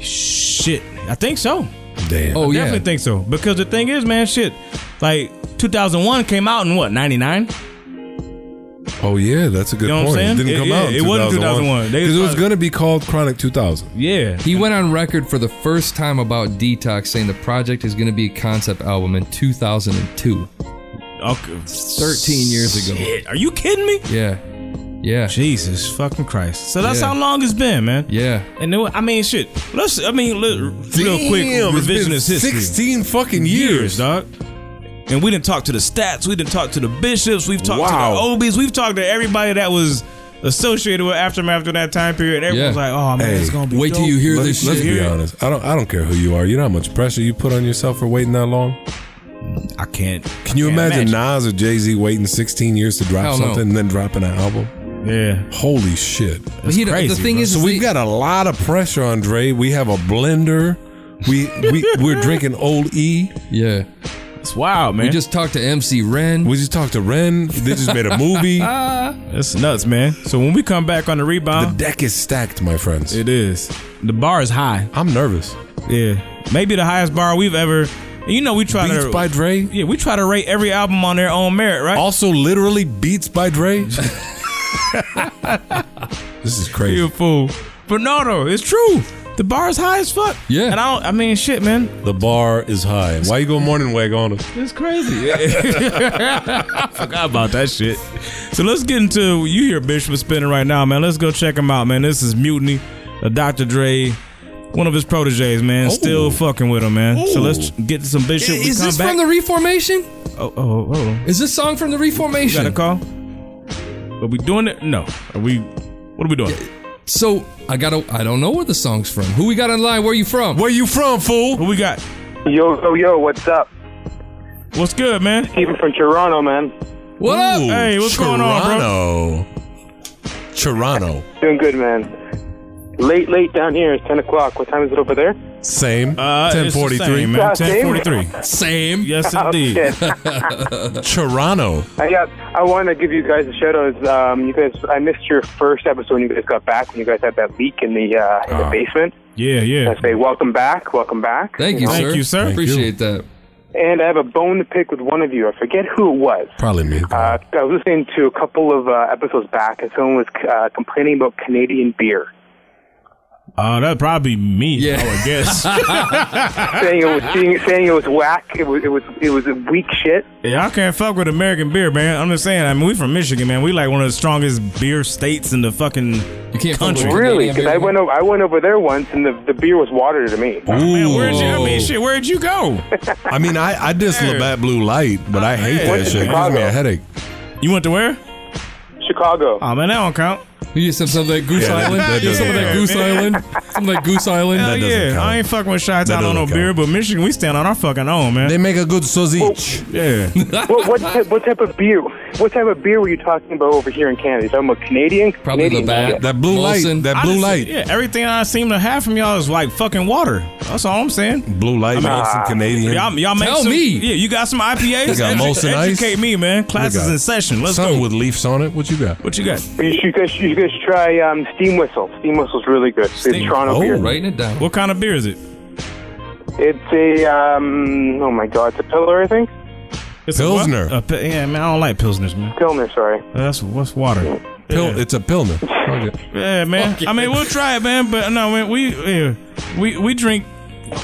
S3: Shit, I think so.
S4: Damn.
S5: Oh,
S3: I definitely think so. Because the thing is, man, shit, like 2001 came out in what 99.
S4: Oh yeah, that's a
S3: You
S4: good
S3: know what I'm
S4: point.
S3: saying?
S4: It didn't
S3: It-
S4: come
S3: yeah,
S4: out. in
S3: it wasn't 2001. They
S4: because it was
S3: probably-
S4: gonna be called Chronic 2000.
S3: Yeah.
S5: He went on record for the first time about detox, saying the project is going to be a concept album in 2002.
S3: Okay.
S5: 13 years ago.
S3: Shit, Are you kidding me?
S5: Yeah. Yeah.
S3: Jesus fucking Christ. So that's
S5: Yeah.
S3: how long it's been, man.
S5: Yeah.
S3: And then, I mean, shit. Let's. I mean, let, real quick
S4: Damn, it's been
S3: revisionist history.
S4: 16 fucking years.
S3: dog. And we didn't talk to the stats. We didn't talk to the bishops. We've talked
S4: Wow.
S3: to the obis. We've talked to everybody that was associated with aftermath during that time period. And everyone's like, "Oh man,
S4: Hey,
S3: it's gonna be." dope.
S4: let's, Let's be honest. I don't. I don't care who you are. You know how much pressure you put on yourself for waiting that long.
S3: I can't.
S4: Can you
S3: can't
S4: imagine, Nas or Jay Z waiting 16 years to drop
S5: Hell no.
S4: something and then dropping an album?
S3: Yeah.
S4: Holy shit.
S5: But he- the crazy, thing bro. is,
S4: so
S5: is
S4: we've got a lot of pressure on Dre. We have a blender. We we we're drinking old E.
S5: Yeah.
S3: It's wild, man.
S5: We just talked to MC Ren.
S4: We just talked to Ren. They just made a movie.
S3: That's nuts, man. So when we come back on the rebound,
S4: the deck is stacked, my friends.
S3: It is. The bar is high.
S4: I'm nervous.
S3: Yeah, maybe the highest bar we've ever. and You know, we try
S4: Beats
S3: to
S4: by Dre.
S3: Yeah, we try to rate every album on their own merit, right?
S4: Also, literally Beats by Dre. this is crazy.
S3: You a fool, but no, no, it's true. The bar is high as fuck.
S4: Yeah.
S3: and I don't. I mean, shit, man.
S4: The bar is high. Why you go morning wag on us?
S3: It's crazy. I forgot about that shit. So let's get into you hear Bishop spinning right now, man. Let's go check him out, man. This is Mutiny, uh, Dr. Dre, one of his proteges, man. Still fucking with him, man. So let's get some Bishop. we
S5: is
S3: come
S5: this
S3: back.
S5: from the Reformation?
S3: oh, oh, hold on.
S5: Is this song from the
S3: You got
S5: Reformation?
S3: a call? Are we doing it? No. Are we? What are we doing?
S5: So I gotta. I don't know where the song's from. Who we got online? Where you from?
S4: Where you from, fool?
S3: Who we got?
S19: Yo, yo, yo, what's up?
S3: What's good, man?
S19: Steven from Toronto, man.
S5: What
S4: Ooh,
S3: Hey, what's going on, bro?
S4: Toronto. Toronto.
S19: Doing good, man. Late, late down here. It's 10 o'clock. What time is it over there?
S4: Same.
S3: Uh, it's the
S4: 1043.
S3: same, man. 1043.
S5: Same.
S3: Yes, indeed.
S4: Toronto.
S19: I got. I want to give you guys a shout out. Um, you guys, I missed your first episode when you guys got back when you guys had that leak in the uh, in the
S3: Ah.
S19: basement.
S3: Yeah, yeah.
S19: I say welcome back, welcome back.
S5: Thank you,
S19: know?
S5: sir. Appreciate that.
S19: And I have a bone to pick with one of you. I forget who it was.
S4: Probably me.
S19: Uh, I was listening to a couple of uh, episodes back, and someone was uh, complaining about Canadian beer.
S3: Uh, that'd probably be me. Yeah. I would guess.
S19: saying it was saying, saying it was whack. It was it was it was a weak shit.
S3: Yeah, I can't fuck with American beer, man. I'm just saying. I mean, we from Michigan, man. We like one of the strongest beer states in the fucking you can't country.
S19: Really? Because I went over, I went over there once, and the, the beer was water to me.
S3: Man, where'd you? I mean, shit. Where'd you go?
S4: I mean, I I diss Labatt Blue Light, but I
S19: Went
S4: hate
S19: to
S4: that shit. It gives
S19: Chicago.
S4: me a headache.
S3: You went to where?
S19: Chicago.
S3: Oh man, that don't count.
S5: You get some, some of that Goose
S3: Yeah, that-
S5: Island.
S3: that
S5: You get some
S3: doesn't
S5: of that
S3: count.
S5: Goose Island. Some of that Goose Island.
S3: Hell yeah, I ain't fucking with shots
S5: That
S3: out on no
S5: doesn't
S3: beer, but Michigan, we stand on our fucking own, man. They
S4: make a good sausage.
S3: Yeah.
S19: what, what, type, what type of beer? What type of beer were you talking about over here in Canada? You talking about Canadian? Canadian beer.
S3: I just- Yeah, everything I seem to have from y'all is like fucking water. That's all I'm saying.
S4: Blue light,
S3: I mean,
S19: Ah.
S4: Molson Canadian.
S3: Y'all, y'all make
S4: Tell
S3: some,
S4: me.
S3: Yeah, you got some IPAs.
S4: You got
S3: Edu-
S4: Molson Ice?
S3: Educate me, man.
S4: We
S3: Classes
S4: got
S3: in session. Let's
S4: something
S3: go.
S4: with leafs on it. What you got?
S3: What you got?
S19: You should, you should, you should try um, Steam Whistle. Steam Whistle's really good. It's Toronto beer.
S5: it down.
S3: What kind of beer is it?
S19: It's a um, oh my god, it's a pillar, I think.
S3: It's a what? A pi- yeah, man, I don't like pilsners, man.
S19: Pilsner, sorry.
S3: That's what's water.
S4: Pil- It's a pilsner.
S3: Yeah, man. I mean, we'll try it, man. But no, man, we yeah, we we drink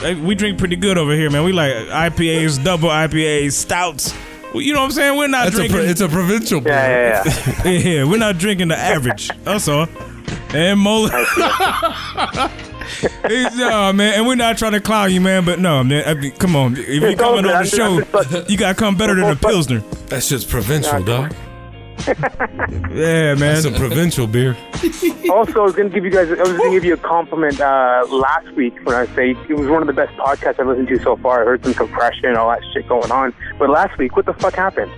S3: eh, we drink pretty good over here, man. We like IPAs, double IPAs, stouts. Well, you know what I'm saying? We're not
S4: That's a
S3: drinking.
S4: pro- it's a provincial beer.
S3: Yeah, yeah, yeah. yeah, we're not drinking the average. That's all. And Mola. It's, nah, man, and we're not trying to clown you, man, but no, man. I mean, come on, if you're
S4: It's all
S3: coming
S4: good.
S3: on
S4: I'm
S3: the
S4: just-
S3: show,
S4: I'm just-
S3: you gotta come better than a pilsner.
S4: That shit's provincial, dog.
S3: Yeah, man.
S4: That's a provincial beer.
S19: also, I was going to give you guys, I was going to give you a compliment uh, last week when I say it was one of the best podcasts I've listened to so far. I heard some compression and all that shit going on. But last week, what the fuck happened?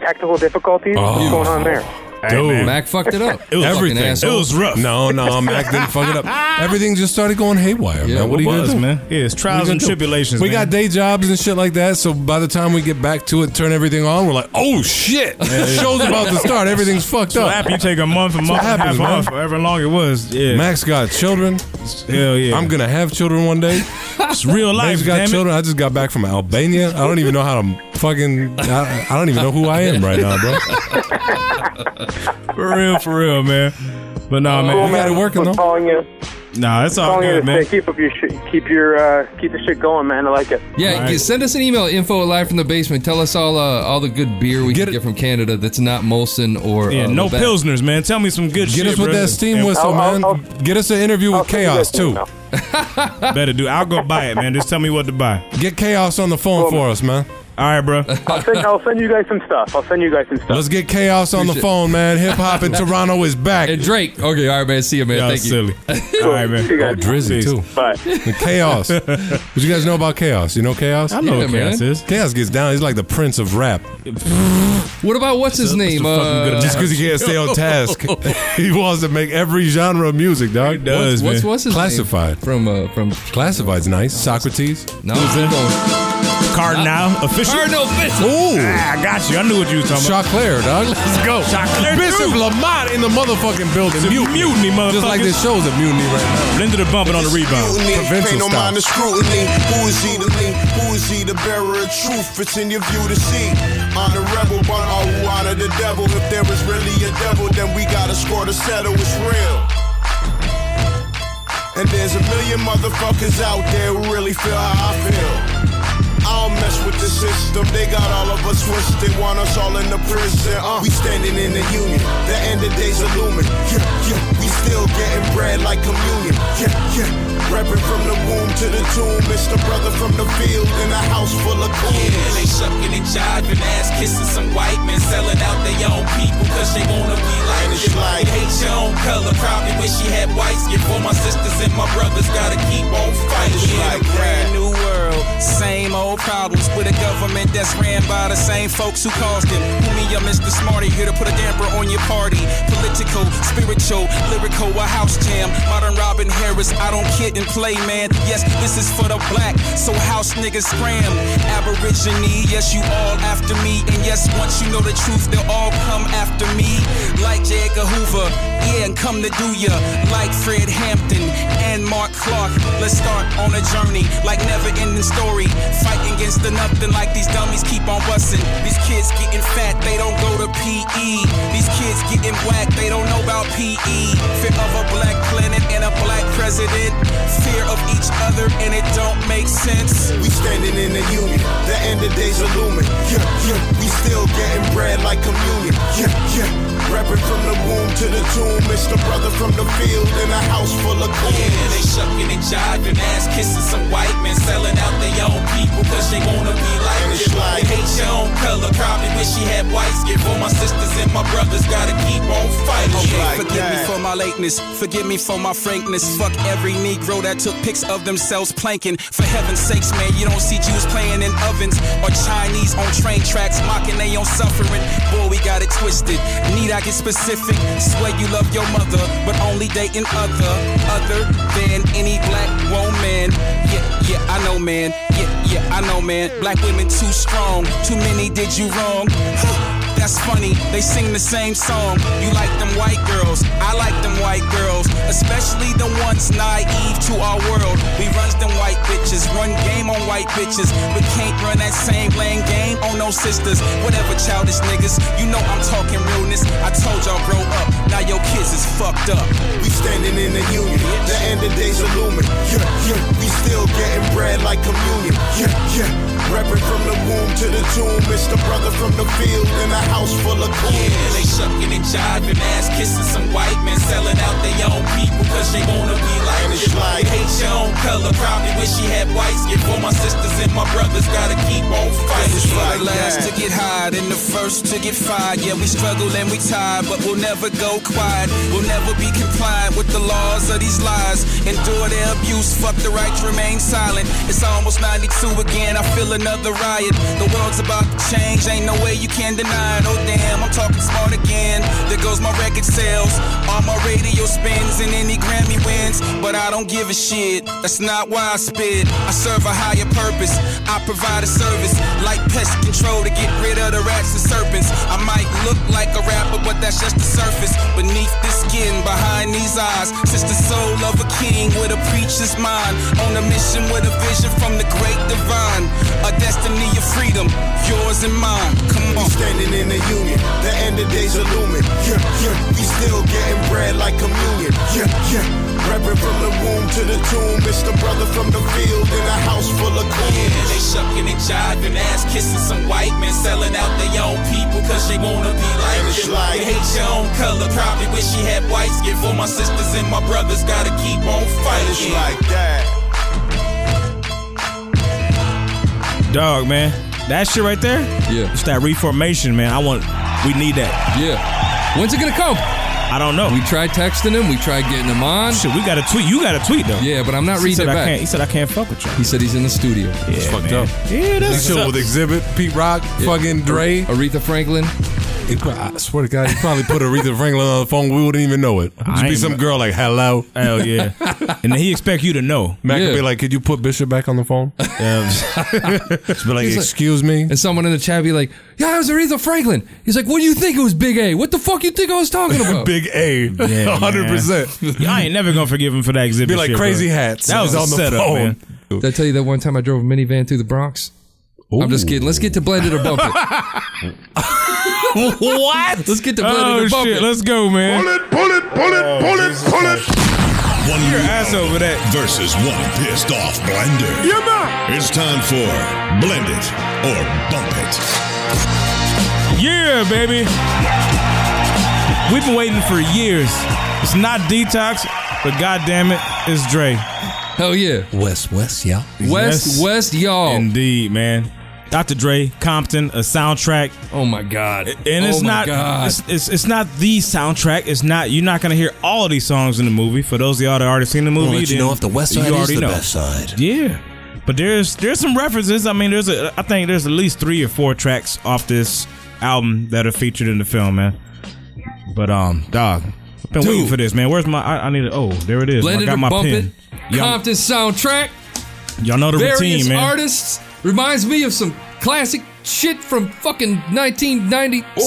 S19: Technical difficulties? What's going on there?
S4: Oh. Dude.
S5: Mac fucked Oh. it up.
S4: It was everything.
S5: Fucking asshole.
S4: No, no, Mac didn't fuck it up. Everything just started going haywire,
S5: Yeah,
S4: man.
S5: it
S4: What are you gonna
S5: was,
S4: do?
S5: man.
S3: Yeah, it's
S4: What
S3: trials
S4: are you
S3: and
S4: gonna do?
S3: tribulations,
S4: We
S3: man.
S4: got day jobs and shit like that. So by the time we get back to it, turn everything on, we're like, oh shit, the show's about to start. Everything's fucked
S3: So
S4: up.
S3: app, you take a month, a
S4: That's
S3: month,
S4: what
S3: and a half
S4: happens, man.
S3: off, however long it was. Yeah,
S4: Max got children.
S3: Hell yeah.
S4: I'm gonna have children one day. It's
S3: real life,
S4: Max got
S3: damn it.
S4: children. I just got back from Albania. I don't even know how to fucking. I, I don't even know who I am right now, bro.
S3: for real, for real, man. But
S4: Oh,
S3: nah, man,
S19: Cool, man. I'm calling you.
S3: Nah, it's all
S19: calling you
S3: good,
S19: to
S3: man.
S19: say keep up your shit. Keep your, uh, keep the shit going, man. I like it.
S5: Yeah, g- send us an email, info at live from the basement. Tell us all uh, all the good beer we can get from Canada that's not Molson or
S3: Yeah,
S5: uh,
S3: no
S5: Labatt.
S3: pilsners, man. Tell me some good
S5: Get
S3: shit.
S5: us with
S3: bro.
S5: that steam whistle,
S4: man. Get us an interview with Chaos too.
S3: Better do. I'll go buy it, man. Just tell me what to buy.
S4: Get Chaos on the phone for us, man.
S3: All right, bro.
S19: I'll send, I'll send you guys some stuff. I'll send you guys some stuff.
S4: Let's get Chaos on the
S19: Appreciate it.
S4: phone, man. Hip hop in Toronto is back.
S5: And Drake. Okay, all right, man. See you, man.
S4: Y'all
S5: Thank
S4: silly.
S5: you.
S3: all right, man.
S4: Oh, Drizzy too. The chaos. what you guys know about chaos? You know chaos?
S5: I know Yeah, what man. Chaos
S3: is.
S4: Chaos gets down. He's like the prince of rap.
S5: What about what's his name? Uh,
S4: Just because he can't stay on task, he wants to make every genre of music, dog. He
S5: does, What's- what's- man. what's his name?
S4: Classified
S5: from uh, from
S4: Classified's nice. Socrates.
S5: No,
S3: Cardinal official.
S5: Cardinal official.
S4: Ooh.
S3: Ah, I got you. I knew what you was talking about.
S4: Chaclair, dog. Let's go.
S3: Chaclair
S4: Bishop
S3: too.
S4: Lamont in the motherfucking building.
S3: It's a
S4: Mutiny.
S3: mutiny,
S4: Just like this show's a mutiny right
S3: now. Blended the bumping on the rebound.
S16: scrutiny. Pay
S4: Provincial
S16: no
S4: style.
S16: mind to scrutiny. Who is he to me? Who is he the bearer of truth? It's in your view to see. Honor rebel, but all who honor the devil. If there is really a devil, then we got a score to settle. It's real. And there's a million motherfuckers out there who really feel how I feel. I don't mess with the system. They got all of us twisted. They want us all in the prison. Uh, we standing in the union. The end of days looming. Yeah, yeah. We still getting bread like communion. Yeah, yeah. Rapping from the womb to the tomb. It's the brother from the field in a house full of coons.
S20: Yeah, they shucking and jiving, ass kissing some white men, selling out their own people because they wanna be like you. Like, hate your own color, probably wish she had white skin. For my sisters and my brothers, gotta keep on fighting. Yeah, a brand new world, same old problems with a government that's ran by the same folks who caused it. Who me, I'm Mr. Smarty, here to put a damper on your party. Political, spiritual, lyrical, a house jam. Modern Robin Harris, I don't kid and play, man. Yes, this is for the black, so house niggas scram. Aborigine, yes, you all after me. And yes, once you know the truth, they'll all come after me. Like J. Edgar Hoover, yeah, and come to do ya. Like Fred Hampton and Mark Clark. Let's start on a journey, like never ending story. Fighting against the nothing like these dummies keep on busting. These kids getting fat, they don't go to PE. These kids getting whack, they don't know about PE. Fear of a black planet and a black president. Fear of each other and it don't make sense.
S16: We standing in the union, the end of days looming. Yeah, yeah, we still getting bread like communion. Yeah, yeah, rapping from the womb to the tomb. It's the brother from the field in a house full of coons.
S20: Yeah, they shucking and jiving, ass kissing some white men, selling out their own people cause they wanna be like it. They hate your own color, probably wish she had white skin. For my sisters and my brothers, gotta keep on fighting. Okay, Yeah. forgive me for my lateness, forgive me for my frankness. Fuck every Negro that took pics of themselves planking. For heaven's sakes, man, you don't see Jews playing in ovens or Chinese on train tracks mocking they own suffering. Boy, we got it twisted. Need I get specific? Swear you love your mother, but only dating other, other than any black woman. Yeah, yeah, I know, man. Yeah, yeah, I know, man. Black women too strong, too many did you wrong. That's funny, they sing the same song. You like them white girls, I like them white girls, especially the ones naive to our world. We runs them white bitches, run game on white bitches, but can't run that same lane game on no sisters. Whatever childish niggas, you know I'm talking realness. I told y'all grow up, now your kids is fucked up.
S16: We standing in the union, the end of days looming. Yeah, yeah, we still getting bread like communion. Yeah, yeah, rapping from the womb to the tomb. It's the brother from the field in a house full of coons.
S20: Yeah, they shucking and jiving, ass kissing some white men, selling out their own people cause they wanna be like it. They hate your own color, probably wish she had white skin. For my sisters and my brothers, gotta keep on fighting. This is for the Yeah. last to get high and the first to get fired. Yeah, we struggle and we tired, but we'll never go quiet. We'll never be compliant with the laws of these lies. Endure their abuse, fuck the right to remain silent. It's almost 92 again, I feel another riot. The world's about to change, ain't no way you can deny it. Oh damn, I'm talking smart again. There goes my record sales, all my radio spins, and any Grammy wins. But I don't give a shit, that's not why I spit. I serve a higher purpose, I provide a service like pest control to get rid of the rats and serpents. I might look like a rapper, but that's just the surface. Beneath the skin, behind these eyes, sits the soul of a king with a preacher's mind. On a mission with a vision from the great divine. A destiny of freedom, yours and mine. Come on.
S16: Standing in the union, the end of days looming. Yeah, yeah, we still getting bread like communion. Yeah, yeah, rapping from the womb to the tomb. It's the brother from the field in a house full of coons.
S20: Yeah, they shucking and jiving, ass kissing some white men, selling out their own people cause they wanna be like it. They hate your own color, probably wish she had white skin. For my sisters and my brothers, gotta keep on fighting. like that.
S3: Dog, man. That shit right there? Yeah. It's that reformation, man. I want we need that.
S5: Yeah. When's it gonna come?
S3: I don't know.
S5: We tried texting him. We tried getting him on.
S3: Shit, we got a tweet. You got a tweet though.
S5: Yeah, but I'm not
S3: He
S5: reading
S3: said
S5: it
S3: I
S5: back.
S3: can't- he said I can't fuck with you.
S5: He said he's in the studio. Yeah,
S3: It's fucked man. up. Yeah, that's
S4: He
S3: sucks.
S4: chilled with Exhibit, Pete Rock, fucking Dre,
S5: Aretha Franklin.
S4: I swear to God, he probably put Aretha Franklin on the phone. We wouldn't even know it. Just be
S3: ain't
S4: some girl like, "Hello,
S3: hell yeah," and then he expect you to know.
S4: Mac would
S3: Yeah.
S4: be like, "Could you put Bishop back on the phone?"
S3: Just be like,
S5: He's like-
S4: "Excuse me."
S5: And someone in the chat be like, "Yeah, it was Aretha Franklin." He's like, "What do you think it was Big A? What the fuck you think I was talking about?"
S4: Big A,
S3: Yeah, man.
S4: hundred percent.
S3: Yeah, I ain't never gonna forgive him for that exhibit.
S4: Be like
S3: shit,
S4: Crazy
S3: bro.
S4: Hats.
S3: That was
S4: He's
S3: a
S4: on the
S3: setup,
S4: phone.
S3: man.
S5: Did I tell you that one time I drove a minivan through the Bronx? I'm just kidding. Let's get to blended or bump it.
S3: what?
S5: Let's get to blended or
S4: Oh,
S5: bump it.
S3: Let's go, man.
S5: Pull
S3: it, pull it, pull it, pull it, pull
S2: it. One
S3: Your ass over that
S2: versus one pissed off blender.
S3: Yeah, man.
S2: It's time for blend it or bump it.
S3: Yeah, baby. We've been waiting for years. It's not detox, but goddamn it, it's Dre.
S5: Hell yeah.
S3: West, West, y'all.
S5: West, West, y'all.
S3: Indeed, man. Dr. Dre, Compton, a soundtrack.
S5: Oh my God.
S3: And it's
S5: Oh my
S3: not
S5: God.
S3: It's, it's it's not the soundtrack. It's not you're not gonna hear all of these songs in the movie. For those of y'all that already seen the movie,
S8: We'll let you
S3: then
S8: know if the West Side
S3: you
S8: is
S3: already
S8: the
S3: know.
S8: best side.
S3: Yeah. But there's there's some references. I mean, there's a I think there's at least three or four tracks off this album that are featured in the film, man. But um, dog, I've been waiting
S5: Dude.
S3: for this, man. Where's my? I, I need it. Oh, there it is.
S5: Blended
S3: I
S5: or
S3: got my
S5: bump
S3: pen.
S5: it. Compton soundtrack.
S3: Y'all know the
S5: various
S3: routine, man.
S5: artists reminds me of some classic shit from fucking 1996.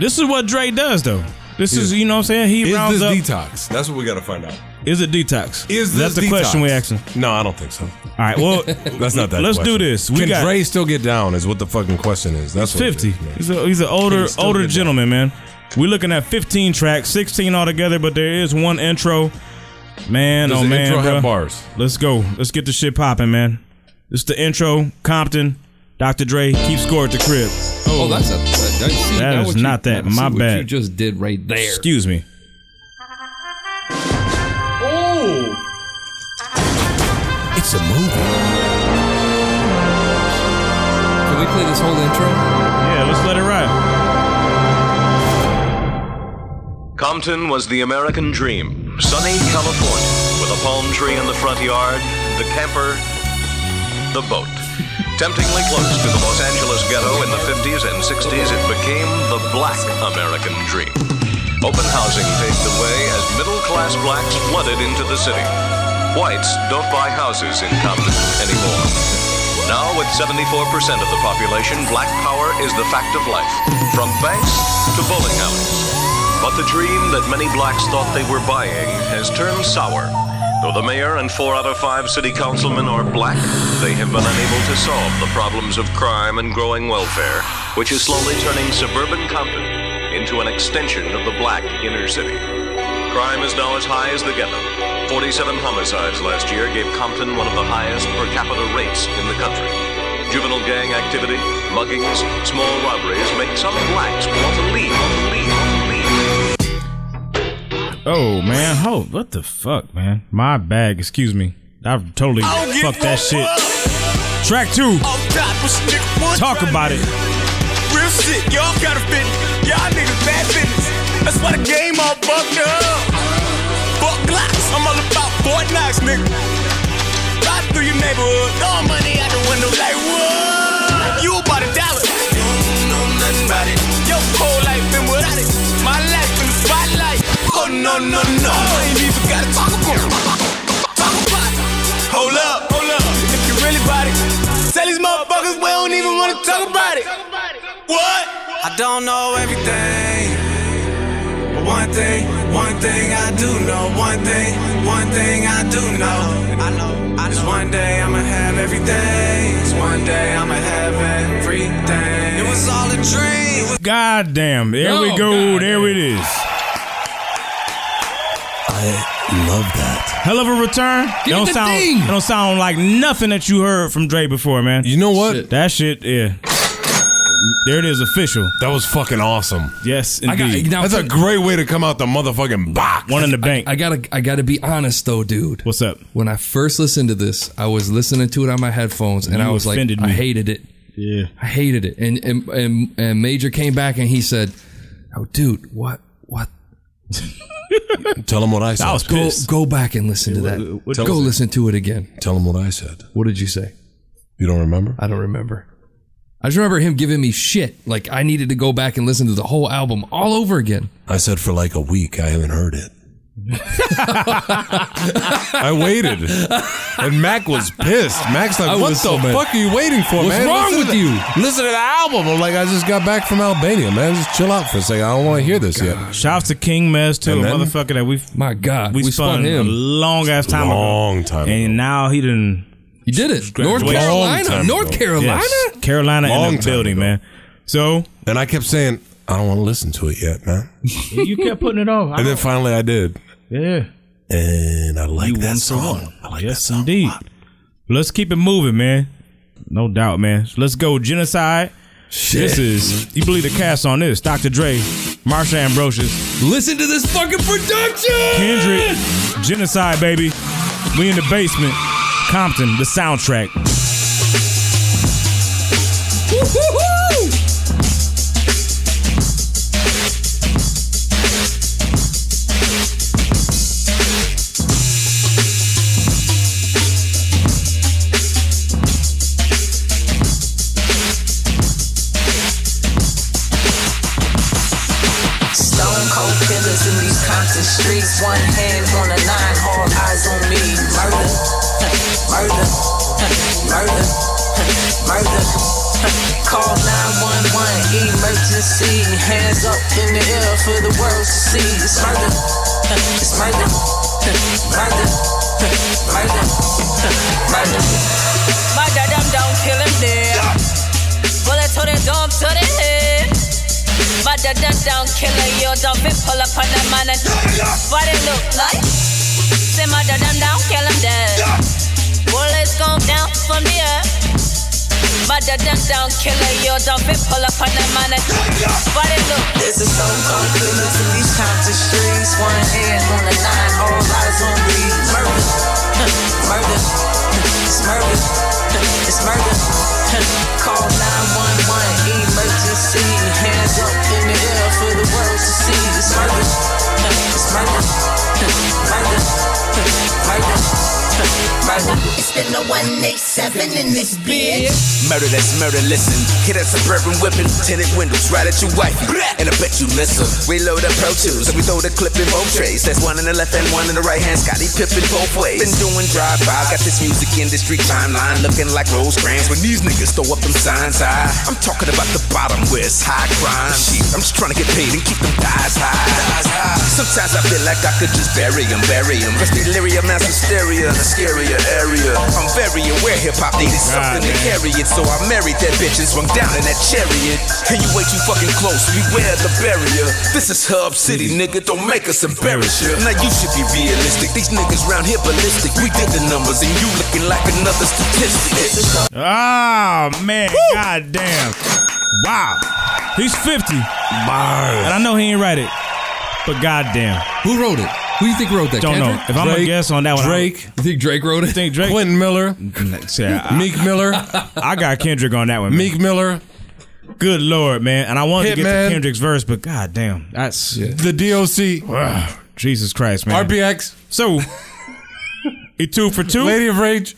S3: This is what Dre does, though. This is, you know what I'm saying? He
S4: is
S3: rounds
S4: this
S3: up.
S4: detox? That's what we got to find out.
S3: Is it detox?
S4: Is
S3: That's
S4: this
S3: the
S4: detox?
S3: question we asking.
S4: No, I don't think so. All
S3: right, well,
S4: that's not that.
S3: let's do
S4: question.
S3: this. We
S4: Can
S3: got-
S4: Dre still get down? Is what the fucking question is. That's what it
S3: Fifty.
S4: is, man.
S3: He's, a, he's an older
S4: Can still
S3: older
S4: get
S3: gentleman, man. We're looking at 15 tracks, 16 altogether, but there is one intro. Man,
S4: Does
S3: oh
S4: the
S3: man,
S4: intro have
S3: bruh.
S4: bars?
S3: Let's go. Let's get the shit popping, man. It's the intro. Compton, Dr. Dre, keep score at the crib.
S5: Oh, that's a that, see,
S3: That
S5: now
S3: is
S5: what you-
S3: not that.
S5: now see
S3: My
S5: what
S3: bad.
S5: You just did right there.
S3: Excuse me.
S5: Oh,
S21: It's a movie.
S5: can we play this whole intro?
S3: Yeah, let's let it ride.
S22: Compton was the American dream. Sunny California, with a palm tree in the front yard, the camper, the boat. Temptingly close to the Los Angeles ghetto in the 50s and 60s, it became the black American dream. Open housing paved the way as middle class blacks flooded into the city. Whites don't buy houses in Compton anymore. Now, with 74% of the population, black power is the fact of life, from banks to bowling alleys. But the dream that many blacks thought they were buying has turned sour. Though the mayor and four out of five city councilmen are black, they have been unable to solve the problems of crime and growing welfare, which is slowly turning suburban Compton into an extension of the black inner city. Crime is now as high as the ghetto. 47 homicides last year gave Compton one of the highest per capita rates in the country. Juvenile gang activity, muggings, small robberies make some blacks want to leave, leave, leave.
S3: Oh man, ho, what the fuck, man? My bag, excuse me. I totally
S8: I'll get
S3: fucked that shit. Track two. Talk about it.
S8: Real shit, y'all gotta fit. Y'all niggas bad business. That's why the game all bucked up. Fuck Glocks, I'm all about Fort Knox, nigga. Drive through your neighborhood, all money out the window like what? You about a dollar. Don't know nothing about it. Your whole life been without it. My life in the spotlight. Oh no no no, I ain't even gotta talk about it. Talk about it. Hold up, hold up. If you really about it, tell these motherfuckers we don't even wanna talk about it. What? I don't know everything. But one thing, one thing I do know. One thing, one thing I do know. I know, I know. one day I'ma have everything. It's one day I'ma have everything. It was all a dream.
S3: God damn. There we
S8: Oh,
S3: go. there it is.
S21: I love that.
S3: Hell of a return. It don't
S21: the
S3: sound
S21: thing.
S3: it don't sound like nothing that you heard from Dre before, man. You
S4: know what?
S3: That shit, yeah. There it is official.
S4: That was fucking awesome.
S3: Yes,
S5: I got-
S3: indeed.
S5: now-
S4: That's a great way to come out the motherfucking box.
S3: One in the bank.
S5: I, gotta, I gotta be honest though, dude.
S3: What's up?
S5: When I first listened to this, I was listening to it on my headphones, and
S3: You
S5: I was like,
S3: offended
S5: I
S3: me.
S5: hated it.
S3: Yeah,
S5: I hated it. And and, and and Major came back and he said, "Oh, dude, what what?
S4: Tell him what I said.
S5: I was go go back and listen to that.
S4: what-
S5: go
S4: tell us it.
S5: listen to it again.
S4: Tell him what I said.
S5: What did you say?
S4: You don't remember?
S5: I don't remember. I just remember him giving me shit. Like I needed to go back and listen to the whole album all over again.
S4: I said for like a week. I haven't heard it. I waited, and Mac was pissed. Mac's like,
S5: I
S4: "What the
S5: was so mad.
S4: fuck are you waiting for,
S5: What's
S4: man?
S5: wrong
S4: Listen
S5: with
S4: to-
S5: you?"
S4: Listen to the album." I'm like, "I just got back from Albania, man. Just chill out for a second. I don't want to hear this yet."
S3: Shouts to King Mez too,
S4: And
S3: a
S4: then-
S3: motherfucker that we've
S5: my God,
S3: we,
S5: we
S3: spun,
S5: spun
S3: a
S5: him.
S3: long ass time
S4: Long
S3: ago.
S4: time
S3: And now he didn't
S5: You did it, North
S3: Graduation.
S5: Carolina,
S3: Long time
S5: North
S3: ago.
S5: Carolina.
S3: Yes. Carolina in
S4: Long
S3: the
S4: time
S3: building, man. So
S4: And I kept saying, "I don't want to listen to it yet, man."
S3: you kept putting it off.
S4: And then finally, I did.
S3: yeah.
S4: And I like
S3: you
S4: that
S3: won for
S4: song.
S3: one. yes, indeed. Let's keep it moving, man. No doubt, man. Let's go genocide. This is you believe the cast on this. Dr. Dre, Marsha Ambrosius,
S5: Listen to this fucking production.
S3: Kendrick, genocide, baby. We in the basement, Compton, the soundtrack.
S8: Woo-hoo-hoo!
S10: Stone cold killers in these Compton streets. One hand on a nine, all eyes on me. Murder, murder, murder, murder. Call 911, emergency.
S23: to see. Hands up in the air for the world to see. It's murder. It's murder. Murder. Murder. Murder.
S9: Murder them down, kill him dead. Bullet to the dome, to the head. Murder them down, kill her. Yo, don't be pull up on the man and what it look like. Say murder them down, kill him dead. Bullets go down from the earth. Murder them down, kill her. Yo, don't be pull up on the man and what it look
S23: There's a soul gone killing to these Compton streets. One hand on the nine, all eyes on me. Murder, murder, it's murder, it's murder. Call 911, emergency. Hands up in the air for the world to see. It's murder, it's murder, murder, murder, murder.
S10: It's been a 187 in this bitch.
S24: Murder that's murder, listen. Hit that suburban whipping, tinted windows right at your wife. And I bet you listen. Reload the pro tools, and we throw the clip in both trays. That's one in the left and one in the right hand. Scotty Pippin both ways. Been doing drive by, got this music industry timeline looking like Rosecrans. When these niggas throw up them signs high, I'm talking about the bottom where it's high crime. Shit, I'm just trying to get paid and keep them thighs high. Thighs high. Sometimes I feel like I could just bury 'em, bury 'em. Let's delirium, mass hysteria, in a scarier area. I'm very aware hip hop needed something to carry it, so I married that bitch and swung down in that chariot. And you way too fucking close, beware the barrier. This is Hub City, nigga, don't make us embarrass you. Now you should be realistic, these niggas round here ballistic. We did the numbers and you looking like another statistic.
S3: Ah man, god damn. Wow. He's 50. And I know he ain't write it. But goddamn.
S5: Who wrote it? Who you think wrote that?
S3: Don't know.
S5: Kendrick?
S3: If I'm gonna
S5: Drake?
S3: guess on that one,
S5: Drake?
S3: You think Drake wrote it? Think Drake?
S4: Quentin Miller,
S3: Meek Miller. I got Kendrick on that one.
S4: Meek Miller.
S3: Good lord, man! And I wanted to get
S4: Hitman.
S3: to Kendrick's verse, but goddamn, that's
S4: the DOC.
S3: Jesus Christ, man!
S4: RBX.
S3: So, he two for two.
S4: Lady of Rage.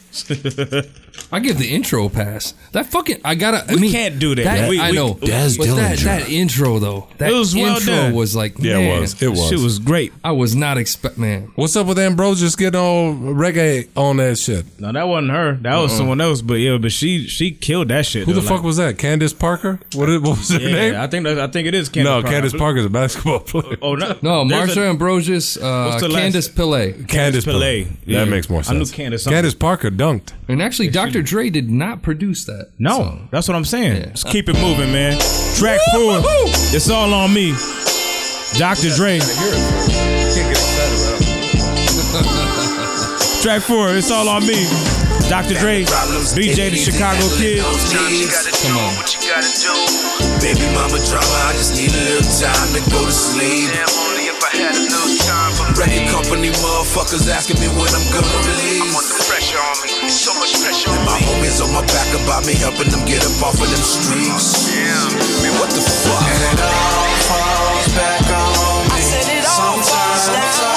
S5: I give the intro pass. That fucking I gotta. I
S3: We
S5: mean,
S3: can't do that, man. We-
S5: I
S3: we-
S5: know.
S3: That's
S5: but that,
S3: Dillinger.
S5: that intro though. That
S3: It was well
S5: intro
S3: done.
S5: was like
S4: Yeah, it
S5: man,
S4: was. It was.
S5: Shit
S3: was great.
S5: I was not expect man.
S4: What's up with Ambrosius getting all reggae on that shit?
S3: No, that wasn't her. That was
S4: Uh-uh.
S3: someone else. But yeah, but she she killed that shit.
S4: Who the
S3: though,
S4: fuck was that? Candace Parker? What, is- what was her
S3: like,
S4: name?
S3: Yeah, I think that, I think it is. Candace
S4: no,
S3: Parker.
S4: Candace Parker's a basketball player.
S3: Oh no,
S5: No,
S3: There's
S5: Marsha
S3: a-
S5: Ambrosius, uh,
S3: What's the last-
S5: Candace Pillay.
S4: Candace Pillay. That
S5: Yeah.
S4: makes more
S3: I knew
S4: sense.
S3: Candace something.
S4: Candace Parker dunked.
S5: And actually, Dr. Dre did not produce that.
S3: No, that's what I'm saying. Just keep it moving, man. Track four. It's all on me. Dr. Dre. Track four. It's all on me. Dr. Dre. BJ the Chicago Kid.
S10: Come on. Baby mama drama, I just need a little time to go to sleep. Record company motherfuckers asking me when I'm gonna release. I'm under pressure on me, so much pressure on my homies on my back about me, helping them get up off of them streets. Man, what the fuck? And it all falls back on me. Sometimes,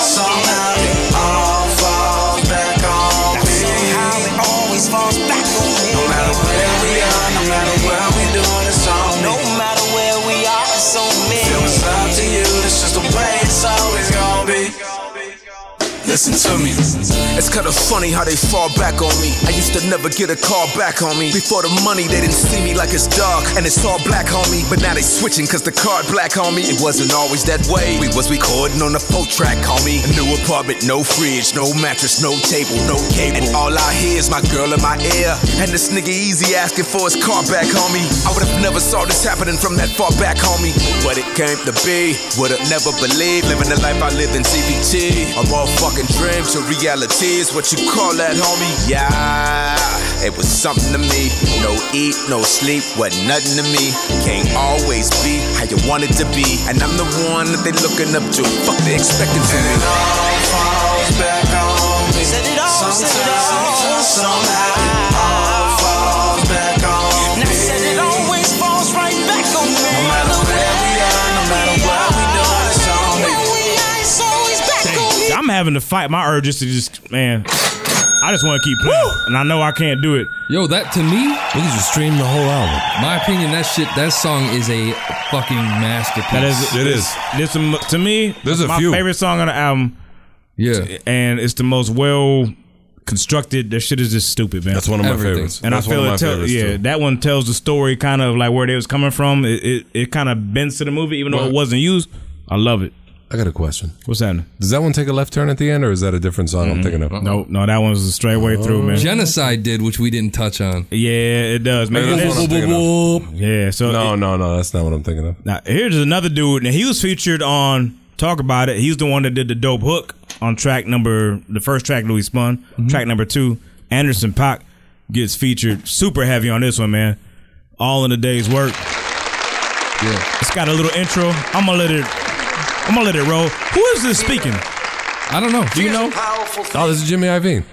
S10: somehow, it all falls back on me. Somehow it always falls back on me. No matter where we are, no matter where we doing, it's on me. No matter where we are, it's on me. Feel it's up to you, this is the way it's always gonna be. Listen to me.
S24: It's kinda funny how they fall back on me. I used to never get a call back on me. Before the money, they didn't see me like it's dark. And it's all black on me. But now they switching cause the card black on me. It wasn't always that way. We was recording on the full track, call me. A new apartment, no fridge, no mattress, no table, no cable. And all I hear is my girl in my ear. And this nigga easy asking for his car back, homie. I would've never saw this happening from that far back, homie. But it came to be. Would've never believed living the life I lived in CBT. A motherfucking dream to reality is what you call that, homie. Yeah, it was something to me. No eat, no sleep, wasn't nothing to me. Can't always be how you want it to be. And I'm the one that they looking up to. Fuck, they expecting from me.
S10: falls back on me. Sometimes, sometimes, somehow it all falls back on me. it always falls right back on me. No matter where we are, no matter what we do, it's on me. it's always back on me.
S3: I'm having to fight my urges to just man. I just want to keep playing, and I know I can't do it.
S5: Yo, that to me, we can just stream the whole album. My opinion, that shit, that song is a fucking masterpiece.
S3: That is, This is to me. This
S5: There's a
S3: my
S5: few.
S3: favorite song on the album.
S5: Yeah,
S3: and it's the most well constructed, their shit is just stupid, man.
S4: That's one of my favorites.
S3: And
S4: That's
S3: I
S4: one
S3: feel
S4: of
S3: it
S4: my
S3: tell,
S4: favorites,
S3: yeah,
S4: too.
S3: that one tells the story kind of like where they was coming from. It it, it kind of bends to the movie, even though it wasn't used. I love it.
S4: I got a question.
S3: What's happening?
S4: Does that one take a left turn at the end, or is that a different song
S23: Mm-hmm.
S4: I'm thinking of? Oh.
S3: No, no, that one's a straight way through, man.
S5: Genocide did, which we didn't touch on.
S3: Yeah, it does.
S5: man.
S3: Man, that's- Yeah, so
S4: no, no, no, that's not what I'm thinking of.
S3: Now here's another dude, and he was featured on Talk About It. He's the one that did the dope hook on track number the first track Louis spun.
S4: Mm-hmm.
S3: Track number two, Anderson Pac gets featured super heavy on this one, man. All in a day's work.
S5: Yeah.
S3: It's got a little intro. I'm gonna let it I'm gonna let it roll. Who is this speaking?
S5: I don't know.
S4: Do you know? Oh, this is Jimmy Iovine.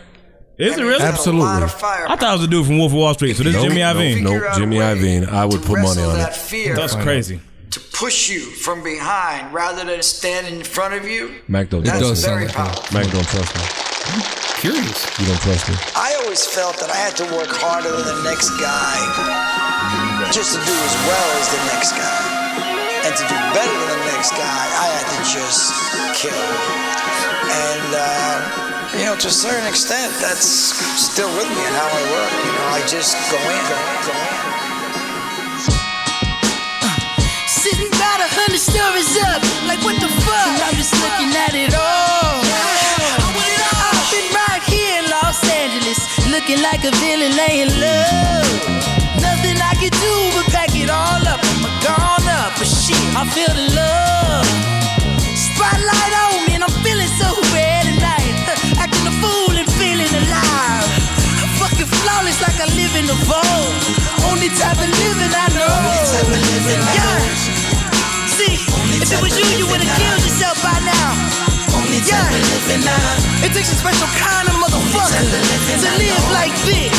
S3: Is it really?
S4: Absolutely.
S3: I thought it was a dude from Wolf of Wall Street. So this is
S4: Nope,
S3: Jimmy Iovine.
S4: Nope, nope. Jimmy Iovine. I would put money
S23: wrestle
S4: on
S23: that
S4: it.
S23: fear.
S3: That's crazy.
S23: to push you from behind rather than standing in front of you.
S4: Mac don't
S23: That's
S4: trust
S23: very
S4: me.
S23: powerful.
S4: Mac don't trust me. Curious. You don't trust me.
S23: I always felt that I had to work harder than the next guy just to do as well as the next guy. And to do better than the next guy, I had to just kill. And, uh, you know, to a certain extent, that's still with me and how I work. You know, I just go in, go in, go in.
S25: Sitting about a hundred stories up, like what the fuck? And I'm just looking at it all. I want it all. Been right here in Los Angeles, looking like a villain laying low. Nothing I can do but pack it all up. I'm a gone up, but shit, I feel the love. Spotlight on me, and I'm feeling so bad tonight. Acting a fool and feeling alive. I'm fucking flawless like I live in the vogue. Only type of living I know. Yeah. See, if it was you, you would have killed yourself by now. yeah. It takes a special kind of motherfucker to live like this.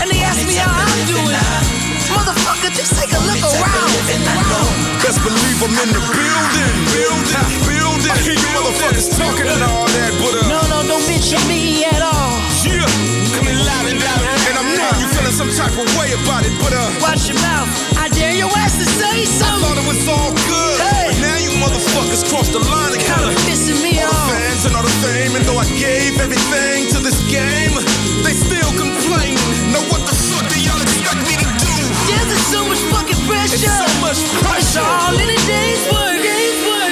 S25: And they ask me how I'm doing. Motherfucker, just take a look around.
S24: Best believe I'm in the building, building, building. I hear you motherfuckers talking and all that, but uh,
S25: No, no, don't bitch at me at all.
S24: yeah, coming loud and loud. And I'm not, you feeling some type of way about it, but uh,
S25: watch your mouth. I dare your ass to say something.
S24: I thought it was all good, but now you motherfuckers crossed the line and kinda
S25: pissing me
S24: all off. The fans and all the fame, and though I gave everything to this game, they still complain. Now what the fuck do y'all expect me to do?
S25: Yeah, there's so much fucking pressure. It's so much pressure. It's all in a day's work. Day's work.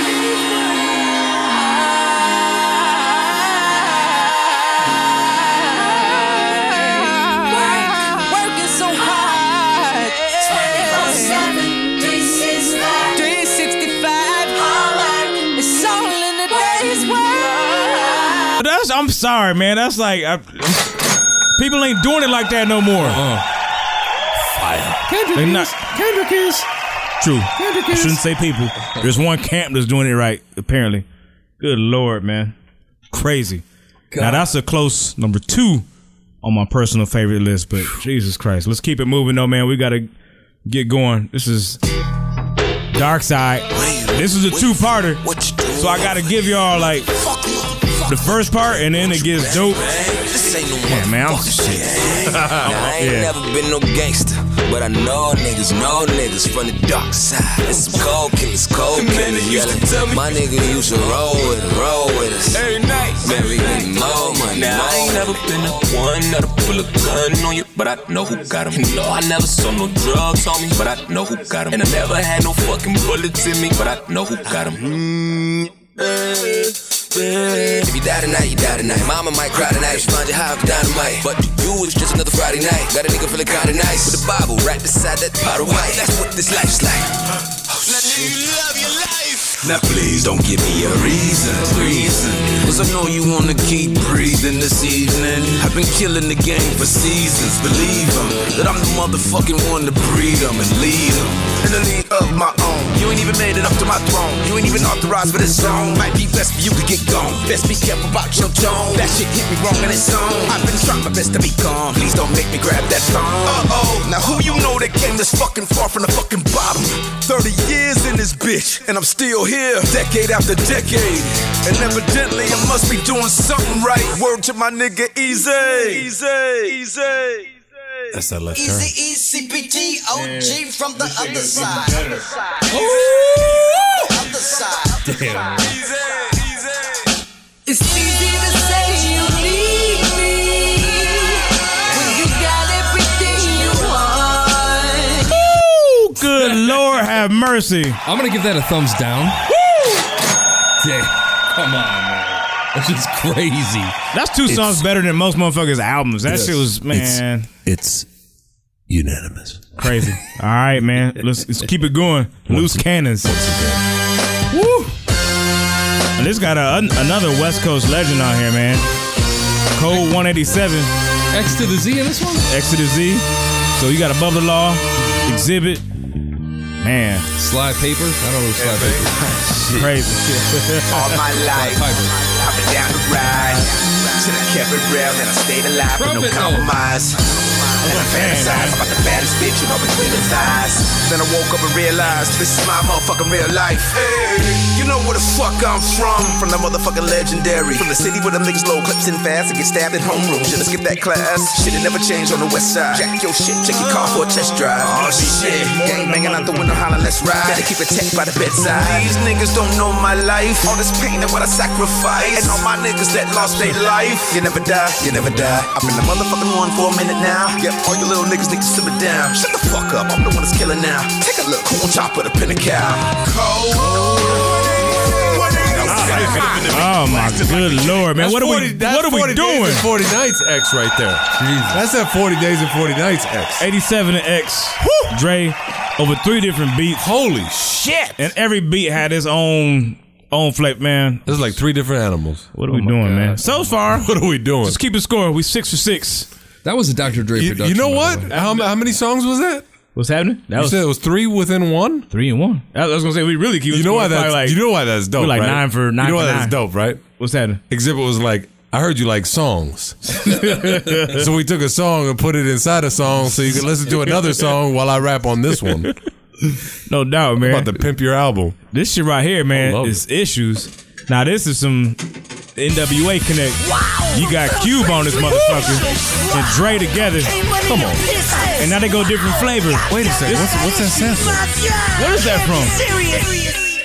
S25: Working so hard.
S23: 24/7, 365.
S25: 365. All I can It's all in a day's work.
S3: But That's I'm sorry, man. That's like I, people ain't doing it like that no more.
S4: Uh-uh.
S3: Fire. They not.
S5: Kendrick is.
S3: True.
S5: Kendrick
S3: I
S5: is.
S3: shouldn't say people. There's one camp that's doing it right, apparently. Good lord, man. Crazy. Now that's a close number two on my personal favorite list, but Jesus Christ. Let's keep it moving though, man. We gotta get going. This is Dark Side. This is a two parter. So I gotta give y'all like the first part and then it gets dope.
S8: This ain't no
S3: Yeah, man, I'm shit.
S8: Now, I ain't
S3: Yeah.
S8: never been no gangster, but I know niggas, know niggas from the dark side. It's some cold killers, cold killers. yelling. My nigga used to roll with it, roll with us. Every night, man, we getting more money. Now, I ain't more never been the one that'll pull a gun on you, but I know who got 'em. No, I never saw no drugs on me, but I know who got 'em. And I never had no fucking bullets in me, but I know who got 'em. If you die tonight, you die tonight. Mama might cry tonight. Respond your high dynamite. But to you, it's just another Friday night. Got a nigga feeling kinda nice. With a Bible right beside that pot of white. That's what this life's like.
S20: Now please don't give me a reason, reason. Cause I know you wanna keep breathing this evening. I've been killing the game for seasons, believe 'em, That I'm the motherfucking one to breed 'em and lead 'em. In the league of my own. You ain't even made it up to my throne. You ain't even authorized for this song. Might be best for you to get gone. Best be careful about your tone. That shit hit me wrong in its own. I've been trying my best to be calm. Please don't make me grab that phone. Uh oh.
S24: Now who you know that came this fucking far from the fucking bottom? 30 years in this bitch, and I'm still here, decade after decade. And evidently I must be doing something right. Word to my nigga Easy. Easy, easy.
S4: That's that left turn.
S23: Easy, easy, BT, OG from the other side. Other side.
S4: Damn.
S25: It's easy to say you need me.
S3: have mercy.
S5: I'm gonna give that a thumbs down. Woo! Damn, come on, man. That's just crazy.
S3: That's two
S5: It's-
S3: songs better than most motherfuckers' albums. That
S5: Yes.
S3: shit was man
S5: It's
S3: unanimous. Crazy. All right, man. Let's, let's keep it going. Loose cannons. Woo! And this got a, an- another West Coast legend on here, man. Code 187.
S5: X to the Z in this one?
S3: X to the Z. So you got Above the Law, Exhibit. Man.
S5: Sly Paper? I don't know Sly Paper.
S3: Crazy.
S24: All my life, I've been down to ride. Till I kept it real, then I stayed alive with no compromise. And I fantasized about the baddest bitch you know between his eyes. Then I woke up and realized this is my motherfucking real life. Hey, you know where the fuck I'm from? From the motherfucking legendary. From the city where them niggas load clips in fast and get stabbed in homeroom. Should've skipped that class. Shit'd never changed on the west side. Jack your shit, check your car for a test drive. Oh shit, gang banging out the window, holler, let's ride. Better keep it tech by the bedside. These niggas don't know my life. All this pain and what I sacrificed. And all my niggas that lost their life. You never die, you never die. I've been the motherfucking one for a minute now. Yep, all you little niggas need to simmer down. Shut the fuck up, I'm the one that's killing now. Take a look, who on top of the pin cow? Cold.
S3: Oh my good lord, man!
S4: That's
S3: what are
S4: 40
S3: we?
S4: that's
S3: What are we
S4: 40 days
S3: doing?
S4: and Forty nights X right there. That's that forty days and forty nights X.
S3: Eighty-seven and X. Dre over three different beats. Holy shit! And every beat had its own own flip, man.
S4: This is like three different animals.
S3: What are we doing, man? So far,
S4: what are we doing?
S3: Just keep it score. We six for six.
S5: That was a Dr. Dre
S4: You, you know what? How, how many songs was that?
S3: What's happening? That
S4: you
S3: was-
S4: said it was three within one.
S3: Three and one. I was gonna say we really keep.
S4: You know why
S3: score.
S4: that's
S3: Probably like-
S4: you know why that's dope.
S3: we're like
S4: right?
S3: nine for- nine
S4: You know
S3: for
S4: why
S3: nine.
S4: that's dope, right?
S3: What's that?
S4: Exhibit was like, I heard you like songs, so we took a song and put it inside a song, so you could listen to another song while I rap on this one.
S3: No doubt, man.
S4: about to pimp your album.
S3: This shit right here, man, is issues. Now this is some NWA connect. You got Cube on this motherfucker and Dre together. Come on. And now they go different flavors. Wait a second. What's, what's that sound? Where is that from?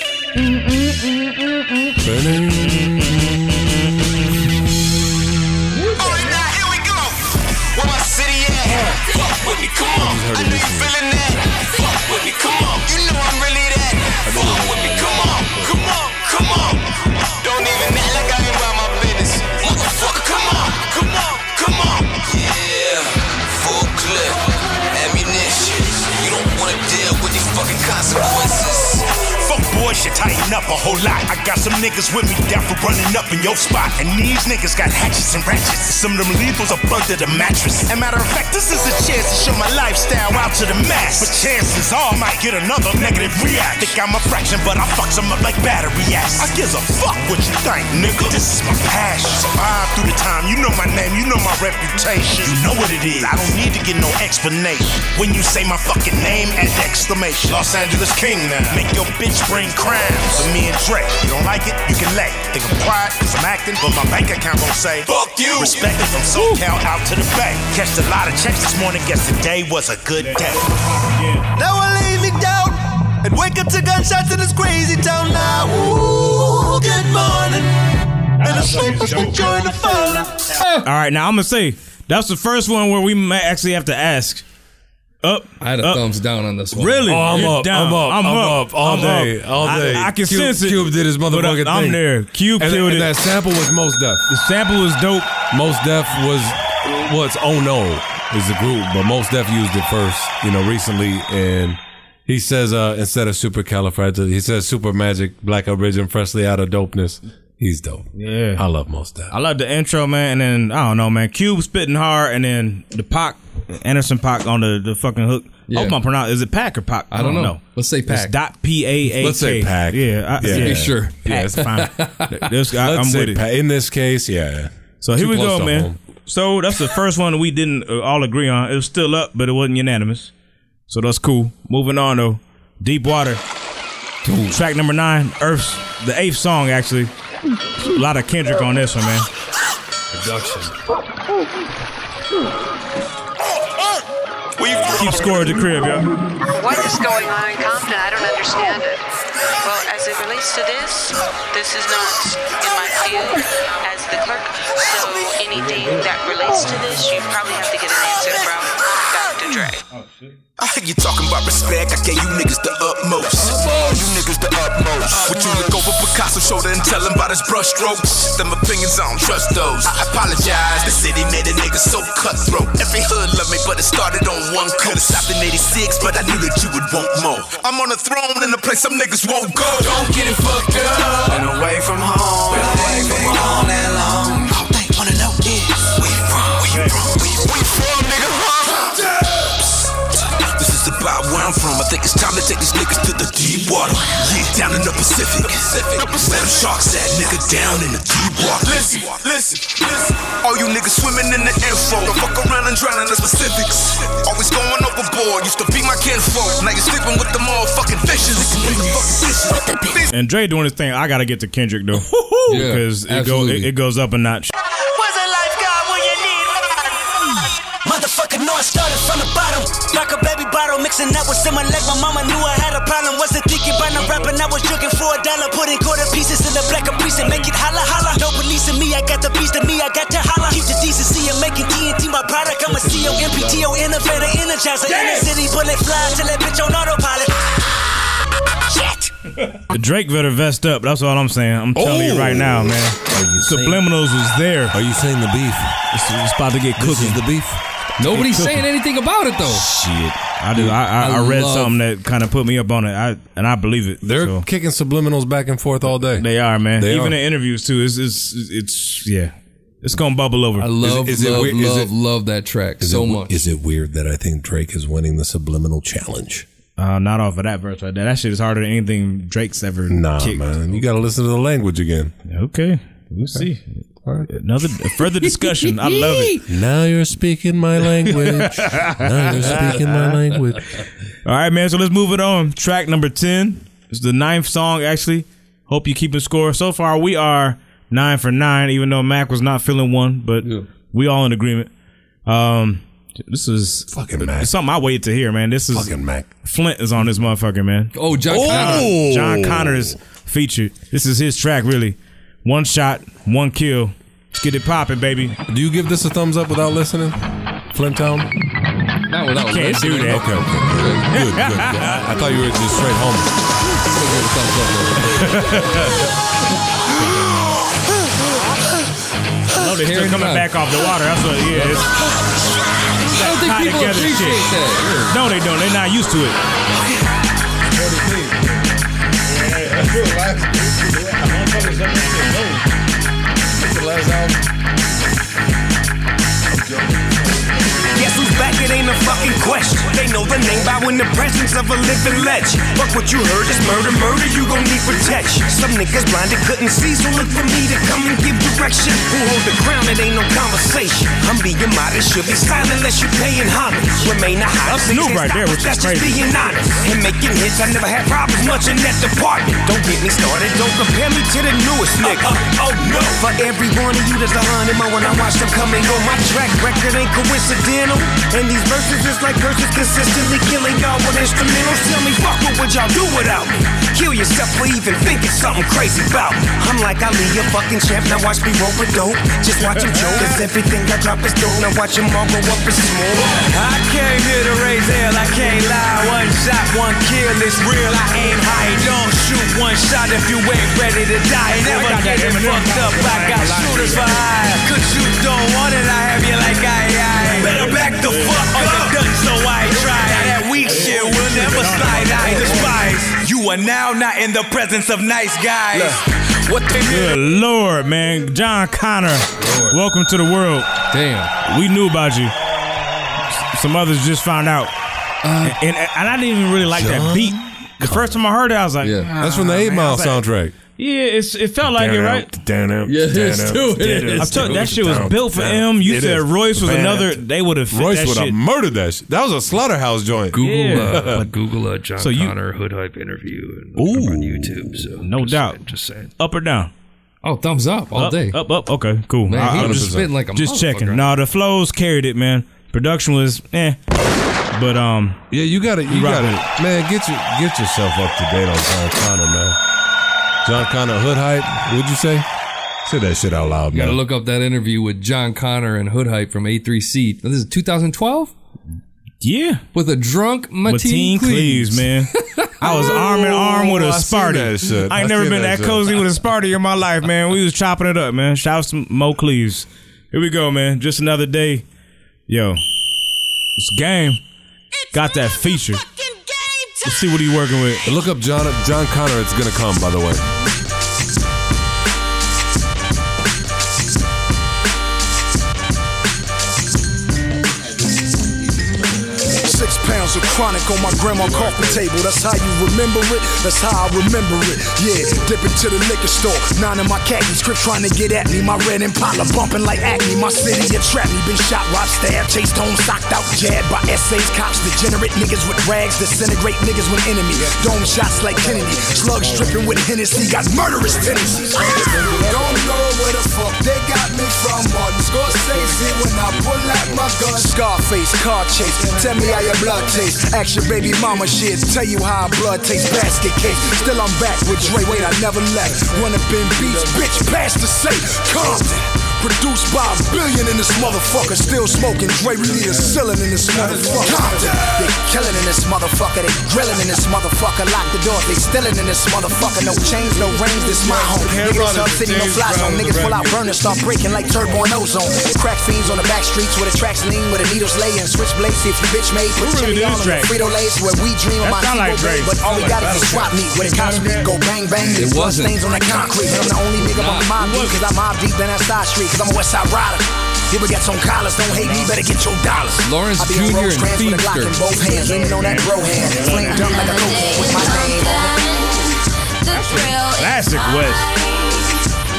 S8: Where my city at? Fuck with me, come on. I know you feeling that. Fuck with me, come on. You know I'm really that. Fuck with me, come on, come on, come on. Don't even act like I ain't about my business. Motherfucker, come on, come on, come on. Yeah, full clip, ammunition. You don't wanna deal with these fucking consequences.
S2: Fuck boys should tighten up a whole lot. I got some niggas with me down for running up in your spot. And these niggas got hatchets and ratchets. Some of them lethals are under the mattress. And matter of fact, this is a chance to show my lifestyle out to the mass. But chances are I might get another negative react. Think I'm a fraction, but I fuck some up like battery ass. I gives a fuck what you think, nigga. This is my passion. Survive through the time. You know my name, you know my reputation. You know what it is. I don't need to get no explanation. When you say my fucking name, add the exclamation. Los Angeles King now. Make your bitch bring crimes. To me and Dre. You don't like it? You can lay. Think I'm quiet, cause I'm acting, but my bank account won't say. Fuck you! Respect it from SoCal out to the bay. Catched a lot of checks this morning, guess today was a good day.
S25: Now I lay me down and wake up to gunshots in this crazy town. Now, ooh, good morning. And the sleepers will join the fauna.
S3: All right, now I'm gonna say that's the first one where we may actually have to ask. Up,
S5: I had a thumbs down on this one.
S3: Really?
S4: Oh, I'm
S3: You're
S4: up,
S3: down.
S4: I'm up,
S3: I'm up.
S4: all
S3: I'm
S4: day,
S3: up.
S4: all
S3: I-
S4: day.
S3: I can
S4: Cube,
S3: sense it.
S4: Cube did his
S3: But
S4: motherfucking thing.
S3: I'm there. Cube
S4: and,
S3: killed
S4: and
S3: it.
S4: that sample was Most Def. The
S3: sample was dope.
S4: Most Def was what's Oh No is the group, but Most Def used it first, you know, recently, and he says uh, instead of super califragilistic, he says super magic, black origin, freshly out of dopeness. He's dope.
S3: Yeah,
S4: I love Most Def.
S3: I love the intro, man, and then I don't know, man. Cube spitting hard, and then the Pac, Anderson Pac on the, the fucking hook.
S5: Yeah.
S3: I hope I'm pronouncing. Is it Pac or Pac?
S5: I don't know. Let's say Pac.
S3: It's dot P A A.
S4: Let's say Pac.
S3: Yeah, I,
S4: Yeah.
S3: yeah.
S4: Be sure.
S3: Pac,
S4: Yeah, it's fine.
S3: fine. This guy,
S4: Let's
S3: I'm
S4: say
S3: with it.
S4: Pac. In this case, yeah.
S3: So here
S4: Too
S3: we
S4: close
S3: go,
S4: to
S3: man.
S4: home.
S3: So that's the first one that we didn't uh, all agree on. It was still up, but it wasn't unanimous. So that's cool. Moving on though, Deep Water, track number nine, Earth's the eighth song actually. A lot of Kendrick on this one, man.
S4: Production.
S3: Keep score at the crib, yo.
S10: What is going on in Compton? I don't understand it. Well, as it relates to this, this is not in my field as the clerk. So anything that relates to this, you probably have to get an answer from Dr.
S26: and Dre.
S24: Oh, I hear you talking about respect. I gave you niggas the utmost. You niggas the utmost. Would you look over Picasso's shoulder and tell him about his brush strokes? Them opinions, I don't trust those. I apologize. The city made a nigga so cutthroat. Every hood love me, but it started on one coast. Stopped in 86, but I knew that you would want more. I'm on a throne in a place some niggas won't go. Don't get it fucked up. And away from home. Been away from home that long. All they wanna know is where you from, where you from, where you where you from, nigga, huh? This is about where I'm from. I think it's time to take these niggas to the deep water. Yeah, down in the Pacific. Where them sharks at, nigga, down in the deep water. Listen, listen, listen. All you niggas swimming in the info. Don't fuck around and drown in the specifics. Always going overboard. Used to be my kinfolk. Now you're sleeping with the motherfucking fishes. Fucking fishes.
S3: And Dre doing his thing. I gotta get to Kendrick though, because it, go, it,
S5: absolutely.
S3: it goes up a notch.
S27: Was a lifeguard when you need one.
S10: Motherfucker, know I started from the bottom. Like a baby bottle, mixing up what's in my leg. My mama knew I had a problem. Wasn't thinking about no rapping. I was drinking for a dollar, putting quarter pieces in the black of priest and make it holla holla. No police in me, I got the piece to me, I got to holla. Keep the decency, I'm making TNT E my product. I'm a CO, MPTO, innovator, energizer. In the city, bullet fly till that bitch on autopilot. Shit.
S3: Drake better vest up. That's all I'm saying. I'm telling you right now, man. Subliminals is there. Are you saying the beef? It's, it's about to get cooking. the beef.
S5: Nobody's saying anything about it though.
S3: Shit. I do. I, I, I,
S5: I
S3: read
S5: love-
S3: something that kind of put me up on it. I and I believe it. They're
S4: kicking subliminals back and forth all day.
S3: They are, man.
S4: They
S3: Even
S4: are.
S3: in interviews too. It's it's it's yeah. It's gonna bubble over.
S5: I love, love,
S4: weird- is
S5: love,
S4: it-
S5: love that track
S4: is
S5: so
S4: it,
S5: much.
S4: Is it weird that I think Drake is winning the subliminal challenge?
S3: Uh, not off of that verse right there. That shit is harder than anything Drake's ever
S4: Nah,
S3: kicked.
S4: man. You got to listen to the language again.
S3: Okay. We'll see. Another further discussion. I love it.
S4: Now you're speaking my language. now you're speaking my language.
S3: All right, man. So let's move it on. Track number 10. It's the ninth song, actually. Hope you keep a score. So far, we are nine for nine, even though Mac was not feeling one, but we all in agreement. Um, this is fucking Mac. something I waited to hear, man. This is fucking Mac. Flint is on this motherfucker, man.
S5: Oh, John
S3: Connor.
S5: Connor.
S3: John Connor is featured. This is his track, really. One shot, one kill. Let's get it popping, baby.
S4: Do you give this a thumbs up without listening? Flintown?
S5: Not without
S4: Can't
S5: listening.
S4: do that. Okay, okay. Good, good, good. I thought you were just straight home.
S3: I know they still
S5: Carrying
S3: coming
S5: on.
S3: back off the water. That's what, yeah. It's,
S5: I don't think
S3: Tied
S5: people
S3: together
S5: appreciate
S3: shit.
S5: that.
S3: No, they don't. They're not used to it.
S8: Guess who's back? It ain't a fucking question. They know the name by when the presence of a living legend. Fuck what you heard is murder, murder. You gon' need protection. Some niggas blinded couldn't see, so look for me to come and give direction. Who hold the crown? It ain't no conversation. I'm being modest, should be silent unless you're paying homage. Remain a hot.
S3: That's new right there, which is
S8: That's just
S3: crazy.
S8: being honest and making hits. I never had problems much in that department. Don't get me started. Don't compare me to the newest nigga. oh no! For every one of you that's a hundred more when I watch them coming on my track record ain't coincidental. And these verses is like verses consistently killing y'all with instrumentals. Tell me, fuck what would y'all do without me? Kill yourself for even thinking something crazy about me. I'm like Ali, a fucking champ. Now watch me roll with dope. Just watch him joke. Cause everything I drop is dope. Now watch him all go up in smoke. I came here to raise hell. I can't lie. One shot, one kill. It's real. I aim high. Don't shoot one shot if you ain't ready to die. Never get it fucked up. I got shooters for hire. Cause you don't want it. I have you like I, I. Better back the fuck up. the duck, so I try. Now that weak shit will never slide. I despise. You are now not in the presence of nice guys. What the
S3: Good lord, man. John Connor, welcome to the world.
S5: Damn.
S3: We knew about you. S- Some others just found out. and, and, and I didn't even really like that
S4: Uh, John
S3: beat. The first time I heard it, I was like,
S4: Yeah. That's from the 8 Mile soundtrack.
S3: Yeah, it's, it felt like it, right?
S4: Down out.
S3: Yeah,
S4: down
S3: it's
S4: out,
S3: too- it
S4: down
S3: is.
S4: out,
S3: I'm telling you, that
S4: down
S3: shit was
S4: out,
S3: built for
S4: down
S3: M. You
S4: out.
S3: said
S4: It is.
S3: Royce was
S4: Man.
S3: another- they would've fit
S4: Royce
S3: that
S4: would have
S3: shit.
S4: murdered that. Shit. That was a slaughterhouse joint.
S3: Google,
S5: Google,
S4: Yeah.
S5: uh, Google uh, John
S4: So you-
S5: Connor Hood Hype interview and look on YouTube. So no doubt, just saying.
S3: Up or down?
S5: Oh, thumbs up all
S3: up,
S5: day.
S3: Up, up. Okay, cool. Uh,
S5: Man, he was spitting like a
S3: just checking.
S5: motherfucker.
S3: No, the flows carried it, man. Production was eh, but um,
S4: yeah, you got it. You
S3: rock
S4: got
S3: with
S4: it, man. Get your get yourself up to date on John Connor, man. John Connor hood hype. Would you say? Say that shit out loud,
S5: You gotta
S4: man.
S5: look up that interview with John Connor and Hood Hype from A3C. This is 2012.
S3: Yeah.
S5: With a drunk Mateen,
S3: Mateen Cleaves, man. I was arm in arm with
S5: Oh,
S3: a
S5: I seen that
S3: Sparty.
S5: shit.
S3: I
S5: I
S3: ain't never
S5: seen
S3: been
S5: that
S3: that
S5: shit.
S3: cozy with a Sparty in my life, man. We was chopping it up, man. Shout out to Mo Cleaves. Here we go, man. Just another day. Yo, it's game. Got that feature. Let's see what he working with.
S4: Look up John John Connor. It's gonna come. By the way,
S24: Six pounds of chronic on my grandma coffee table. That's how you remember it. That's how I remember it. Yeah, dipping to the liquor store. Nine in my khakis, script trying to get at me. My red impala bumping like acne. My city a trap me. Been shot, robbed, stabbed, chased home, socked out, jabbed by essays, cops, degenerate niggas with rags, disintegrate niggas with enemy. Dome shots like Kennedy. Slugs dripping with Hennessy. Got murderous tendencies.
S18: Don't know where the fuck they got me from. Martin Scorsese when I pull out my gun.
S24: Scarface, car chase. Tell me how your blood tastes. Ask your baby mama shit. Tell you how her blood tastes. Basket case. Still I'm back with Dre. Wait, I never left. One up in beats, bitch. Past the safe. Compton. Produced by a billion in this motherfucker. Still smoking. Dre, we need a ceiling in this motherfucker. Compton.
S18: They killing in this motherfucker, they drilling in this motherfucker. Lock the doors, they stealing in this motherfucker. No chains, no rings, this my home. Niggas up city, no fly zone. Niggas pull out burners, start breaking like turbo and ozone. Crack fiends on the back streets where the tracks lean, where the needles lay and switch blades. See if you bitch made, put
S24: really
S18: Jimmy
S24: do
S18: on
S24: Drake?
S18: them. Frito Lays where we dream of
S24: That
S18: my
S24: sound like
S18: Tebow blade.
S24: Drake.
S18: But all we
S24: Sound
S18: got
S24: like
S18: is a swap meet where the cops meet. Go bang bang,
S24: It
S18: these blood
S24: wasn't.
S18: stains on the concrete. And I'm the only nigga on the mob deep, cause I mob deep in that side street, cause I'm a west side rider. You would get some collars, don't hate me, better get your dollars.
S5: Lawrence
S18: I be on
S5: Jr.
S18: Rose
S5: and
S18: Grants with a Glock in
S5: Feaster.
S18: both hands, leaning on that bro hand. Flame dumb like a cocaine with my name on it.
S3: Classic West.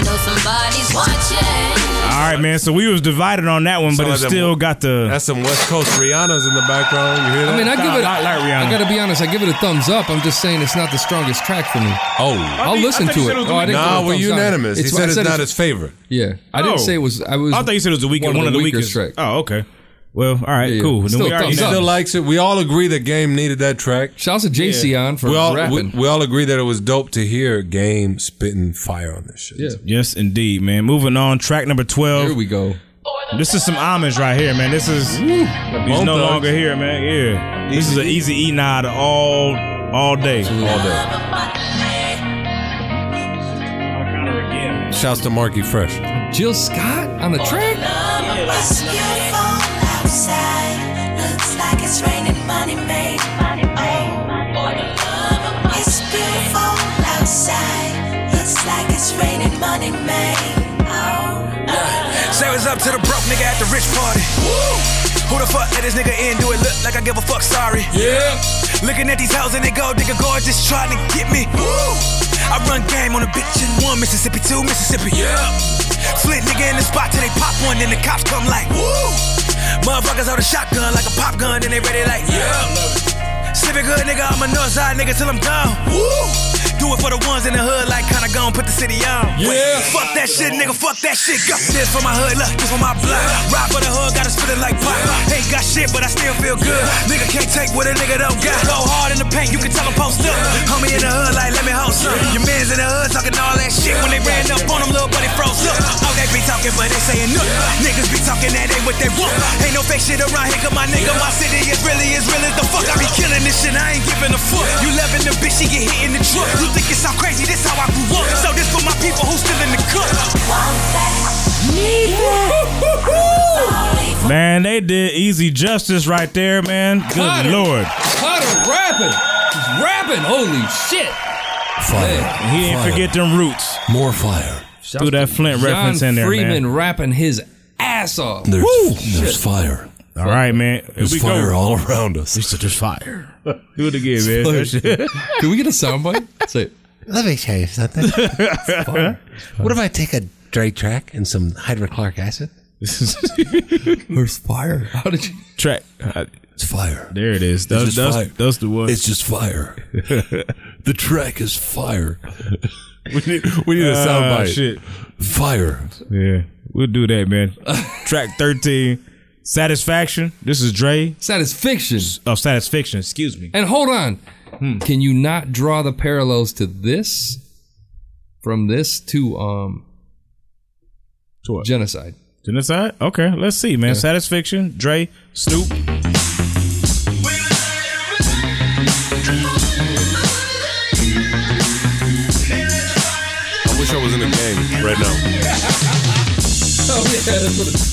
S9: Know somebody's watching.
S3: All right, man. So we was divided on that one, but
S4: Sound
S3: it
S4: like them-
S3: still got the.
S4: that's some West Coast Rihanna's in the background. You hear that?
S5: I mean, I give it. I
S4: got
S5: gotta be honest. I give it a thumbs up. I'm just saying it's not the strongest track for me.
S4: Oh,
S5: I'll listen to it. Oh, I didn't
S4: nah,
S5: give it a
S4: we're
S5: thumbs up.
S4: unanimous. he
S5: I
S4: said it's
S5: said
S4: not his favorite.
S5: Yeah, I didn't say it was. I was.
S3: Oh. I thought you said it was the weekend. One, of the, weakest.
S5: track.
S3: Oh, okay. Well, all right,
S5: Yeah,
S3: cool.
S5: yeah.
S3: Then
S5: Still
S3: we already
S4: He still likes it. We all agree that Game needed that track.
S5: Shouts to JC on for
S4: we all,
S5: rapping.
S4: We, we all agree that it was dope to hear Game spitting fire on this shit.
S3: Yes, indeed, man. Moving on, track number twelve. Here
S5: we go.
S3: This is some homage right here, man. This is he's
S4: Bone
S3: no
S4: Thugs.
S3: longer here, man. Yeah, this is an easy E nod all all day, all day.
S4: Shouts to Marky Fresh.
S5: Jill Scott on the track. Oh,
S8: Say what's up to the broke nigga at the rich party. Who the fuck let this nigga in? Do it look like I give a fuck? Sorry. Yeah. Looking at these hoes and they go, nigga gorgeous, trying to get me. Woo. I run game on a bitch in one Mississippi, two Mississippi. Yeah. Flint nigga in the spot till they pop one, then the cops come like, woo. Motherfuckers hold a shotgun like a pop gun, then they ready like, yeah. Sipping good nigga, I'm a north side nigga till I'm gone. Woo. Do it for the ones in the hood, like kinda gone, put the city on. Yeah. Fuck that shit, nigga, fuck that shit. Got this for my hood, look, this for my block. Ride for the hood, got us feeling like pop. Ain't got shit, but I still feel good. Nigga can't take what a nigga don't got. Go hard in the paint, you can tell I'm post up. Homie in the hood, like, let me hold some. Your mans in the hood talking all that shit. When they ran up on them, little buddy froze up. Oh, they be talking, but they saying nothing. Niggas be talking that ain't what they want. Ain't no fake shit around here, 'cause my nigga, my city is really as real as the fuck. I be killing this shit, I ain't giving a fuck. You loving the bitch, she get hit in the truck. You think it's all crazy, this how I grew up. So this for my people who still in the cup.
S3: Man, they did easy justice right there, man. Good
S5: Got it.
S3: lord.
S5: Carter rapping. He's rapping. Holy shit.
S3: And he didn't
S5: Fire.
S3: forget them roots.
S4: More fire.
S3: Threw that Flint
S5: John
S3: reference in there,
S5: Freeman
S3: man.
S5: rapping his ass off.
S3: There's-
S5: Woo!
S3: there's
S5: Shit.
S4: fire.
S3: All right, man. Here
S5: There's
S3: we go.
S5: fire all
S4: around us.
S22: There's fire.
S3: Do it again, man. That shit-
S5: Can we get a soundbite? Say it.
S22: Let me tell you something. what if I take a Dre track and some hydrochloric acid?
S5: There's fire. How did you
S3: track?
S22: It's fire.
S3: There it is. That's,
S22: just
S3: that's,
S22: fire.
S3: that's the one.
S22: It's just fire.
S4: the track is fire.
S3: we need,
S4: we need a
S3: Ah,
S4: soundbite.
S3: Shit.
S4: Fire.
S3: Yeah, we'll do that, man. Track 13, Satisfaction. This is Dre.
S5: Satisfaction.
S3: Oh, Satisfaction. Excuse me. Hmm.
S5: And hold on. Can you not draw the parallels to this from this to um
S3: to what?
S5: genocide?
S3: Genocide? Okay, let's see, man.
S5: Yeah.
S3: Satisfaction, Dre, Snoop.
S4: right now.
S5: Oh, yeah, that's what it-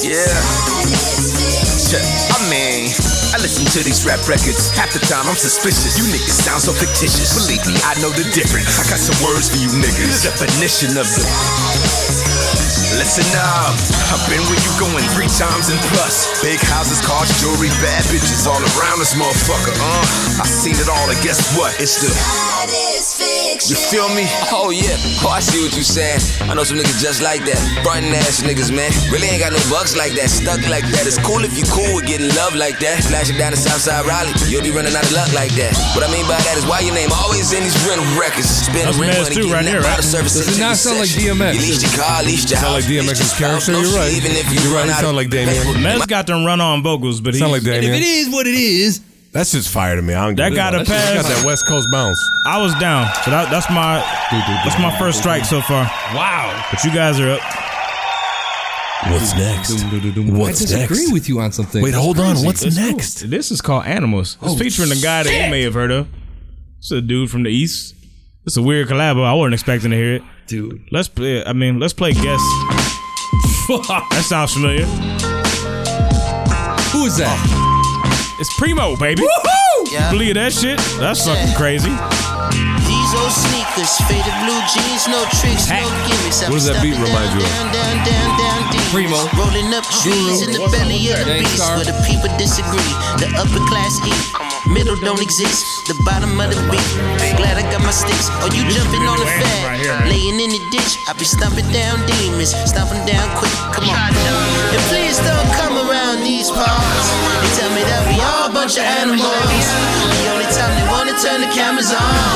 S28: Yeah. Check. I mean, I listen to these rap records. Half the time I'm suspicious. You niggas sound so fictitious. Believe me, I know the difference. I got some words for you niggas. The definition of the. Listen up. I've been where you going three times and plus. Big houses, cars, jewelry, bad bitches all around this motherfucker. Uh, I seen it all, and guess what? It's the.
S8: You feel me? Oh yeah. Oh, I see what you saying. I know some niggas just like that. Front ass niggas, man. Really ain't got no bucks like that. Stuck like that. It's cool if you cool with getting love like that. Flash it down to Southside Raleigh. You'll be running out of luck like that. What I mean by that is why your name always in these rental records. Spend
S4: That's
S8: rent
S4: Maz
S8: money,
S4: too,
S8: getting
S4: right
S8: that
S4: there, right?
S8: bottle service
S4: Does
S8: and
S4: it not
S8: tipping
S4: sound like
S8: session.
S4: DMX?
S8: You leased your car, leased your
S4: Sound
S8: house.
S4: like DMX's character. You're right.
S8: Even if you
S4: You're right.
S8: run
S4: You
S8: out
S4: sound
S8: of
S4: like Damien.
S3: Mez got them run on vocals, but
S4: Sound
S3: he's
S4: like Damien.
S3: what it is,
S4: That's just fire to me. I don't
S3: That
S4: give
S3: got a
S4: fuck.
S3: pass.
S4: That's just Got that West Coast bounce.
S3: I was down. So that, that's my that's my first strike so far.
S4: Wow.
S3: But you guys are up.
S4: What's next?
S3: What's
S5: I disagree
S3: next?
S5: with you on something.
S3: Wait,
S5: That's
S3: hold on.
S5: crazy.
S3: What's
S5: That's cool.
S3: next? This is called Animals. It's
S5: Oh,
S3: featuring a guy that
S5: shit.
S3: you may have heard of. It's a dude from the East. It's a weird collab. I wasn't expecting to hear it.
S5: Dude.
S3: Let's play I mean, let's play Guess. that sounds familiar.
S5: Who is that?
S3: It's Primo, baby. Woohoo! Believe that shit? That's fucking crazy.
S25: These old sneakers, faded blue jeans, no tricks, no gimmicks.
S3: What does that beat remind you of?
S25: Down, down, down, deep.
S5: Primo.
S25: Rolling up trees in the belly of the beast, where the people disagree. The upper class eat. Middle don't exist, the bottom of the beat. Glad I got my sticks. Or you jumping on the fat. Laying in the ditch, I be stomping down demons. Stomping down quick, come on. And please don't come around these parts. They tell me that we all a bunch of animals. The only time they wanna turn the cameras on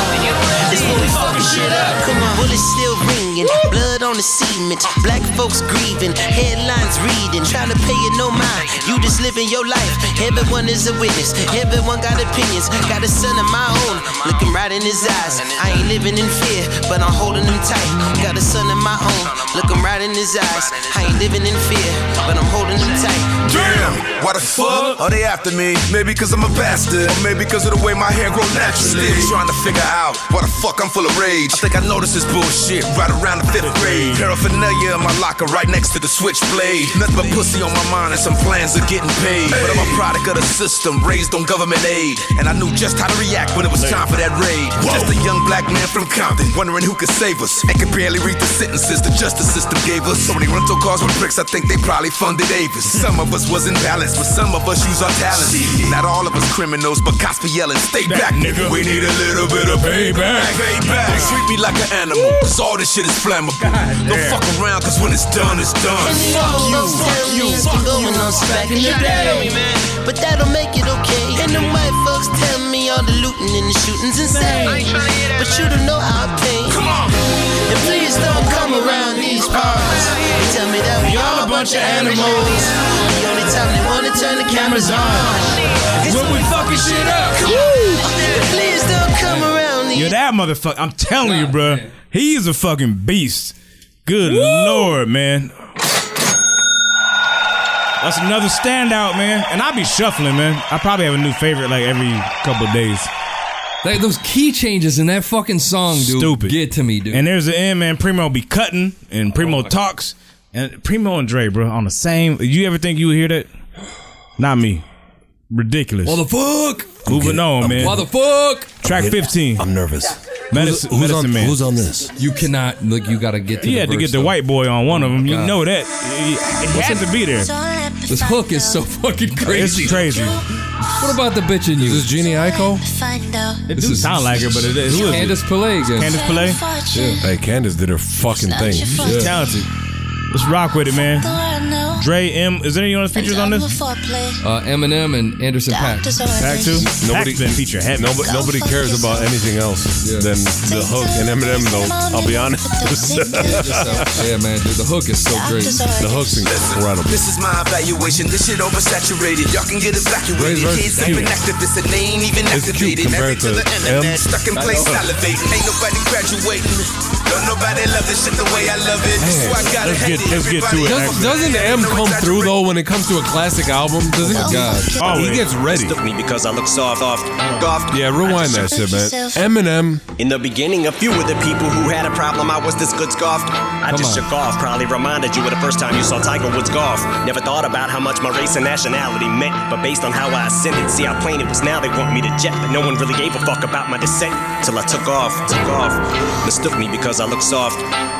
S25: is when we fucking shit up. Come on, bullets still ringing, blood on the cement. Black folks grieving, headlines reading, trying to pay it no mind. You just living your life. Everyone is a witness. Everyone got opinions. Got a son of my own, looking right in his eyes. I ain't living in fear, but I'm holding him tight. Got a son of my own, looking right in his eyes. I ain't living in fear, but I'm holding him tight.
S24: Damn, why the fuck are they after me? Maybe cause I'm a bastard, or maybe cause of the way my hair grow naturally. Still trying to figure out why the fuck I'm full of rage. I think I noticed this bullshit right around the fifth grade. Paraphernalia in my locker right next to the switchblade. Nothing but pussy on my mind and some plans of getting paid. But I'm a product of the system, raised on government aid. And I knew just how to react when it was time for that raid. Just a young black man from Compton, wondering who could save us. And could barely read the sentences the justice system gave us. So many rental cars with bricks, I think they probably funded Avis. Some of us was in balance, but some of us use our talents. Not all of us criminals, but cops be yelling, stay back, nigga. We need a little bit of payback. Payback. They treat me like an animal, cause all this shit is flammable. Don't fuck around, cause when it's done, it's done.
S25: And they all those damn years been going on since back in the day. But that'll make it okay. And them white folks tell me all the looting and the shooting's insane. But you don't know our pain. Come on. And please don't come around these parts. They tell me that we all a bunch of animals. The only time they wanna turn the cameras on is when we fucking shit up. Come on. And please don't come around these
S3: You're that motherfucker. I'm telling you, bro. He's a fucking beast. Good lord, man. That's another standout, man. And I be shuffling, man. I probably have a new favorite like every couple days.
S5: Like those key changes in that fucking song, dude.
S3: Stupid.
S5: Get to me, dude.
S3: And there's the end, man. Primo be cutting, and Primo talks, and Primo and Dre, bro, on the same. You ever think you would hear that? Not me. Ridiculous.
S5: Motherfuck.
S3: Moving on, man.
S5: Motherfuck.
S3: Track
S5: I'm getting-
S3: 15. I'm
S29: nervous.
S3: Medicine,
S5: Who's- who's
S3: medicine
S5: on-
S3: man.
S5: who's
S29: on this?
S5: You cannot look. You gotta get to.
S3: He
S5: the
S3: had to
S5: verse,
S3: get the
S5: though. Oh
S3: white boy on one of them. You
S5: God.
S3: know that. It, it had to be there.
S5: This hook is so fucking crazy.
S3: It's crazy.
S5: What about the bitch in you? Is this
S4: Jeannie Aiko?
S10: Find out.
S3: It do sound like it, but it is. Who is it?
S5: Candace Pillay. again.
S3: Candace Pillay?
S4: Hey, Candace did her fucking thing.
S3: She's talented. Let's rock with it, man.
S10: I know
S3: Dre M. Is there anyone else features on this?
S5: Uh, Eminem and Anderson Paak.
S3: Pack two. Pack's been feature heavy.
S4: Nobody, nobody cares about anything else than the hook and Eminem, though. I'll be honest.
S5: yeah, man, dude, the hook is so great.
S4: The hook's incredible.
S24: This is my evaluation. This shit oversaturated. Y'all can get
S4: Raise
S24: evacuated.
S4: versus
S24: Kids ain't been
S4: cute.
S24: activists and they ain't even
S4: It's cute
S24: activated.
S4: compared
S24: Married to
S4: to
S24: the
S4: M.
S24: internet, stuck in
S4: I
S24: place,
S4: know.
S24: salivating. Ain't nobody graduating. Don't nobody love this shit the way I love it. so I gotta
S4: let's
S24: hate
S4: get,
S24: it.
S4: let's get to it.
S24: Everybody
S4: Does,
S24: knows
S4: doesn't M come through though when it comes to a classic album? Doesn't
S24: Oh my
S4: it?
S24: God.
S4: he gets ready.
S8: me because I look soft, off, off.
S4: Yeah, rewind that shit, man. Eminem.
S8: In the beginning, a few of the people who had a problem, I was this good scoffed. I
S4: Come
S8: just
S4: on.
S8: shook off, probably reminded you of the first time you saw Tiger Woods golf. Never thought about how much my race and nationality meant, but based on how I ascended, see how plain it was now they want me to jet, but no one really gave a fuck about my descent till I took off, took off. Mistook me because I look soft,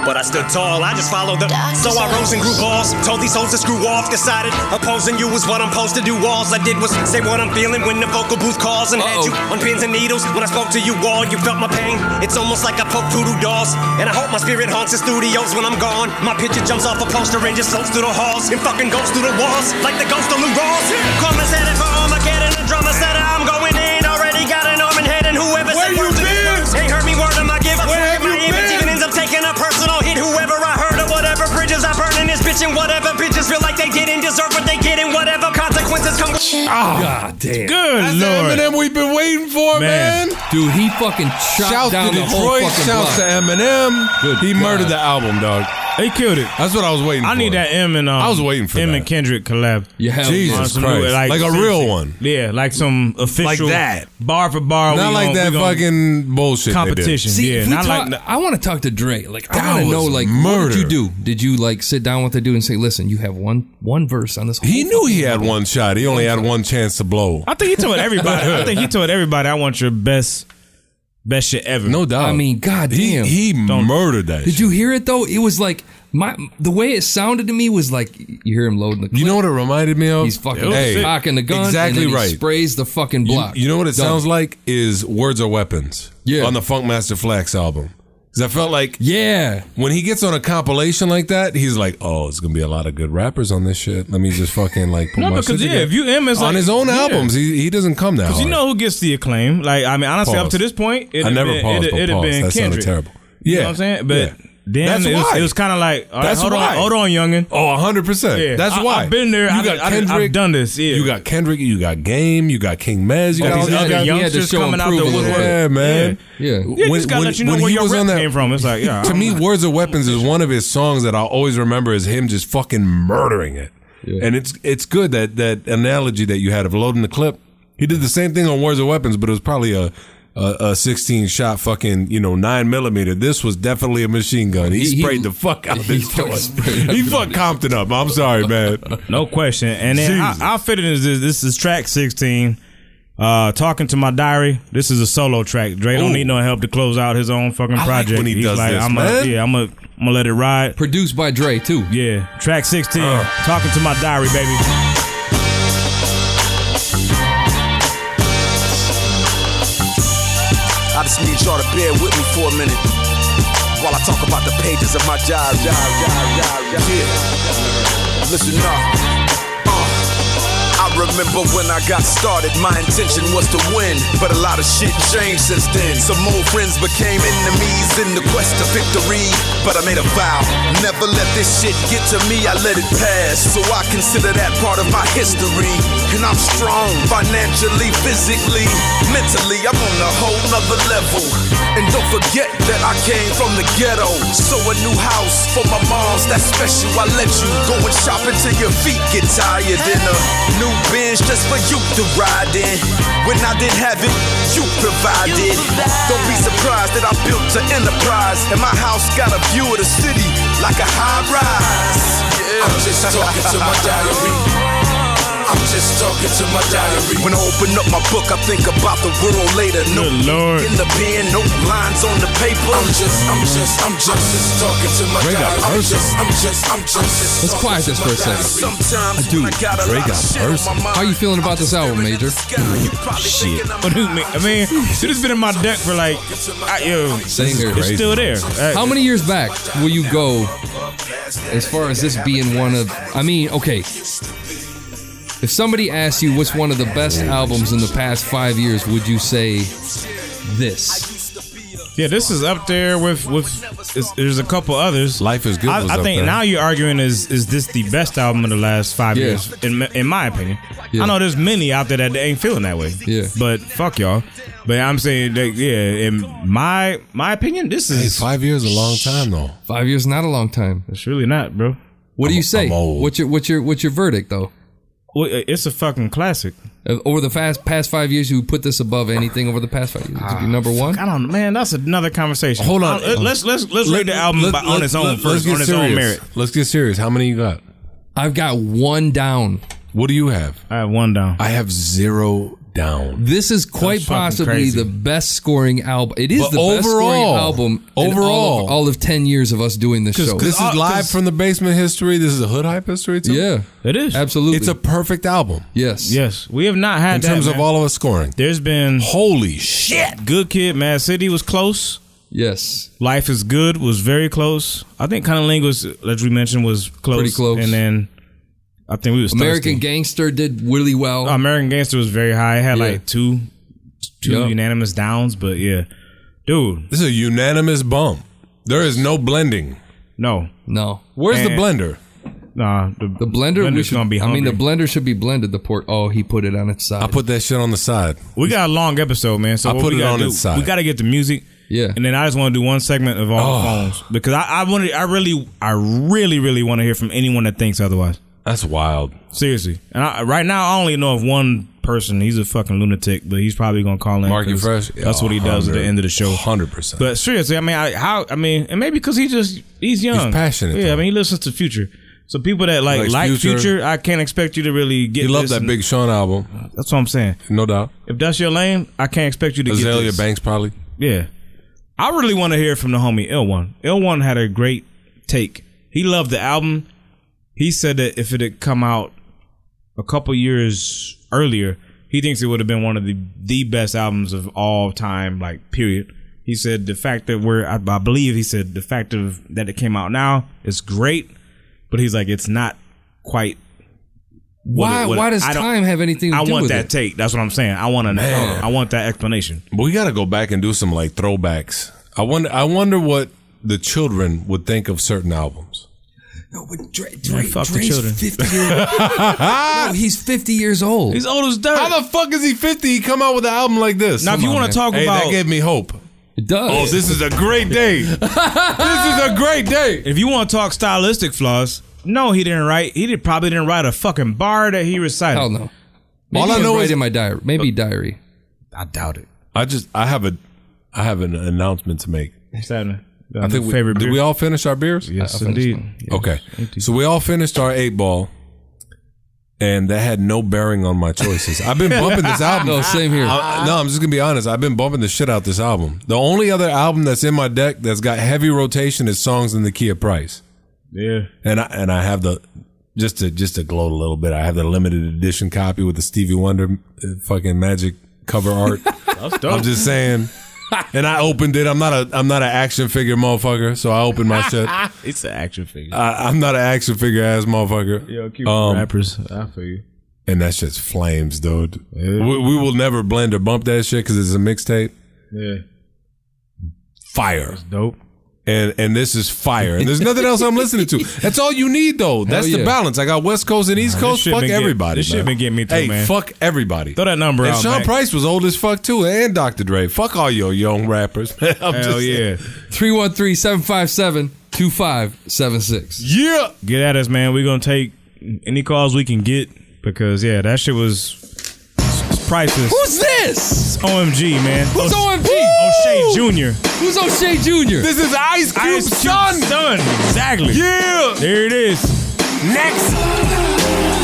S8: but I stood tall. I just followed the. So I rose and grew balls, told these hoes to screw off, decided opposing you was what I'm supposed to do. Walls I did was say what I'm feeling when the vocal booth calls and had you on pins and needles. When I spoke to you all, you felt my pain. It's almost like I poked voodoo dolls, and I hope my spirit haunts the studios when I'm gone. My picture jumps off a poster and just floats through the halls and fucking goes through the walls like the ghost of Lou Rawls. Karma said it for Armageddon, the drummer said I'm going in. Already got an arm and head, and whoever said you ain't heard me word of my give up. my image even ends up taking a personal hit. Whoever I hurt or whatever bridges I burn in this bitch and whatever bitches feel like they didn't deserve what they get and whatever consequences come with.
S5: God damn.
S3: Good lord.
S4: Eminem we've been waiting for, man.
S5: Dude, he fucking chopped
S4: Shouts
S5: down
S4: to
S5: the whole
S4: Detroit.
S5: fucking
S4: Shouts to
S5: block.
S4: Eminem. he
S3: God.
S4: murdered the album, dog.
S3: He killed it.
S4: That's what I was waiting
S3: I
S4: for.
S3: need that M and um,
S4: I was waiting for
S3: M
S4: that.
S3: and Kendrick collab.
S4: Yeah, Jesus
S3: On some
S4: Christ.
S3: new-
S4: Like a
S3: seriously.
S4: real one.
S3: Yeah, like some official.
S4: Like that.
S3: Bar for bar.
S4: Not
S3: we
S4: like
S3: gon-
S4: that
S3: we gon-
S4: fucking bullshit. they did.
S3: competition.
S5: See,
S3: yeah,
S5: if we
S3: not
S5: talk,
S3: like
S5: I want to talk to Dre. Like,
S4: That
S5: I want to
S4: was
S5: know, like, what
S4: murder.
S5: did you do? Did you like sit down with the dude and say, "Listen, you have one one verse on this"? Whole
S4: He knew he had one shot. He only had one chance to blow.
S3: I think he told everybody. I think he told everybody. I want your best, best shit ever.
S4: No doubt.
S5: I mean, goddamn.
S4: He, he murdered that.
S5: Did you hear it though? It was like my the way it sounded to me was like you hear him loading the. Clip.
S4: You know what it reminded me of?
S5: He's fucking
S4: Hey,
S5: cocking the gun.
S4: Exactly
S5: and then
S4: right.
S5: He sprays the fucking
S4: You-
S5: block.
S4: You, know what it
S5: Done.
S4: sounds like is words are weapons. Yeah. On the Funkmaster Flax album. Cause I felt like
S5: yeah,
S4: when he gets on a compilation like that, he's like, oh, it's gonna be a lot of good rappers on this shit. Let me just fucking like put
S3: No,
S4: my
S3: because,
S4: shit
S3: yeah,
S4: together."
S3: if you M, it's
S4: on
S3: like-
S4: his own
S3: yeah.
S4: albums, he, he doesn't come that
S3: Because
S4: hard.
S3: you know who gets the acclaim. Like I mean, honestly, up
S4: Pause.
S3: to this point, it
S4: I never
S3: been,
S4: paused,
S3: It'd,
S4: but
S3: it'd have
S4: paused.
S3: been
S4: That sounded
S3: Kendrick.
S4: terrible.
S3: You know
S4: Yeah.
S3: what I'm saying? But
S4: Yeah.
S3: then
S4: That's
S3: it was,
S4: why.
S3: it was kind of like, all right,
S4: That's
S3: hold
S4: why.
S3: on, hold on, youngin.
S4: Oh, 100%.
S3: Yeah.
S4: That's
S3: I-
S4: why.
S3: I've been there.
S4: You
S3: I've-
S4: got
S3: I've- I've
S4: Kendrick.
S3: done this. Yeah.
S4: You got Kendrick. You got Game. You got King Mez. You
S3: All
S4: got all
S3: these
S4: these
S3: other
S4: guys.
S3: youngsters coming out the woodwork.
S4: Yeah, man.
S5: Yeah.
S3: Yeah, just gotta let you know
S4: when
S3: where
S4: he
S3: your
S4: was
S3: rep
S4: on that-
S3: came from. It's like, yeah, I
S4: to
S3: don't
S4: me, Words of Weapons is one of his songs that I'll always remember is him just fucking murdering it. And it's it's good that that analogy that you had of loading the clip. He did the same thing on Words of Weapons, but it was probably a a, a sixteen shot fucking you know nine millimeter. This was definitely a machine gun. He,
S3: He-
S4: sprayed
S3: he-
S4: the fuck out of this
S3: fucking
S4: joint. He fucked Compton up. I'm sorry, man.
S3: No question. And then
S4: Jesus.
S3: I, I fit it as this. This is track 16. Uh, talking to my diary. This is a solo track. Dre don't
S5: Ooh.
S3: need no help to close out his own fucking
S5: I like
S3: project.
S5: when he
S3: He's
S5: does
S3: like,
S5: this,
S3: I'm
S5: man.
S3: A, yeah, I'm gonna I'm gonna let it ride.
S5: Produced by Dre too. Uh.
S3: Yeah, track 16. Talking to my diary, baby.
S24: I just need y'all to bear with me for a minute while I talk about the pages of my job. job, job, job, job. Yeah. Listen up. Uh, I remember when I got started, my intention was to win. But a lot of shit changed since then. Some old friends became enemies in the quest of victory. But I made a vow never let this shit get to me, I let it pass. So I consider that part of my history. And I'm strong financially, physically, mentally, I'm on a whole nother level. And don't forget that I came from the ghetto. So a new house for my moms, that's special. I let you go and shop until your feet get tired. In a new bench just for you to ride in. When I didn't have it, you provided. Don't be surprised that I built an enterprise. And my house got a view of the city like a high rise. I'm just talking to my diary. I'm just talking to my diary. When I open up my book, I think about the world later. No
S3: Lord.
S24: in the pen, no lines on the paper. I'm just, I'm just, I'm just, I'm just talking to my
S5: Dre got
S24: diary. I'm
S5: verses.
S24: just, I'm just, I'm just.
S5: Let's quiet this for a second.
S24: Sometimes
S5: Dude,
S24: when I got a lot
S5: Dre
S24: of
S5: got
S24: shit on
S5: verses.
S24: my mind,
S5: How you feeling about this album, Major?
S3: Shit. What do you mean? I mean, dude, it's been in my deck for like, I, yo,
S5: Same here.
S3: it's still there. Uh,
S5: How many years back will you go as far as this being one of, I mean, okay. If somebody asks you what's one of the best albums in the past five years, would you say this?
S3: Yeah, this is up there with with. it's- There's a couple others. Life is
S4: Good
S3: I,
S4: was
S3: I
S4: up
S3: think
S4: there.
S3: now you're arguing is is this the best album of the last five
S4: Yeah.
S3: years? In in my opinion, I know there's many out there that ain't feeling that way. Yeah, but fuck y'all. But I'm saying that yeah, in my my opinion, this is
S4: five years a long time though.
S5: Five years not a long time.
S3: It's really not, bro.
S5: What do you say? What's your what's your what's your verdict though? Uh,
S3: Well, it's a fucking classic.
S5: Over the fast past five years, you put this above anything over the past five years. It could be number one.
S3: Ah, I don't, man. That's another conversation.
S5: Hold on.
S3: I- let's let's let's rate the album by, on its own first, on its own merit.
S4: Let's get serious. How many you got?
S5: I've got one down.
S4: What do you have?
S3: I have one down.
S4: I have zero down.
S5: This is quite
S4: fucking
S5: possibly
S4: crazy.
S5: the best scoring album. It is
S4: But
S5: the best scoring
S4: overall-
S5: album in all
S4: overall-
S5: of, all of ten years of us doing this show.
S4: this is live from the basement history. This is a hood hype history too.
S5: Yeah,
S3: it is
S5: absolutely.
S4: It's a perfect album.
S5: Yes,
S3: yes. We have not had
S4: in
S3: that,
S4: terms of
S3: man.
S4: all of us scoring.
S3: There's been
S4: holy shit.
S3: Good Kid, Mad City was close.
S5: Yes.
S3: Life is Good was very close. I think Cunnilingus, was, as we mentioned, was close.
S5: Pretty close.
S3: And then I think we was
S5: American
S3: thirsty.
S5: Gangster did really well.
S3: American Gangster was very high. It had like two two
S5: Yeah.
S3: unanimous downs, but yeah, dude,
S4: this is a unanimous bump. There is no blending.
S3: No,
S5: no.
S4: Where's the
S5: And-
S4: blender?
S3: Nah, the,
S5: The blender, we
S4: Blender's
S5: should,
S4: gonna be
S5: I mean, the
S4: hungry.
S5: blender should be blended. The port. Oh, he put it on its side. I
S4: put that shit on the side.
S3: we got a long episode, man. So
S5: I
S3: what
S5: put
S3: we
S5: it
S3: gotta
S5: on
S3: do-
S5: its side.
S3: We got to get the music.
S5: Yeah.
S3: And then I just want to do one segment of all the
S4: Oh.
S3: phones because I, I wanted, I really, I really, really want to hear from anyone that thinks otherwise.
S4: That's wild.
S3: Seriously. And I, right now, I only know of one person. He's a fucking lunatic, but he's probably gonna call in.
S4: Marky
S3: 'cause
S4: Fresh.
S3: That's what he does at the end of the show.
S4: Hundred percent.
S3: But seriously, I mean, I, how? I mean, and maybe because he just he's young,
S4: He's passionate,
S3: Yeah, I mean, he listens to Future. So people that like
S4: Likes
S3: like
S4: Future.
S3: Future, I can't expect you to really get.
S4: You love
S3: this
S4: that
S3: and-
S4: Big Sean album.
S3: That's what I'm saying.
S4: No doubt.
S3: If that's your lane, I can't expect you to get
S4: Azalea
S3: this.
S4: Banks probably.
S3: Yeah, I really want to hear from the homie L One. L One had a great take. He loved the album. He said that if it had come out a couple years earlier, he thinks it would have been one of the the best albums of all time. Like period. He said the fact that we're I, I believe he said the fact of that it came out now is great, but he's like it's not quite. what
S5: Why?
S3: it- what it-
S5: why does
S3: I don't-
S5: time have anything to
S3: I
S5: do
S3: want
S5: with
S3: that
S5: it?
S3: take. That's what I'm saying. I want to.
S4: Man.
S3: I want that explanation.
S4: But we got to go back and do some like throwbacks. I wonder. I wonder what the children would think of certain albums.
S5: Dre,
S3: fuck the
S5: Dre's
S3: children.
S5: 50 years- no, he's 50 years old.
S3: He's old as dirt.
S4: How the fuck is he 50? He come out with an album like this.
S3: Now, if you want to talk
S4: Hey,
S3: about
S4: that gave me hope.
S5: It does.
S4: Oh, this is a great day. this is a great day.
S3: If you want to talk stylistic flaws, no, he didn't write. He did, probably didn't write a fucking bar that he recited.
S5: Hell no. Maybe
S3: All I
S5: I'll
S3: know
S5: write
S3: is-
S5: in my diary.
S3: Oh,
S5: Maybe diary.
S3: I doubt it.
S4: I just. I have a. I have an announcement to make.
S3: What's happening?
S4: I think we,
S3: favorite.
S4: did
S3: beer?
S4: we all finish our beers?
S3: Yes, I finished indeed. mine. Yes,
S4: Okay. So we all finished our eight ball, and that had no bearing on my choices. I've been bumping this album.
S5: No, same here.
S4: I- no, I'm just gonna be honest. I've been bumping the shit out this album. The only other album that's in my deck that's got heavy rotation is songs in the key of Price,
S3: yeah.
S4: and I and I have the just to just to gloat a little bit. I have the limited edition copy with the Stevie Wonder uh, fucking magic cover art.
S3: That's dope.
S4: I'm just saying. And I opened it. I'm not a I'm not an action figure motherfucker, so I opened my shit.
S3: it's an action figure.
S4: I, I'm not an action figure ass motherfucker. Um,
S3: Yo, keep rappers. I feel you.
S4: And that shit's flames, dude. We, we will never blend or bump that shit because it's a mixtape.
S3: Yeah.
S4: Fire.
S3: dope.
S4: And and this is fire. And there's nothing else I'm listening to. That's all you need though. That's
S3: yeah.
S4: the balance. I got West Coast and East
S3: Nah, this
S4: Coast.
S3: shit
S4: Fuck
S3: been get-
S4: everybody.
S3: this shit
S4: man.
S3: been getting me too,
S4: hey,
S3: man.
S4: Fuck everybody.
S3: Throw that number
S4: and
S3: out,
S4: Sean
S3: Mac.
S4: Price was old as fuck too, and Dr. Dre. Fuck all your young rappers, man. I'm
S3: Hell
S4: just
S3: yeah.
S5: 313 757 2576.
S4: Yeah.
S3: Get at us, man. We're gonna take any calls we can get because yeah, that shit was it's priceless.
S5: Who's
S3: It's
S5: this?
S3: OMG, man.
S5: Who's
S3: O-
S5: OMG?
S3: O'Shea Jr.
S5: Who's O'Shea Jr.?
S4: This is Ice
S3: Cube's son. son. Exactly.
S4: Yeah.
S3: There it is.
S4: Next.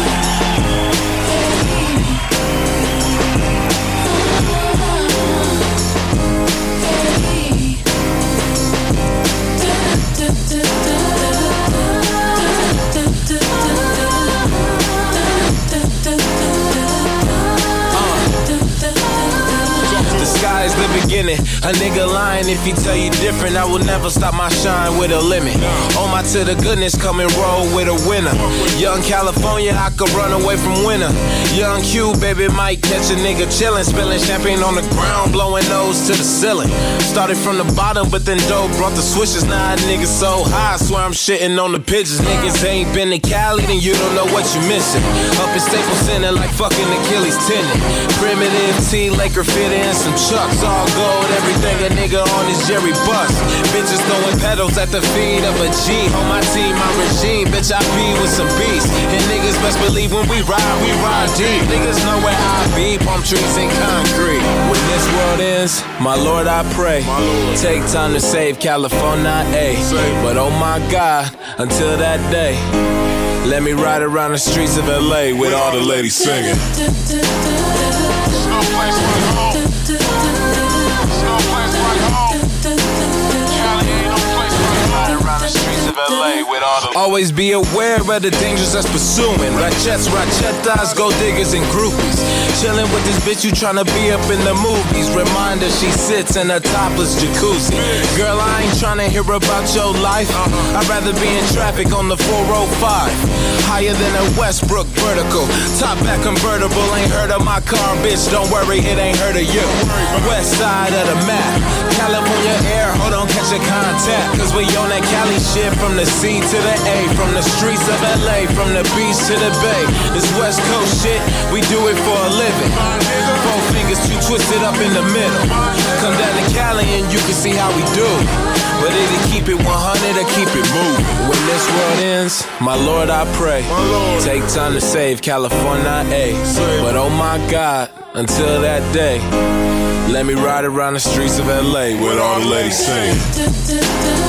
S11: The sky is the beginning. A nigga
S1: lying
S11: lying.
S1: if he tell you different. I will never stop my shine with a limit. On my to the goodness, come and roll with a winner. Young California, I could run away from winter. Young Q, baby, might catch a nigga chillin', spillin' champagne on the ground, blowing nose to the ceiling. Started from the bottom, but then dope brought the swishes. Now nah, niggas so high, I swear I'm shitting on the pigeons. Niggas ain't been to Cali, then you don't know what you missing. Up in Staples Center like fucking Achilles tendon. Primitive T, Laker fit in some chucks, all gold, everything a nigga on his Jerry bus. Bitches throwing pedals at the feet of a G. On my team, my regime, bitch, I be with some beasts. And niggas best believe when we ride, we ride deep. Niggas know where I be, palm trees and concrete. When this world ends, my lord, I pray. Take time to save California, A. But oh my god, until that day, let me ride around the streets of LA with all the ladies singing. Always be aware of the dangers that's pursuing. Rachettes, rachetas, gold diggers, and groupies. Chilling with this bitch, you tryna be up in the movies. Reminder, she sits in a topless jacuzzi. Girl, I ain't tryna hear about your life. I'd rather be in traffic on the 405. Higher than a Westbrook vertical. Top back convertible, ain't heard of my car, bitch. Don't worry, it ain't heard of you. West side of the map. California air, hold on, catch a contact. Cause we on that Cali shit from the C to the A, from the streets of LA, from the beach to the bay. This West Coast shit, we do it for a living. Four fingers, two twisted up in the middle. Come down to Cali and you can see how we do. But either keep it 100 or keep it moving. When this world ends, my Lord, I pray. Take time to save California A. But oh my God, until that day, let me ride around the streets of LA with all the ladies singing.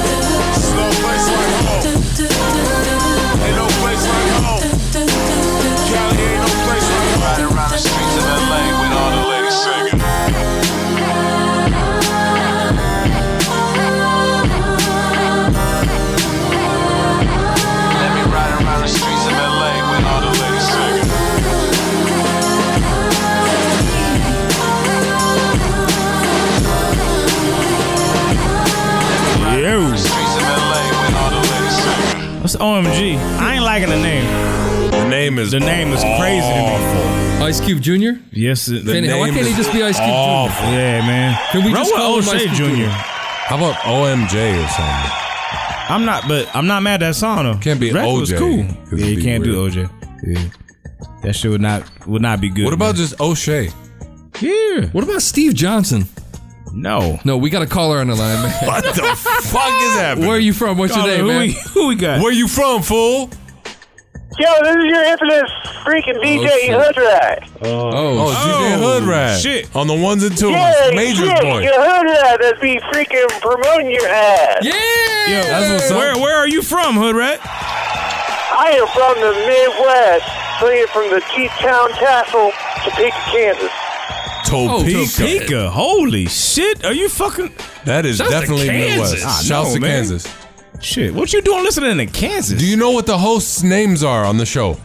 S3: Yo. What's OMG? I ain't liking the name. The
S4: name is
S3: the name is crazy to me.
S5: Ice Cube Jr.
S3: Yes, the
S5: Can he- why can't he just be Ice Cube
S4: awful.
S5: Jr.?
S3: Yeah, man.
S5: Can we
S3: Run
S5: just
S3: with
S5: call him
S3: O'Shea
S5: Ice Cube Jr.?
S4: How about OMJ or something?
S3: I'm not, but I'm not mad at that song though. Can't
S4: be
S3: Was
S4: OJ,
S3: cool.
S4: 'cause
S3: Yeah,
S4: it'd
S3: you
S4: be
S3: can't
S4: weird.
S3: do OJ. Yeah, that shit would not would not be good.
S4: What about
S3: man.
S4: just O'Shea?
S3: Yeah.
S5: What about Steve Johnson?
S3: No.
S5: No, we got a caller on the line, man.
S4: what the fuck is happening?
S5: Where are you from? What's your
S4: Caller,
S5: name,
S4: who
S5: man?
S4: we-
S3: who we got?
S4: Where you from, fool?
S30: Yo, this is your infamous freaking DJ
S4: Oh, shit.
S30: Hood Rat.
S4: Oh, DJ Hood Rat.
S3: oh, Shit.
S4: On the ones and twos.
S30: Yeah,
S4: Major
S30: yeah,
S4: point.
S30: your Hood Rat that be freaking promoting your ass.
S5: Yeah,
S3: Yo, where where are you from, Hood Rat?
S30: I am from the Midwest, playing from the T-Town Castle, Topeka, Kansas.
S3: Oh, Topeka. Holy shit. Are you fucking.
S4: That is
S3: Shouts to
S4: definitely
S3: Kansas.
S4: Midwest.
S3: I
S4: Shouts
S3: know,
S4: to
S3: man.
S4: Kansas.
S3: Shit, what you doing listening to Kansas?
S4: Do you know what the hosts' names are on the show?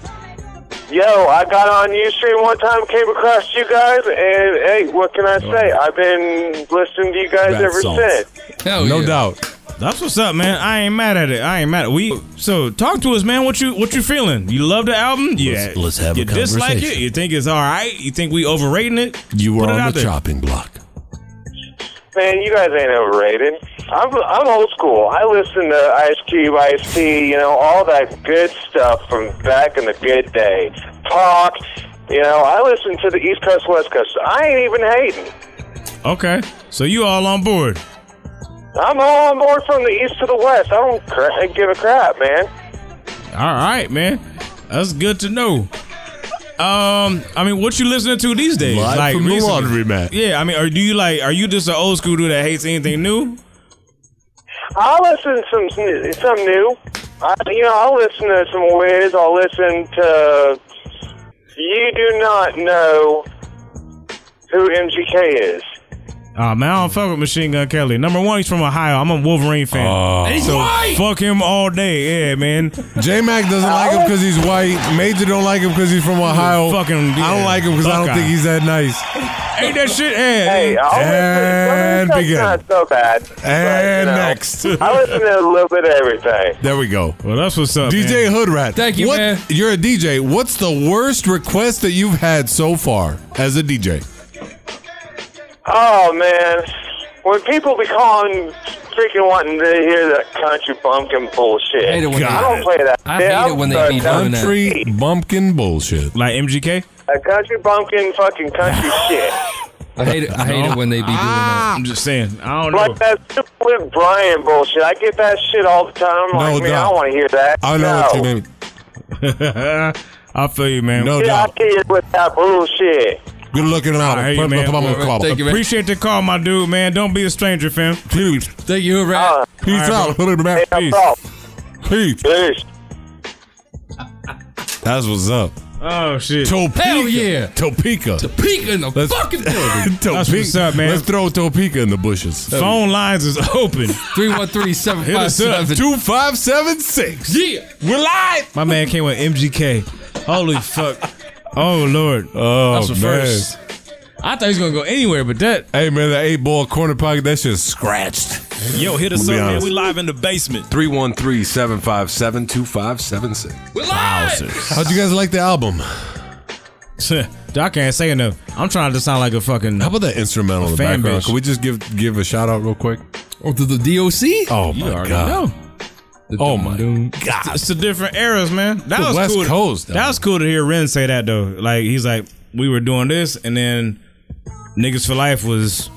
S30: Yo, I got on Ustream one time, came across you guys, and hey, what can I say? I've been listening to you guys
S3: Rat
S30: ever
S3: songs.
S30: since.
S3: no
S4: doubt.
S3: That's what's up, man. I ain't mad at it. I ain't mad. At We so talk to us, man. What you what you feeling? You love the album? Yeah.
S14: let's have a
S3: you dislike it?
S14: conversation.
S3: You think it's all right? You think we overrating it?
S14: You were
S3: Put it
S14: on
S3: out
S14: the
S3: there.
S14: chopping block.
S30: Man, you guys ain't overrated. I'm I'm old school. I listen to Ice Cube, Ice T, you know, all that good stuff from back in the good day. Talk, you know, I listen to the East Coast, West Coast. I ain't even hating.
S3: Okay, so you all on board?
S30: I'm all on board from the east to the west. I don't cra- give a crap, man.
S3: All right, man. That's good to know. Um, I mean, what you listening to these days?
S14: Live from the
S3: recently?
S14: laundromat.
S3: Yeah, I mean, or do you like? Are you just an old school dude that hates anything new?
S30: I listen to some some new. I, you know, I'll listen to some Wiz. I'll listen to. You do not know who MGK is.
S3: Oh man, I don't fuck with Machine Gun Kelly. Number one, he's from Ohio. I'm a Wolverine fan.
S4: And he's
S3: so
S4: white!
S3: fuck him all day. Yeah, man.
S4: J Mac doesn't like him because he's white. Major don't like him because he's from Ohio.
S3: Fucking,
S4: I don't
S3: yeah,
S4: like him because I
S3: fuck
S4: don't think
S3: I.
S4: he's that nice.
S3: Ain't that shit? And,
S8: Hey, I always-
S3: and
S8: That's
S3: begin.
S8: not so bad.
S3: And
S8: you know,
S3: next.
S8: I listen to a little bit of everything.
S4: There we go.
S3: Well, that's what's up,
S4: DJ
S3: man.
S4: Hoodrat.
S3: Thank you,
S4: what,
S3: man.
S4: You're a DJ. What's the worst request that you've had so far as a DJ?
S8: Oh man, when people be calling, freaking wanting to hear that country bumpkin bullshit. I,
S4: when they-
S8: don't play that. shit. I'm sorry, country-
S4: country bumpkin bullshit.
S3: Like MGK?
S8: A country bumpkin, fucking country shit.
S5: I hate it. I hate it when they be doing that.
S3: I'm just Ah! saying. I don't
S8: Like that Flip Brian bullshit. I get that shit all the time. I'm like,
S3: No
S8: man, I
S3: doubt.
S8: don't want to hear that. no.
S4: mean.
S3: I feel you, man.
S8: Get out here with that bullshit.
S4: Good looking out.
S3: I hear you,
S4: Put
S3: man.
S4: up on the call.
S3: Appreciate the call, my dude, man. Don't be a stranger, fam.
S4: Please.
S5: Thank you,
S3: Uh,
S5: Rat.
S4: Peace out. Put it back. Peace. Peace.
S8: Peace.
S4: That's what's up.
S3: Oh shit.
S4: Topeka.
S5: Hell yeah.
S4: Topeka.
S5: Topeka in the fucking building.
S4: Topeka. Let's throw Topeka in the bushes.
S3: Phone lines is open.
S5: 313
S3: Hit us up.
S4: 2576.
S5: Yeah.
S4: We're live.
S3: My man came with MGK. Holy fuck. Oh, Lord.
S4: Oh,
S3: That's the
S4: man.
S3: first. I thought he was going to go anywhere, but that.
S4: Hey, man, that eight ball corner pocket, that shit's scratched.
S3: Yo, hit us up, man. We live in the basement.
S4: 313 757 2576. How'd you guys like the album?
S3: Dude, I can't say enough. I'm trying to sound like a fucking. How
S4: about that instrumental in the
S3: fan
S4: background?
S3: bitch.
S4: Can we just give give a shout out real quick?
S5: Oh, to the DOC?
S4: Oh,
S3: You
S4: my
S3: already
S4: God.
S3: know.
S4: Oh, my God.
S3: It's the different eras, man. That
S4: The
S3: was
S4: West
S3: cool. to-
S4: Coast, though.
S3: that was cool to hear Ren say that though. Like he's like, we were doing this, and then niggas for life was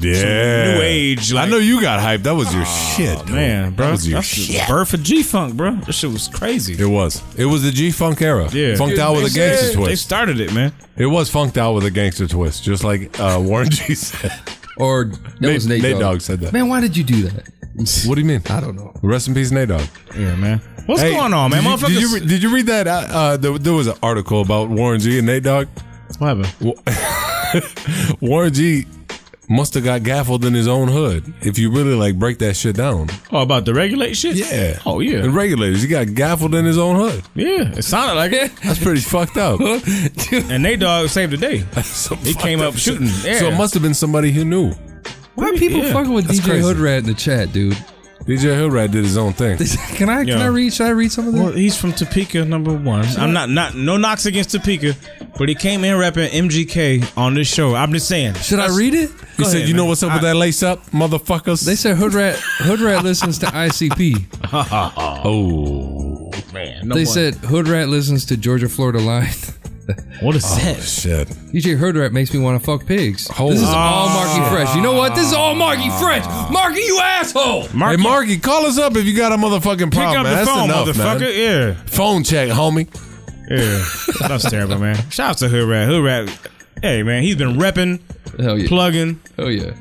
S4: Yeah.
S3: new age. Like,
S4: I know you got hyped. That was your shit, dude.
S3: Oh, man, bro.
S4: Oh, That was your
S3: That's the
S4: shit.
S3: birth of G Funk, bro. This shit was crazy.
S4: It was. It was the G Funk era.
S3: Yeah,
S4: Funked out with a
S3: They-
S4: gangster
S3: They
S4: twist.
S3: started it, man.
S4: It was funked out with a gangster twist, just like uh, Warren G said.
S5: Or that
S4: Nate,
S5: was Nate Dogg.
S4: Dogg said that.
S5: Man, why did you do that?
S4: What do you mean? I
S5: don't know.
S4: Rest in peace, Nate Dog.
S3: Yeah, man. What's going on, man?
S4: Did you, did, you,
S3: Motherfuckers-
S4: re- did you read that? Uh, uh, there, there was an article about Warren G and Nate Dog.
S3: What happened?
S4: Warren G must have got gaffled in his own hood. If you really like break that shit down.
S3: Oh, about the regulate shit.
S4: Yeah.
S3: Oh yeah.
S4: And regulators, he got gaffled in his own hood.
S3: Yeah, it sounded like it.
S4: That's pretty fucked up.
S3: and Nate Dog saved the day.
S4: Some
S3: He
S4: fucked
S3: came up
S4: shit.
S3: shooting. Yeah.
S4: So it must have been somebody he knew.
S5: Why are people
S3: Yeah,
S5: fucking with
S4: that's
S5: DJ
S4: crazy.
S5: Hoodrat in the chat, dude?
S4: DJ Hoodrat did his own thing.
S5: Can I can
S3: Yeah.
S5: I read? Should I read some of this?
S3: Well, he's from Topeka, number one. I'm not not no knocks against Topeka, but he came in rapping MGK on this show. I'm just saying.
S5: Should I read it?
S4: He said, "You know what's up with that lace up, motherfuckers."
S5: They said Hoodrat Hoodrat listens to ICP.
S4: oh
S3: man.
S5: they said Hoodrat listens to Georgia Florida Line.
S3: what is
S4: oh
S3: that?
S4: shit.
S5: DJ Hoodrat makes me want to fuck pigs.
S4: Holy
S5: this is all
S4: shit.
S5: Marky Fresh. You know what? This is all Marky Fresh. Marky, you asshole.
S4: Hey,
S3: Marky,
S4: Marky, call us up if you got a motherfucking problem.
S3: pick up
S4: man.
S3: the
S4: That's
S3: phone,
S4: enough,
S3: motherfucker.
S4: man.
S3: Yeah.
S4: Phone check, homie.
S3: Yeah. That's terrible, man. Shout out to Hood Rat. Hood Rat. Hey man, he's been repping,
S5: Hell yeah.
S3: plugging,
S5: Hell yeah.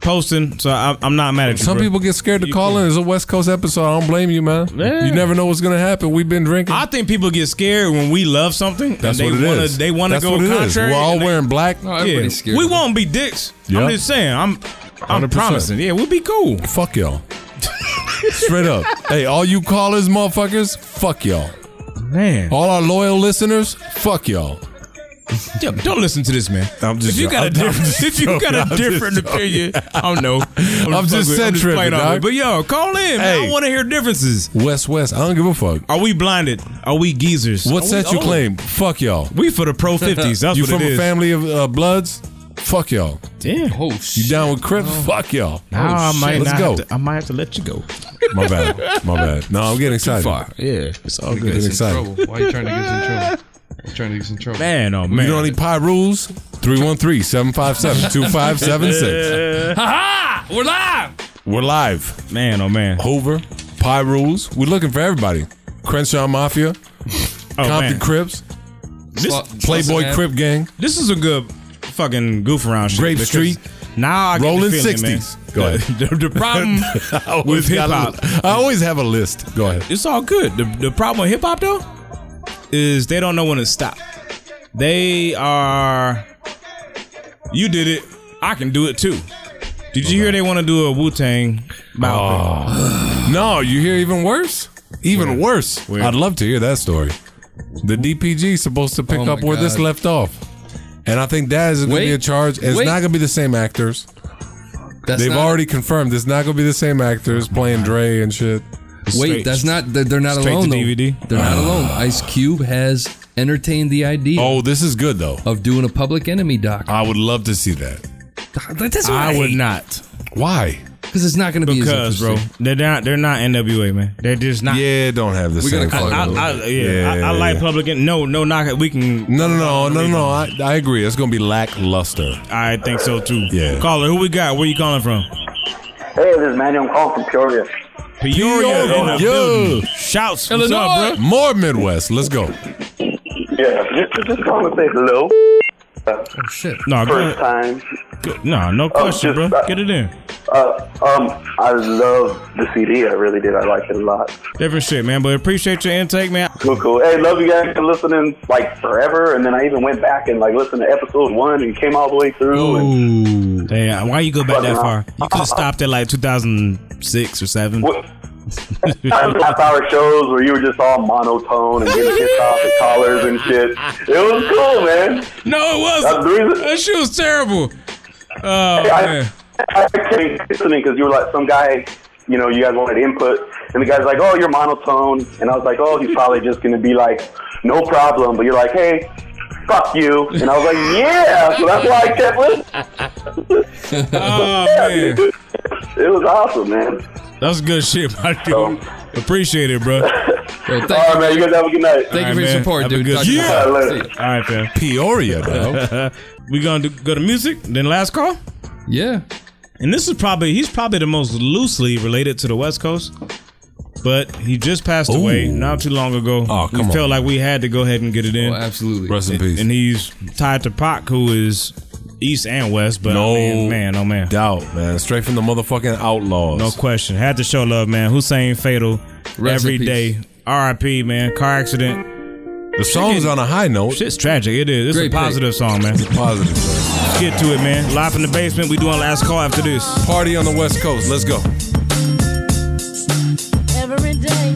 S3: posting. So I, I'm not mad at you.
S4: Some
S3: bro.
S4: people get scared to
S3: You
S4: call in. It's a West Coast episode. I don't blame you, man.
S3: Yeah.
S4: You never know what's gonna happen. We've been drinking.
S3: I think people get scared when we love something.
S4: That's
S3: and
S4: what
S3: they
S4: it
S3: wanna,
S4: is.
S3: They want to
S4: That's
S3: go
S4: what it is.
S3: contrary.
S4: We're all
S3: and they-
S4: wearing black.
S5: No, everybody's scared.
S3: we won't be dicks.
S4: Yeah.
S3: I'm just saying. I'm. I'm
S4: 100%.
S3: promising. Yeah, we'll be cool.
S4: Fuck y'all. Straight up. Hey, all you callers, motherfuckers. Fuck y'all.
S3: Man.
S4: All our loyal listeners. Fuck y'all.
S3: Yeah, but don't listen to this man.
S4: I'm just
S3: if you got a
S4: joking. I'm
S3: different,
S4: just
S3: if you got
S4: joking. I'm
S3: a
S4: just
S3: different
S4: joking.
S3: opinion, I don't know.
S4: I'm just
S3: fucking-
S4: said tripping,
S3: playing off
S4: dog.
S3: it. But yo, call in. man.
S4: Hey.
S3: I want to hear differences.
S4: West West. I don't give a fuck.
S3: Are we blinded? Are we geezers?
S4: What's
S3: Are we
S4: that you
S3: old?
S4: claim? Fuck y'all.
S3: We for the pro fifties. That's
S4: you
S3: what
S4: from
S3: it
S4: a
S3: is.
S4: family of uh, bloods? Fuck y'all.
S3: Damn. Oh,
S5: Oh
S4: You
S5: shit.
S4: down with Crips? Fuck y'all.
S3: Now I might
S4: Oh, Let's
S3: not
S4: go.
S3: have to- I might have to let you go.
S4: My bad. My bad. No, I'm getting excited.
S5: Far.
S3: Yeah, it's all
S5: Get
S3: good.
S5: us in
S4: excited.
S5: trouble. Why are you trying to get us in trouble? He's trying to get us in trouble.
S3: Man, oh
S4: You
S3: man.
S4: know any pie rules? 313-757-2576.
S5: Ha ha! We're live.
S4: We're live.
S3: man, oh man.
S4: Hoover, pie rules. We're looking for everybody. Crenshaw Mafia,
S3: Oh
S4: Compton
S3: man.
S4: Crips,
S3: This,
S4: Playboy Crip Gang,
S3: this is a good fucking goof around shit.
S4: Grape
S3: because
S4: Street.
S3: Now I get the
S4: Rolling
S3: feeling, man.
S4: 60s. Go ahead.
S3: The, the problem
S4: I always
S3: with hip
S4: got a-
S3: hop
S4: I always have a list. Go ahead.
S3: it's all good. The, the problem with hip hop though is they don't know when to stop. They are. You did it. I can do it too. Did you hear they want to do a Wu Tang? Oh,
S4: No, you hear even worse? Even worse.
S3: Where?
S4: I'd love to hear that story. The DPG supposed to pick
S5: Oh my
S4: up where this
S5: God.
S4: left off. And I think that is going to be
S5: Wait,
S4: a charge. It's
S5: wait.
S4: not going to be the same actors.
S5: That's
S4: They've
S5: not-
S4: already confirmed it's not going to be the same actors playing Dre and shit. Ah,
S5: Wait, that's not. They're, they're not
S4: Straight
S5: alone.
S4: to
S5: though.
S4: DVD?
S5: They're not alone. Ice Cube has entertained the idea.
S4: Oh, this is good though.
S5: Of doing a Public Enemy doc.
S4: I would love to see that.
S5: That's what
S3: I would
S5: hate.
S3: not.
S4: Why?
S5: Because it's not going to be as
S3: because, bro,
S5: interesting.
S3: they're not. They're not NWA, man. They're just not.
S4: Yeah, don't have the
S3: we
S4: same
S3: I,
S4: fucking-
S3: I, I, yeah,
S4: Yeah,
S3: I, I like
S4: yeah.
S3: public. en- No, no, not we can.
S4: No, no, no, no, no. I, I agree. It's going to be lackluster.
S3: I think so too.
S4: Yeah.
S3: Caller, who we got? Where you calling from?
S16: Hey, this is Manny. I'm calling from Peoria.
S3: Peoria, in the
S4: Yo.
S3: building. Shouts, what's up, bro?
S4: More Midwest. Let's go.
S16: Yeah, just, just calling to say hello.
S5: Oh shit.
S3: No, go
S16: First
S3: ahead.
S16: time.
S3: No, no question, bro. Get it in.
S16: Uh, um, I love the CD. I really did. I liked it a lot.
S3: Different shit, man. But appreciate your intake, man.
S16: Cool, cool. Hey, love you guys for listening like forever. And then I even went back and like listened to episode one and came all the way through. And
S3: Ooh. Damn, why you go back that far? You could have stopped at like 2006 or 7.
S16: half hour shows where you were just all monotone and getting pissed off at callers and shit. It was cool, man.
S3: No, it wasn't. That shit was terrible. Oh,
S16: Hey, I, I kept listening because you were like some guy. You know, you guys wanted input, and the guy's like, "Oh, you're monotone," and I was like, "Oh, he's probably just gonna be like, no problem." But you're like, "Hey, fuck you," and I was like, "Yeah," so that's why I kept listening.
S3: Oh, man.
S16: It was awesome, man.
S3: That's good shit, my dude. Appreciate it, bro.
S16: thank All right, you. man. You guys have a good night.
S5: Thank you for your support, dude. Talk to you
S3: yeah.
S5: later.
S3: All
S5: All right,
S3: right, fam.
S4: Peoria,
S3: bro. we gonna do, go to music, then last call.
S5: Yeah.
S3: And this is probably he's probably the most loosely related to the West Coast, but he just passed away not too long ago. Oh,
S4: come
S3: we
S4: on.
S3: felt like we had to go ahead and get it in.
S5: Oh, absolutely.
S4: Rest in peace.
S3: And he's tied to Pac, who is East and West, but
S4: no
S3: I mean, man, oh man.
S4: doubt, man. Straight from the motherfucking outlaws.
S3: No question. Had to show love, man. Hussein Fatal
S4: Rest
S3: every
S4: in peace.
S3: day. R.I.P. Man. Car accident.
S4: The song's on a high note.
S3: Shit's tragic. It is. It's
S4: Great
S3: a positive song, man. It's
S4: positive.
S3: Get to it, man. Live in the basement. We doing last call after this.
S4: Party on the West Coast. Let's go.
S20: Every day,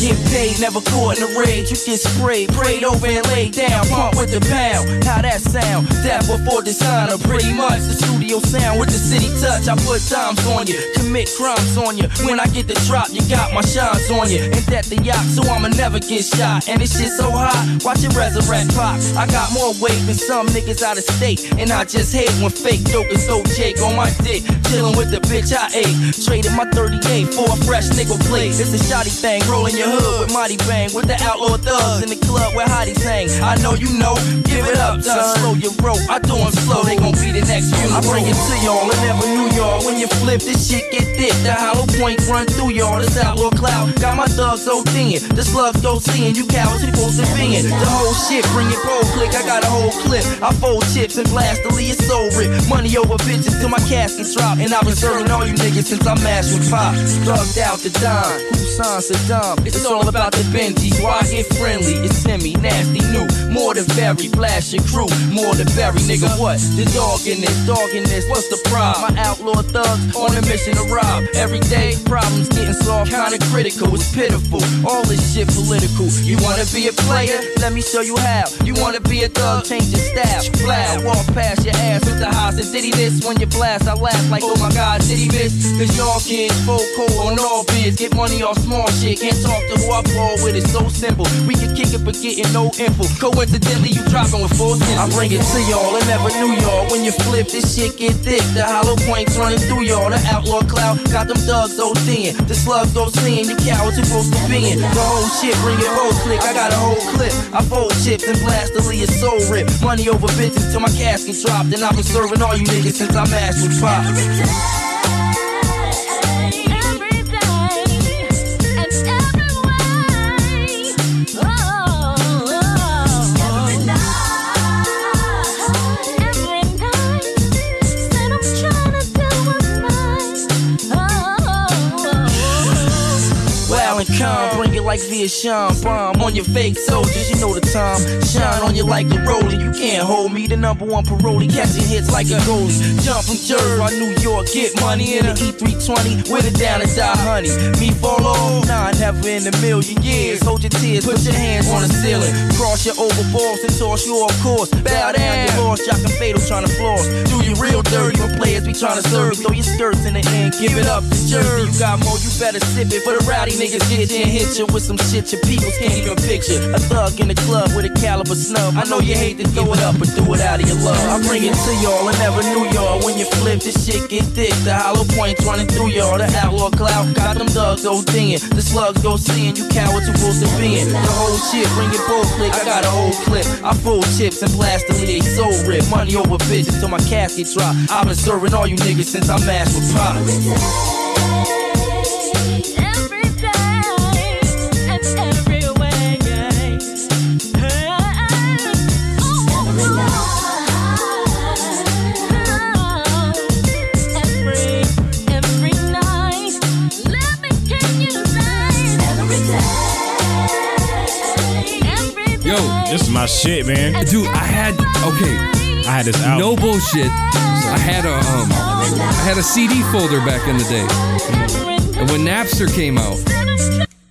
S31: Get paid, never caught in a rage. You get sprayed, prayed over and laid down. Part with the pound, how that sound? That before designer, pretty much the studio sound with the city touch. I put times on you, commit crimes on you. When I get the drop, you got my shines on you. Ain't that the yacht, so I'ma never get shot. And this shit so hot, watch it resurrect pop. I got more weight than some niggas out of state. And I just hate when fake dope is so Jake on my dick. Chillin' with the bitch I ate. Traded my 38 for a fresh nickel plate. It's a shoddy thing, rolling your hood with Mighty Bang. With the outlaw thugs in the club where hotties hang. I know you know, give it up, son. Slow your rope, I do 'em slow, they gon' be the next few. I bring it to y'all in every New York. When you flip, this shit get thick. The hollow point run through y'all, this outlaw cloud. Got my thugs so thin, the slugs go seeing. You cowards, you supposed to be in. The whole shit, bring it pro click, I got a whole clip. I fold chips and blast the lead so rip. Money over bitches till my castings drop. And I've been serving all you niggas since I mashed with pop. Thugged out the dime, who signs the dime? It's all about the Benjis, why I get friendly? It's semi, nasty, new, more than very. Flash your crew, more than very. Nigga, what? The dog in this, dog in this, what's the problem? My outlaw thugs on a mission to rob. Every day, problems getting solved, kinda critical, it's pitiful. All this shit political. You wanna be a player? Let me show you how. You wanna be a thug? Change your style. Fly, walk past your ass with the house and diddy this. When you blast, I laugh like, oh my god, did he miss? Cause y'all kids, full cold on all bids. Get money off small shit. Can't talk to who I ball with, it's so simple. We can kick it, but getting no info. Coincidentally, you dropping with full sense. I bring it to y'all in every New York. When you flip, this shit get thick. The hollow points running through y'all. The outlaw cloud got them thugs so thin. The slugs go seeing. You cowards you supposed to be in. The whole shit, bring your whole click. I got a whole clip. I fold chips and blast the lead soul rip. Money over bitches till my casket dropped. And I've been serving all you niggas since I mashed with pop. Wild and calm, bring it like Vietnam bomb on your fake soldiers. You know the time. Shine on you like a roller. You can't hold me. The number one parolee catching hits like a goalie. Jump from Jersey, or New York, get money in the E320 with it down and die, honey. Me fall off, nah, never in a million years. Hold your tears, put your hands on the ceiling. Cross your over balls and toss you off course. Bow down, you lost, y'all can fatal trying to floss. Do you real dirty when players be trying to serve? Throw your skirts in the end, give it up to Jersey. You got more, you better sip it. For the rowdy niggas get you and hit you with some shit your people can't even picture. A thug in the club with a caliber snub. I know you hate to throw it up, but do it out of your love. I bring it to y'all, I never knew y'all. When you flip, this shit get thick. The hollow points running through y'all. The outlaw cloud got them thugs go dinging. The slugs go seeing you cowards who supposed to be in. The whole shit, bring your both click. I got a whole clip. I fold chips and blast the league. So rip, money over bitches till my casket drop. I've been serving all you niggas since I mashed with products.
S3: Yo, this is my shit, man.
S5: Dude, I had okay.
S3: I had this album.
S5: No bullshit. I had a um, I had a CD folder back in the day, and when Napster came out,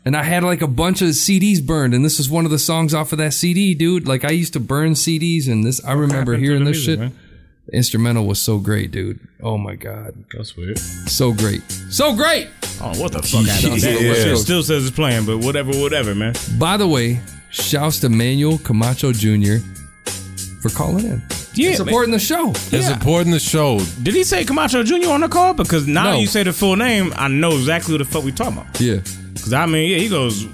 S5: and I had like a bunch of CDs burned, and this is one of the songs off of that CD, dude. Like I used to burn CDs, and this I remember
S3: happened to
S5: hearing
S3: the
S5: this
S3: music,
S5: shit.
S3: man?
S5: The instrumental was so great, dude. Oh my god,
S3: that's weird.
S5: So great, so great.
S3: Oh, what the fuck? I done that. Shit Still says it's playing, but whatever, whatever, man.
S5: By the way, shouts to Manuel Camacho Jr. for calling in.
S3: Yeah,
S5: supporting the show.
S3: It's
S4: supporting the show.
S3: Did he say Camacho Jr. on the call? Because now
S5: No.
S3: you say the full name, I know exactly what the fuck we talking about.
S5: Yeah.
S3: Because I mean, yeah, he goes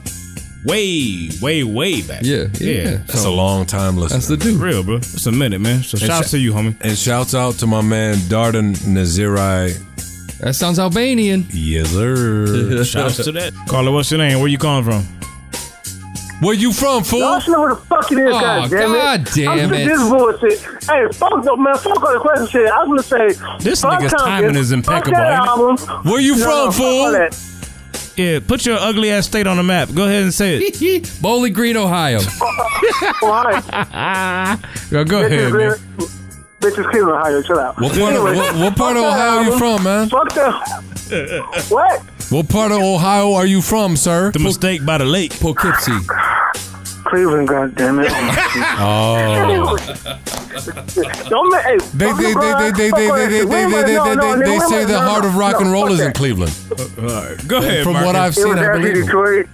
S3: way, way, way back. Yeah,
S4: That's a long time listener.
S3: That's the dude. Real, bro. It's a minute, man. So
S4: And
S3: shout out
S4: sh-
S3: to you, homie.
S4: And shouts out to my man Darden Nazirai.
S5: That sounds Albanian.
S4: Yes, sir.
S3: Shouts to that. Carla, what's your name? Where you calling from?
S4: Where you from, fool?
S32: Y'all should know who the fuck it is,
S3: Aw,
S32: God damn it.
S3: God damn
S32: I'm
S3: it.
S32: sick of this bullshit. Hey, fuck no, man. Fuck all the question shit. I was gonna say
S3: This
S32: fuck
S3: nigga's
S32: Compton,
S3: timing is impeccable,
S32: Fuck that
S3: ain't it?
S32: album.
S4: Where you
S32: No,
S4: from,
S32: no, fuck all
S4: fool?
S32: that.
S3: Yeah, put your ugly ass state on the map. Go ahead and say it.
S5: Bowling Green, Ohio.
S32: Ohio.
S3: Yo, go ahead, man.
S32: Bitches Cleveland, Ohio. Chill out.
S4: What part of- what- what part of Ohio you from, man?
S32: Fuck that. what?
S4: What part of Ohio are you from, sir? The
S3: mistake by the lake.
S5: Poughkeepsie.
S32: Cleveland, God damn it.
S4: Oh.
S32: Don't let. Hey,
S4: They, they, they, they, they, they, they, they, they, they, they, they, they say the heart of rock and roll is in Cleveland.
S3: Go ahead.
S4: From what I've
S32: it
S4: seen,
S32: was
S4: I
S32: actually
S4: believe. it.
S32: Detroit.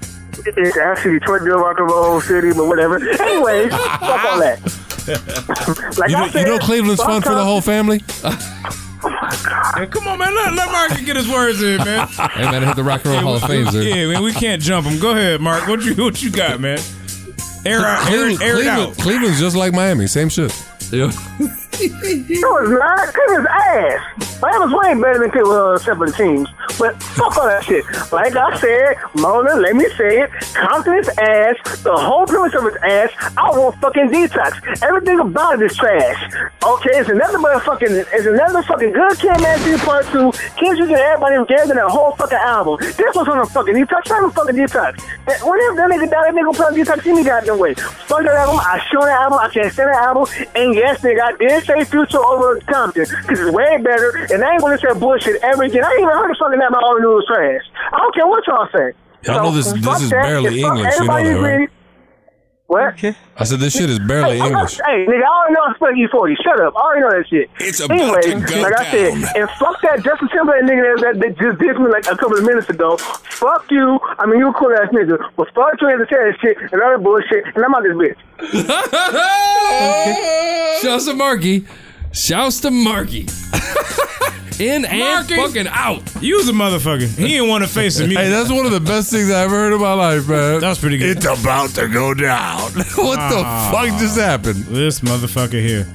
S32: It's actually Detroit, Bill Rock and Roll City, but whatever. Anyways, fuck all that. Like
S4: You
S32: I
S4: know, you know
S32: said,
S4: Cleveland's fun for the whole family?
S3: Come on, man. Let, let Mark get his words in, man.
S5: Hey, man, I hit the Rock and Roll Hall of Fame, sir.
S3: Yeah, man, we can't jump him. Go ahead, Mark. What you what you got, man? Air out, air,
S4: Cleveland-
S3: air it
S4: Cleveland-
S3: out.
S4: Cleveland's just like Miami. Same shit.
S32: no, it's not. Cleveland's ass. Miami's way better than Cleveland, uh, except for the teams. But fuck all that shit. Like I said, Mona, let me say it. Compton is ass. The whole premise of it's ass. I want fucking detox. Everything about it is trash. Okay, it's another motherfucking, it's another fucking good Kim Anthony part two. Kendrick and everybody was gave that whole fucking album. This was on a fucking detox. Try to fucking detox. That- Whenever that nigga died, that nigga put on detox in me goddamn way. Fuck that album. I show that album. I can't stand that album. And yes, nigga, I did say Future over Compton because it's way better. And I ain't gonna say bullshit ever again. I ain't even heard the fucking album. All new was trash. I don't care what y'all say.
S4: Y'all know this-
S32: fuck
S4: this is
S32: that.
S4: barely
S32: Fuck
S4: English, you know
S32: everybody
S4: that, right?
S32: agree. What?
S4: I said this shit is barely
S32: Hey, I'm not-
S4: English.
S32: Hey, nigga, I already know I'm spelling E40. Shut up. I already know that shit. It's
S4: about
S32: anyway,
S4: to go
S32: like I said, and fuck that Justin Timberlake nigga that, that, that just dissed me like a couple of minutes ago. Fuck you. I mean, you a cool ass nigga, but fuck you and the terrorist shit and all that bullshit, and I'm out this bitch.
S5: Shouts to Marky. Shouts to Marky. In and fucking out.
S3: You was a motherfucker. He didn't want to face the music.
S4: Hey, that's one of the best things I ever heard in my life, man.
S3: That's pretty good.
S4: It's about to go down. what the
S3: Ah.
S4: fuck just happened?
S3: This motherfucker here.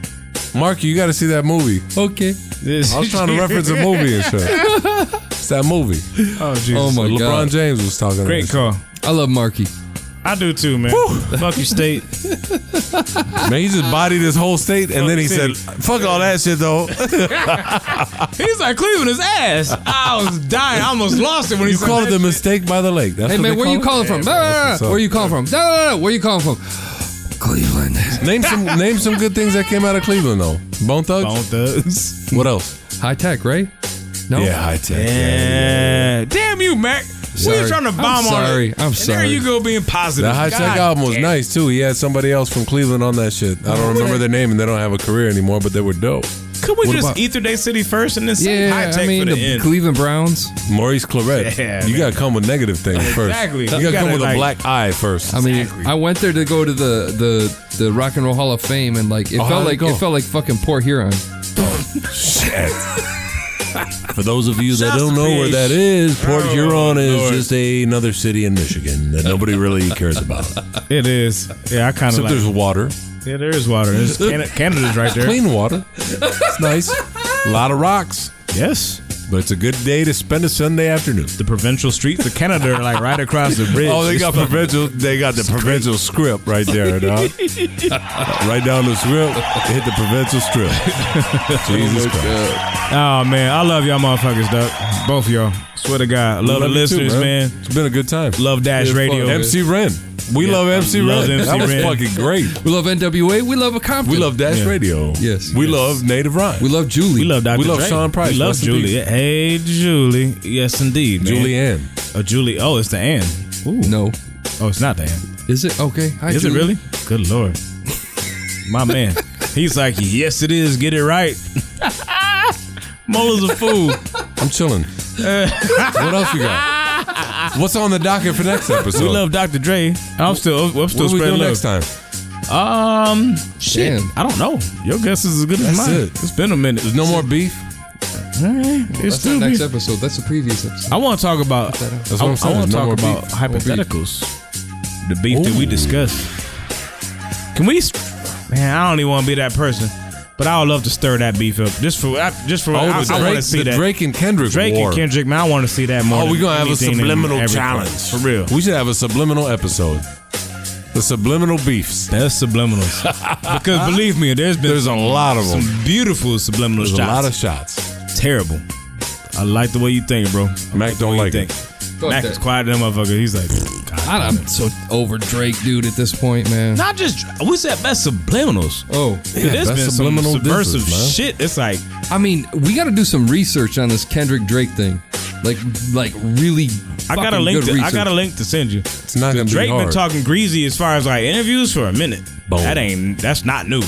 S4: Mark, you got to see that movie.
S5: Okay.
S4: I was trying to reference a movie and shit. It's that movie.
S3: Oh, Jesus.
S5: Oh, my
S4: LeBron
S5: God.
S4: James was talking. about
S5: Great
S4: this
S5: call.
S4: shit.
S5: I love Marky.
S3: I do too, man. Fuck you, state.
S4: Man, he just bodied his whole state, and then he
S3: Fuck the
S4: said, "Fuck all that shit, though."
S3: He's like Cleveland is ass. I was dying. I almost lost it when he
S4: you
S3: said
S4: called it
S3: that
S4: the mistake by the lake. That's
S5: hey
S4: what
S5: man,
S4: they
S5: where
S4: call
S5: you
S4: it?
S5: calling from?
S4: Yeah,
S5: Ah,
S4: that's what's up.
S5: where you calling from? No, no, no, where you calling from? Cleveland.
S4: Name some name some good things that came out of Cleveland though. Bone Thugs. Bone
S3: Thugs.
S4: What else?
S5: High tech, right? No.
S4: Yeah, high tech.
S3: Yeah. Damn you, Mac. We were
S4: Sorry.
S3: trying to
S4: I'm
S3: bomb on
S4: sorry.
S3: it.
S4: I'm
S3: and There
S4: sorry.
S3: you go being positive.
S4: That high tech
S3: God
S4: album was
S3: damn.
S4: nice too. He had somebody else from Cleveland on that shit. I don't remember their name, and they don't have a career anymore, but they were dope.
S3: Could we
S4: What
S3: just
S4: about-
S3: Ether Day City first and then save
S5: Yeah,
S3: high tech
S5: I mean
S3: for
S5: the,
S3: the, end?
S5: Cleveland Browns.
S4: Maurice Claret.
S3: Yeah,
S4: you gotta come with negative things first.
S3: Exactly.
S4: You gotta,
S3: You
S4: come
S3: gotta,
S4: with
S3: like-
S4: a black eye first.
S5: I mean, I went there to go to the the the Rock and Roll Hall of Fame, and like it
S4: Oh, how'd
S5: felt
S4: it
S5: like
S4: go?
S5: it felt like fucking Port Huron.
S4: Shit. For those of you that
S5: Shouts
S4: don't
S5: to
S4: know where
S5: PH.
S4: that is, Port
S3: Oh,
S4: Huron is
S3: Lord.
S4: just a, another city in Michigan that nobody really cares about.
S3: It is. Yeah, I kind of
S4: Except
S3: like
S4: there's water.
S3: Yeah, there is water. There's Canada, Canada's right there.
S4: Clean water. It's nice. A lot of rocks.
S3: Yes.
S4: But it's a good day to spend a Sunday afternoon.
S3: The provincial streets of Canada are like right across the bridge.
S4: Oh, they
S3: It's
S4: got
S3: fucking-
S4: provincial. They got the provincial script right there, dog. right down the script, hit the provincial strip. Jesus Christ.
S3: Oh man, I love y'all motherfuckers, Doug. Both of y'all. Swear to God. I Love, the
S4: Love you too,
S3: listeners, man.
S4: man. It's been a good time.
S3: Love Dash
S4: Yeah,
S3: Radio.
S4: fuck it. MC Ren. We love MC
S3: Love
S4: Ren.
S3: MC
S4: That was
S3: Ren.
S4: fucking great.
S5: We love NWA. We love a Compton.
S4: We love Dash Radio.
S5: Yes.
S4: We love Native Rhyme.
S5: We love Julie.
S3: We love Dr.
S4: We love
S3: Dre.
S4: Sean Price.
S3: We love
S4: Rest in
S3: Julie.
S4: peace.
S3: Hey, Julie. Yes, indeed. Man.
S4: Julie Ann.
S3: Oh, Julie. Oh, it's the Ann. Ooh.
S5: No.
S3: Oh, it's not the Ann.
S5: Is it okay? Hi,
S3: is
S5: Julie.
S3: it really? Good lord. My man. He's like, yes, it is. Get it right. Mola's a fool.
S4: I'm chilling. what else you got? What's on the docket for next episode?
S3: We love Dr. Dre. I'm still, I'm still
S4: what are we
S3: spreading
S4: doing
S3: love.
S4: next time?
S3: Um, shit.
S5: Damn.
S3: I don't know. Your guess is as good as
S4: That's
S3: mine.
S4: it.
S3: has been a minute.
S4: There's no more beef.
S3: All right. It's
S5: That's not
S3: still
S5: next
S3: be-
S5: episode. That's the previous episode.
S3: I want to talk about.
S4: That's what I'm
S3: I,
S4: saying.
S3: want to
S4: There's no
S3: talk
S4: more
S3: about
S4: beef.
S3: hypotheticals. The beef that we discussed. Can we? s- Man, I don't even want to be that person, but I would love to stir that beef up just for I- just for.
S4: Oh,
S3: I,
S4: the
S3: I want to
S4: Drake-
S3: see
S4: the
S3: that
S4: Drake and Kendrick
S3: Drake
S4: war.
S3: and Kendrick, man, I want to see that more.
S4: Oh,
S3: than
S4: we gonna have a
S3: anything and
S4: subliminal
S3: everything.
S4: challenge
S3: for real.
S4: We should have a subliminal episode. The subliminal beefs.
S3: That's subliminals. because believe me, there's been
S4: There's a lot of
S3: some
S4: them.
S3: beautiful subliminal
S4: There's a
S3: shots.
S4: lot of shots.
S3: terrible. I like the way you think, bro.
S4: Mac don't
S3: You
S4: like
S3: think.
S4: it.
S5: Fuck
S3: Mac
S5: that.
S3: is quiet than motherfucker. He's like, God.
S5: I, I'm so over Drake, dude. At this point, man.
S3: not just we said best subliminals.
S5: Oh,
S3: Dude, there's
S4: best
S3: been some
S4: subliminal
S3: subversive
S4: difference, man.
S3: shit. It's like
S5: I mean, we got to do some research on this Kendrick Drake thing. Like, like really.
S3: I got a
S5: fucking
S3: link.
S5: good
S3: To, I
S5: research.
S3: got a link to send you.
S4: It's not gonna
S3: Drake
S4: be hard.
S3: been talking greasy as far as like interviews for a minute.
S4: Boom.
S3: That ain't. That's not new.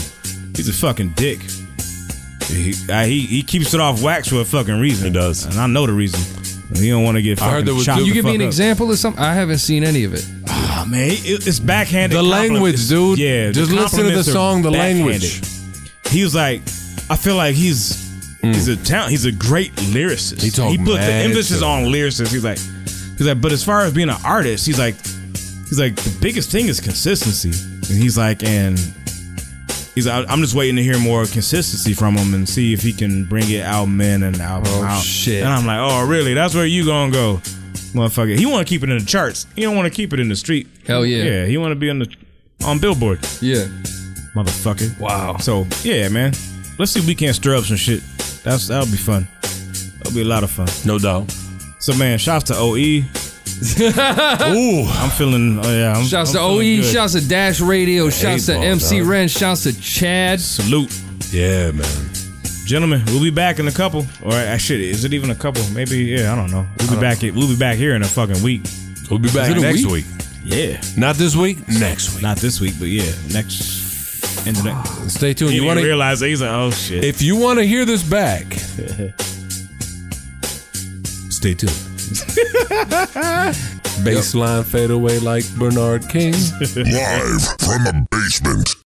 S3: He's a fucking dick. He, I, he he keeps it off wax for a fucking reason. He
S4: does.
S3: and I know the reason. He don't want to get.
S4: I heard
S3: fucking
S4: there was
S3: chopped
S4: dude-
S3: the
S5: You give me
S3: fuck up.
S5: an example of something. I haven't seen any of it.
S3: Oh, man, it- it's backhanded.
S4: The
S3: compliments.
S4: language, dude.
S3: Yeah,
S4: Just listen to the
S3: compliments are
S4: song, The Language.
S3: backhanded. He was like, I feel like he's he's a talent. He's a great lyricist.
S4: Mm. He talk
S3: put the
S4: mad
S3: emphasis
S4: shit.
S3: on lyricist. He's like, he's like, but as far as being an artist, he's like, he's like the biggest thing is consistency. And he's like, and he's like, I'm just waiting to hear more consistency from him and see if he can bring it album in and album
S5: Oh,
S3: out.
S5: shit.
S3: And I'm like, oh really? That's where you gonna go, motherfucker? He want to keep it in the charts. He don't want to keep it in the street.
S5: Hell yeah.
S3: Yeah, he want to be on the on Billboard,
S5: Yeah.
S3: motherfucker. Wow. So yeah, man. Let's see if we can stir up some shit. That's that'll be fun. That'll be a lot of fun.
S4: No doubt.
S3: So man, shouts to OE.
S4: Ooh,
S3: I'm feeling. Oh yeah. I'm,
S5: Shouts
S3: I'm
S5: to
S3: feeling
S5: OE.
S3: good.
S5: Shouts to Dash Radio. Shouts to
S4: ball,
S5: MC
S4: dog.
S5: Ren. Shouts to Chad.
S3: Salute,
S4: yeah, man.
S3: gentlemen. We'll be back in a couple. Or I should. Is it even a couple? Maybe. Yeah. I don't know. We'll be back. Here, we'll be back here in a fucking week.
S4: We'll be back
S5: it a
S4: next
S5: week?
S4: week?
S3: Yeah.
S4: Not this week. Next week.
S3: Not this week, but yeah, next. And the next.
S4: Stay tuned.
S3: He
S4: You
S3: didn't
S4: want to?
S3: realize that he's like, oh shit.
S4: If you want to hear this back, stay tuned. Baseline fade away like Bernard King.
S12: Live from the basement.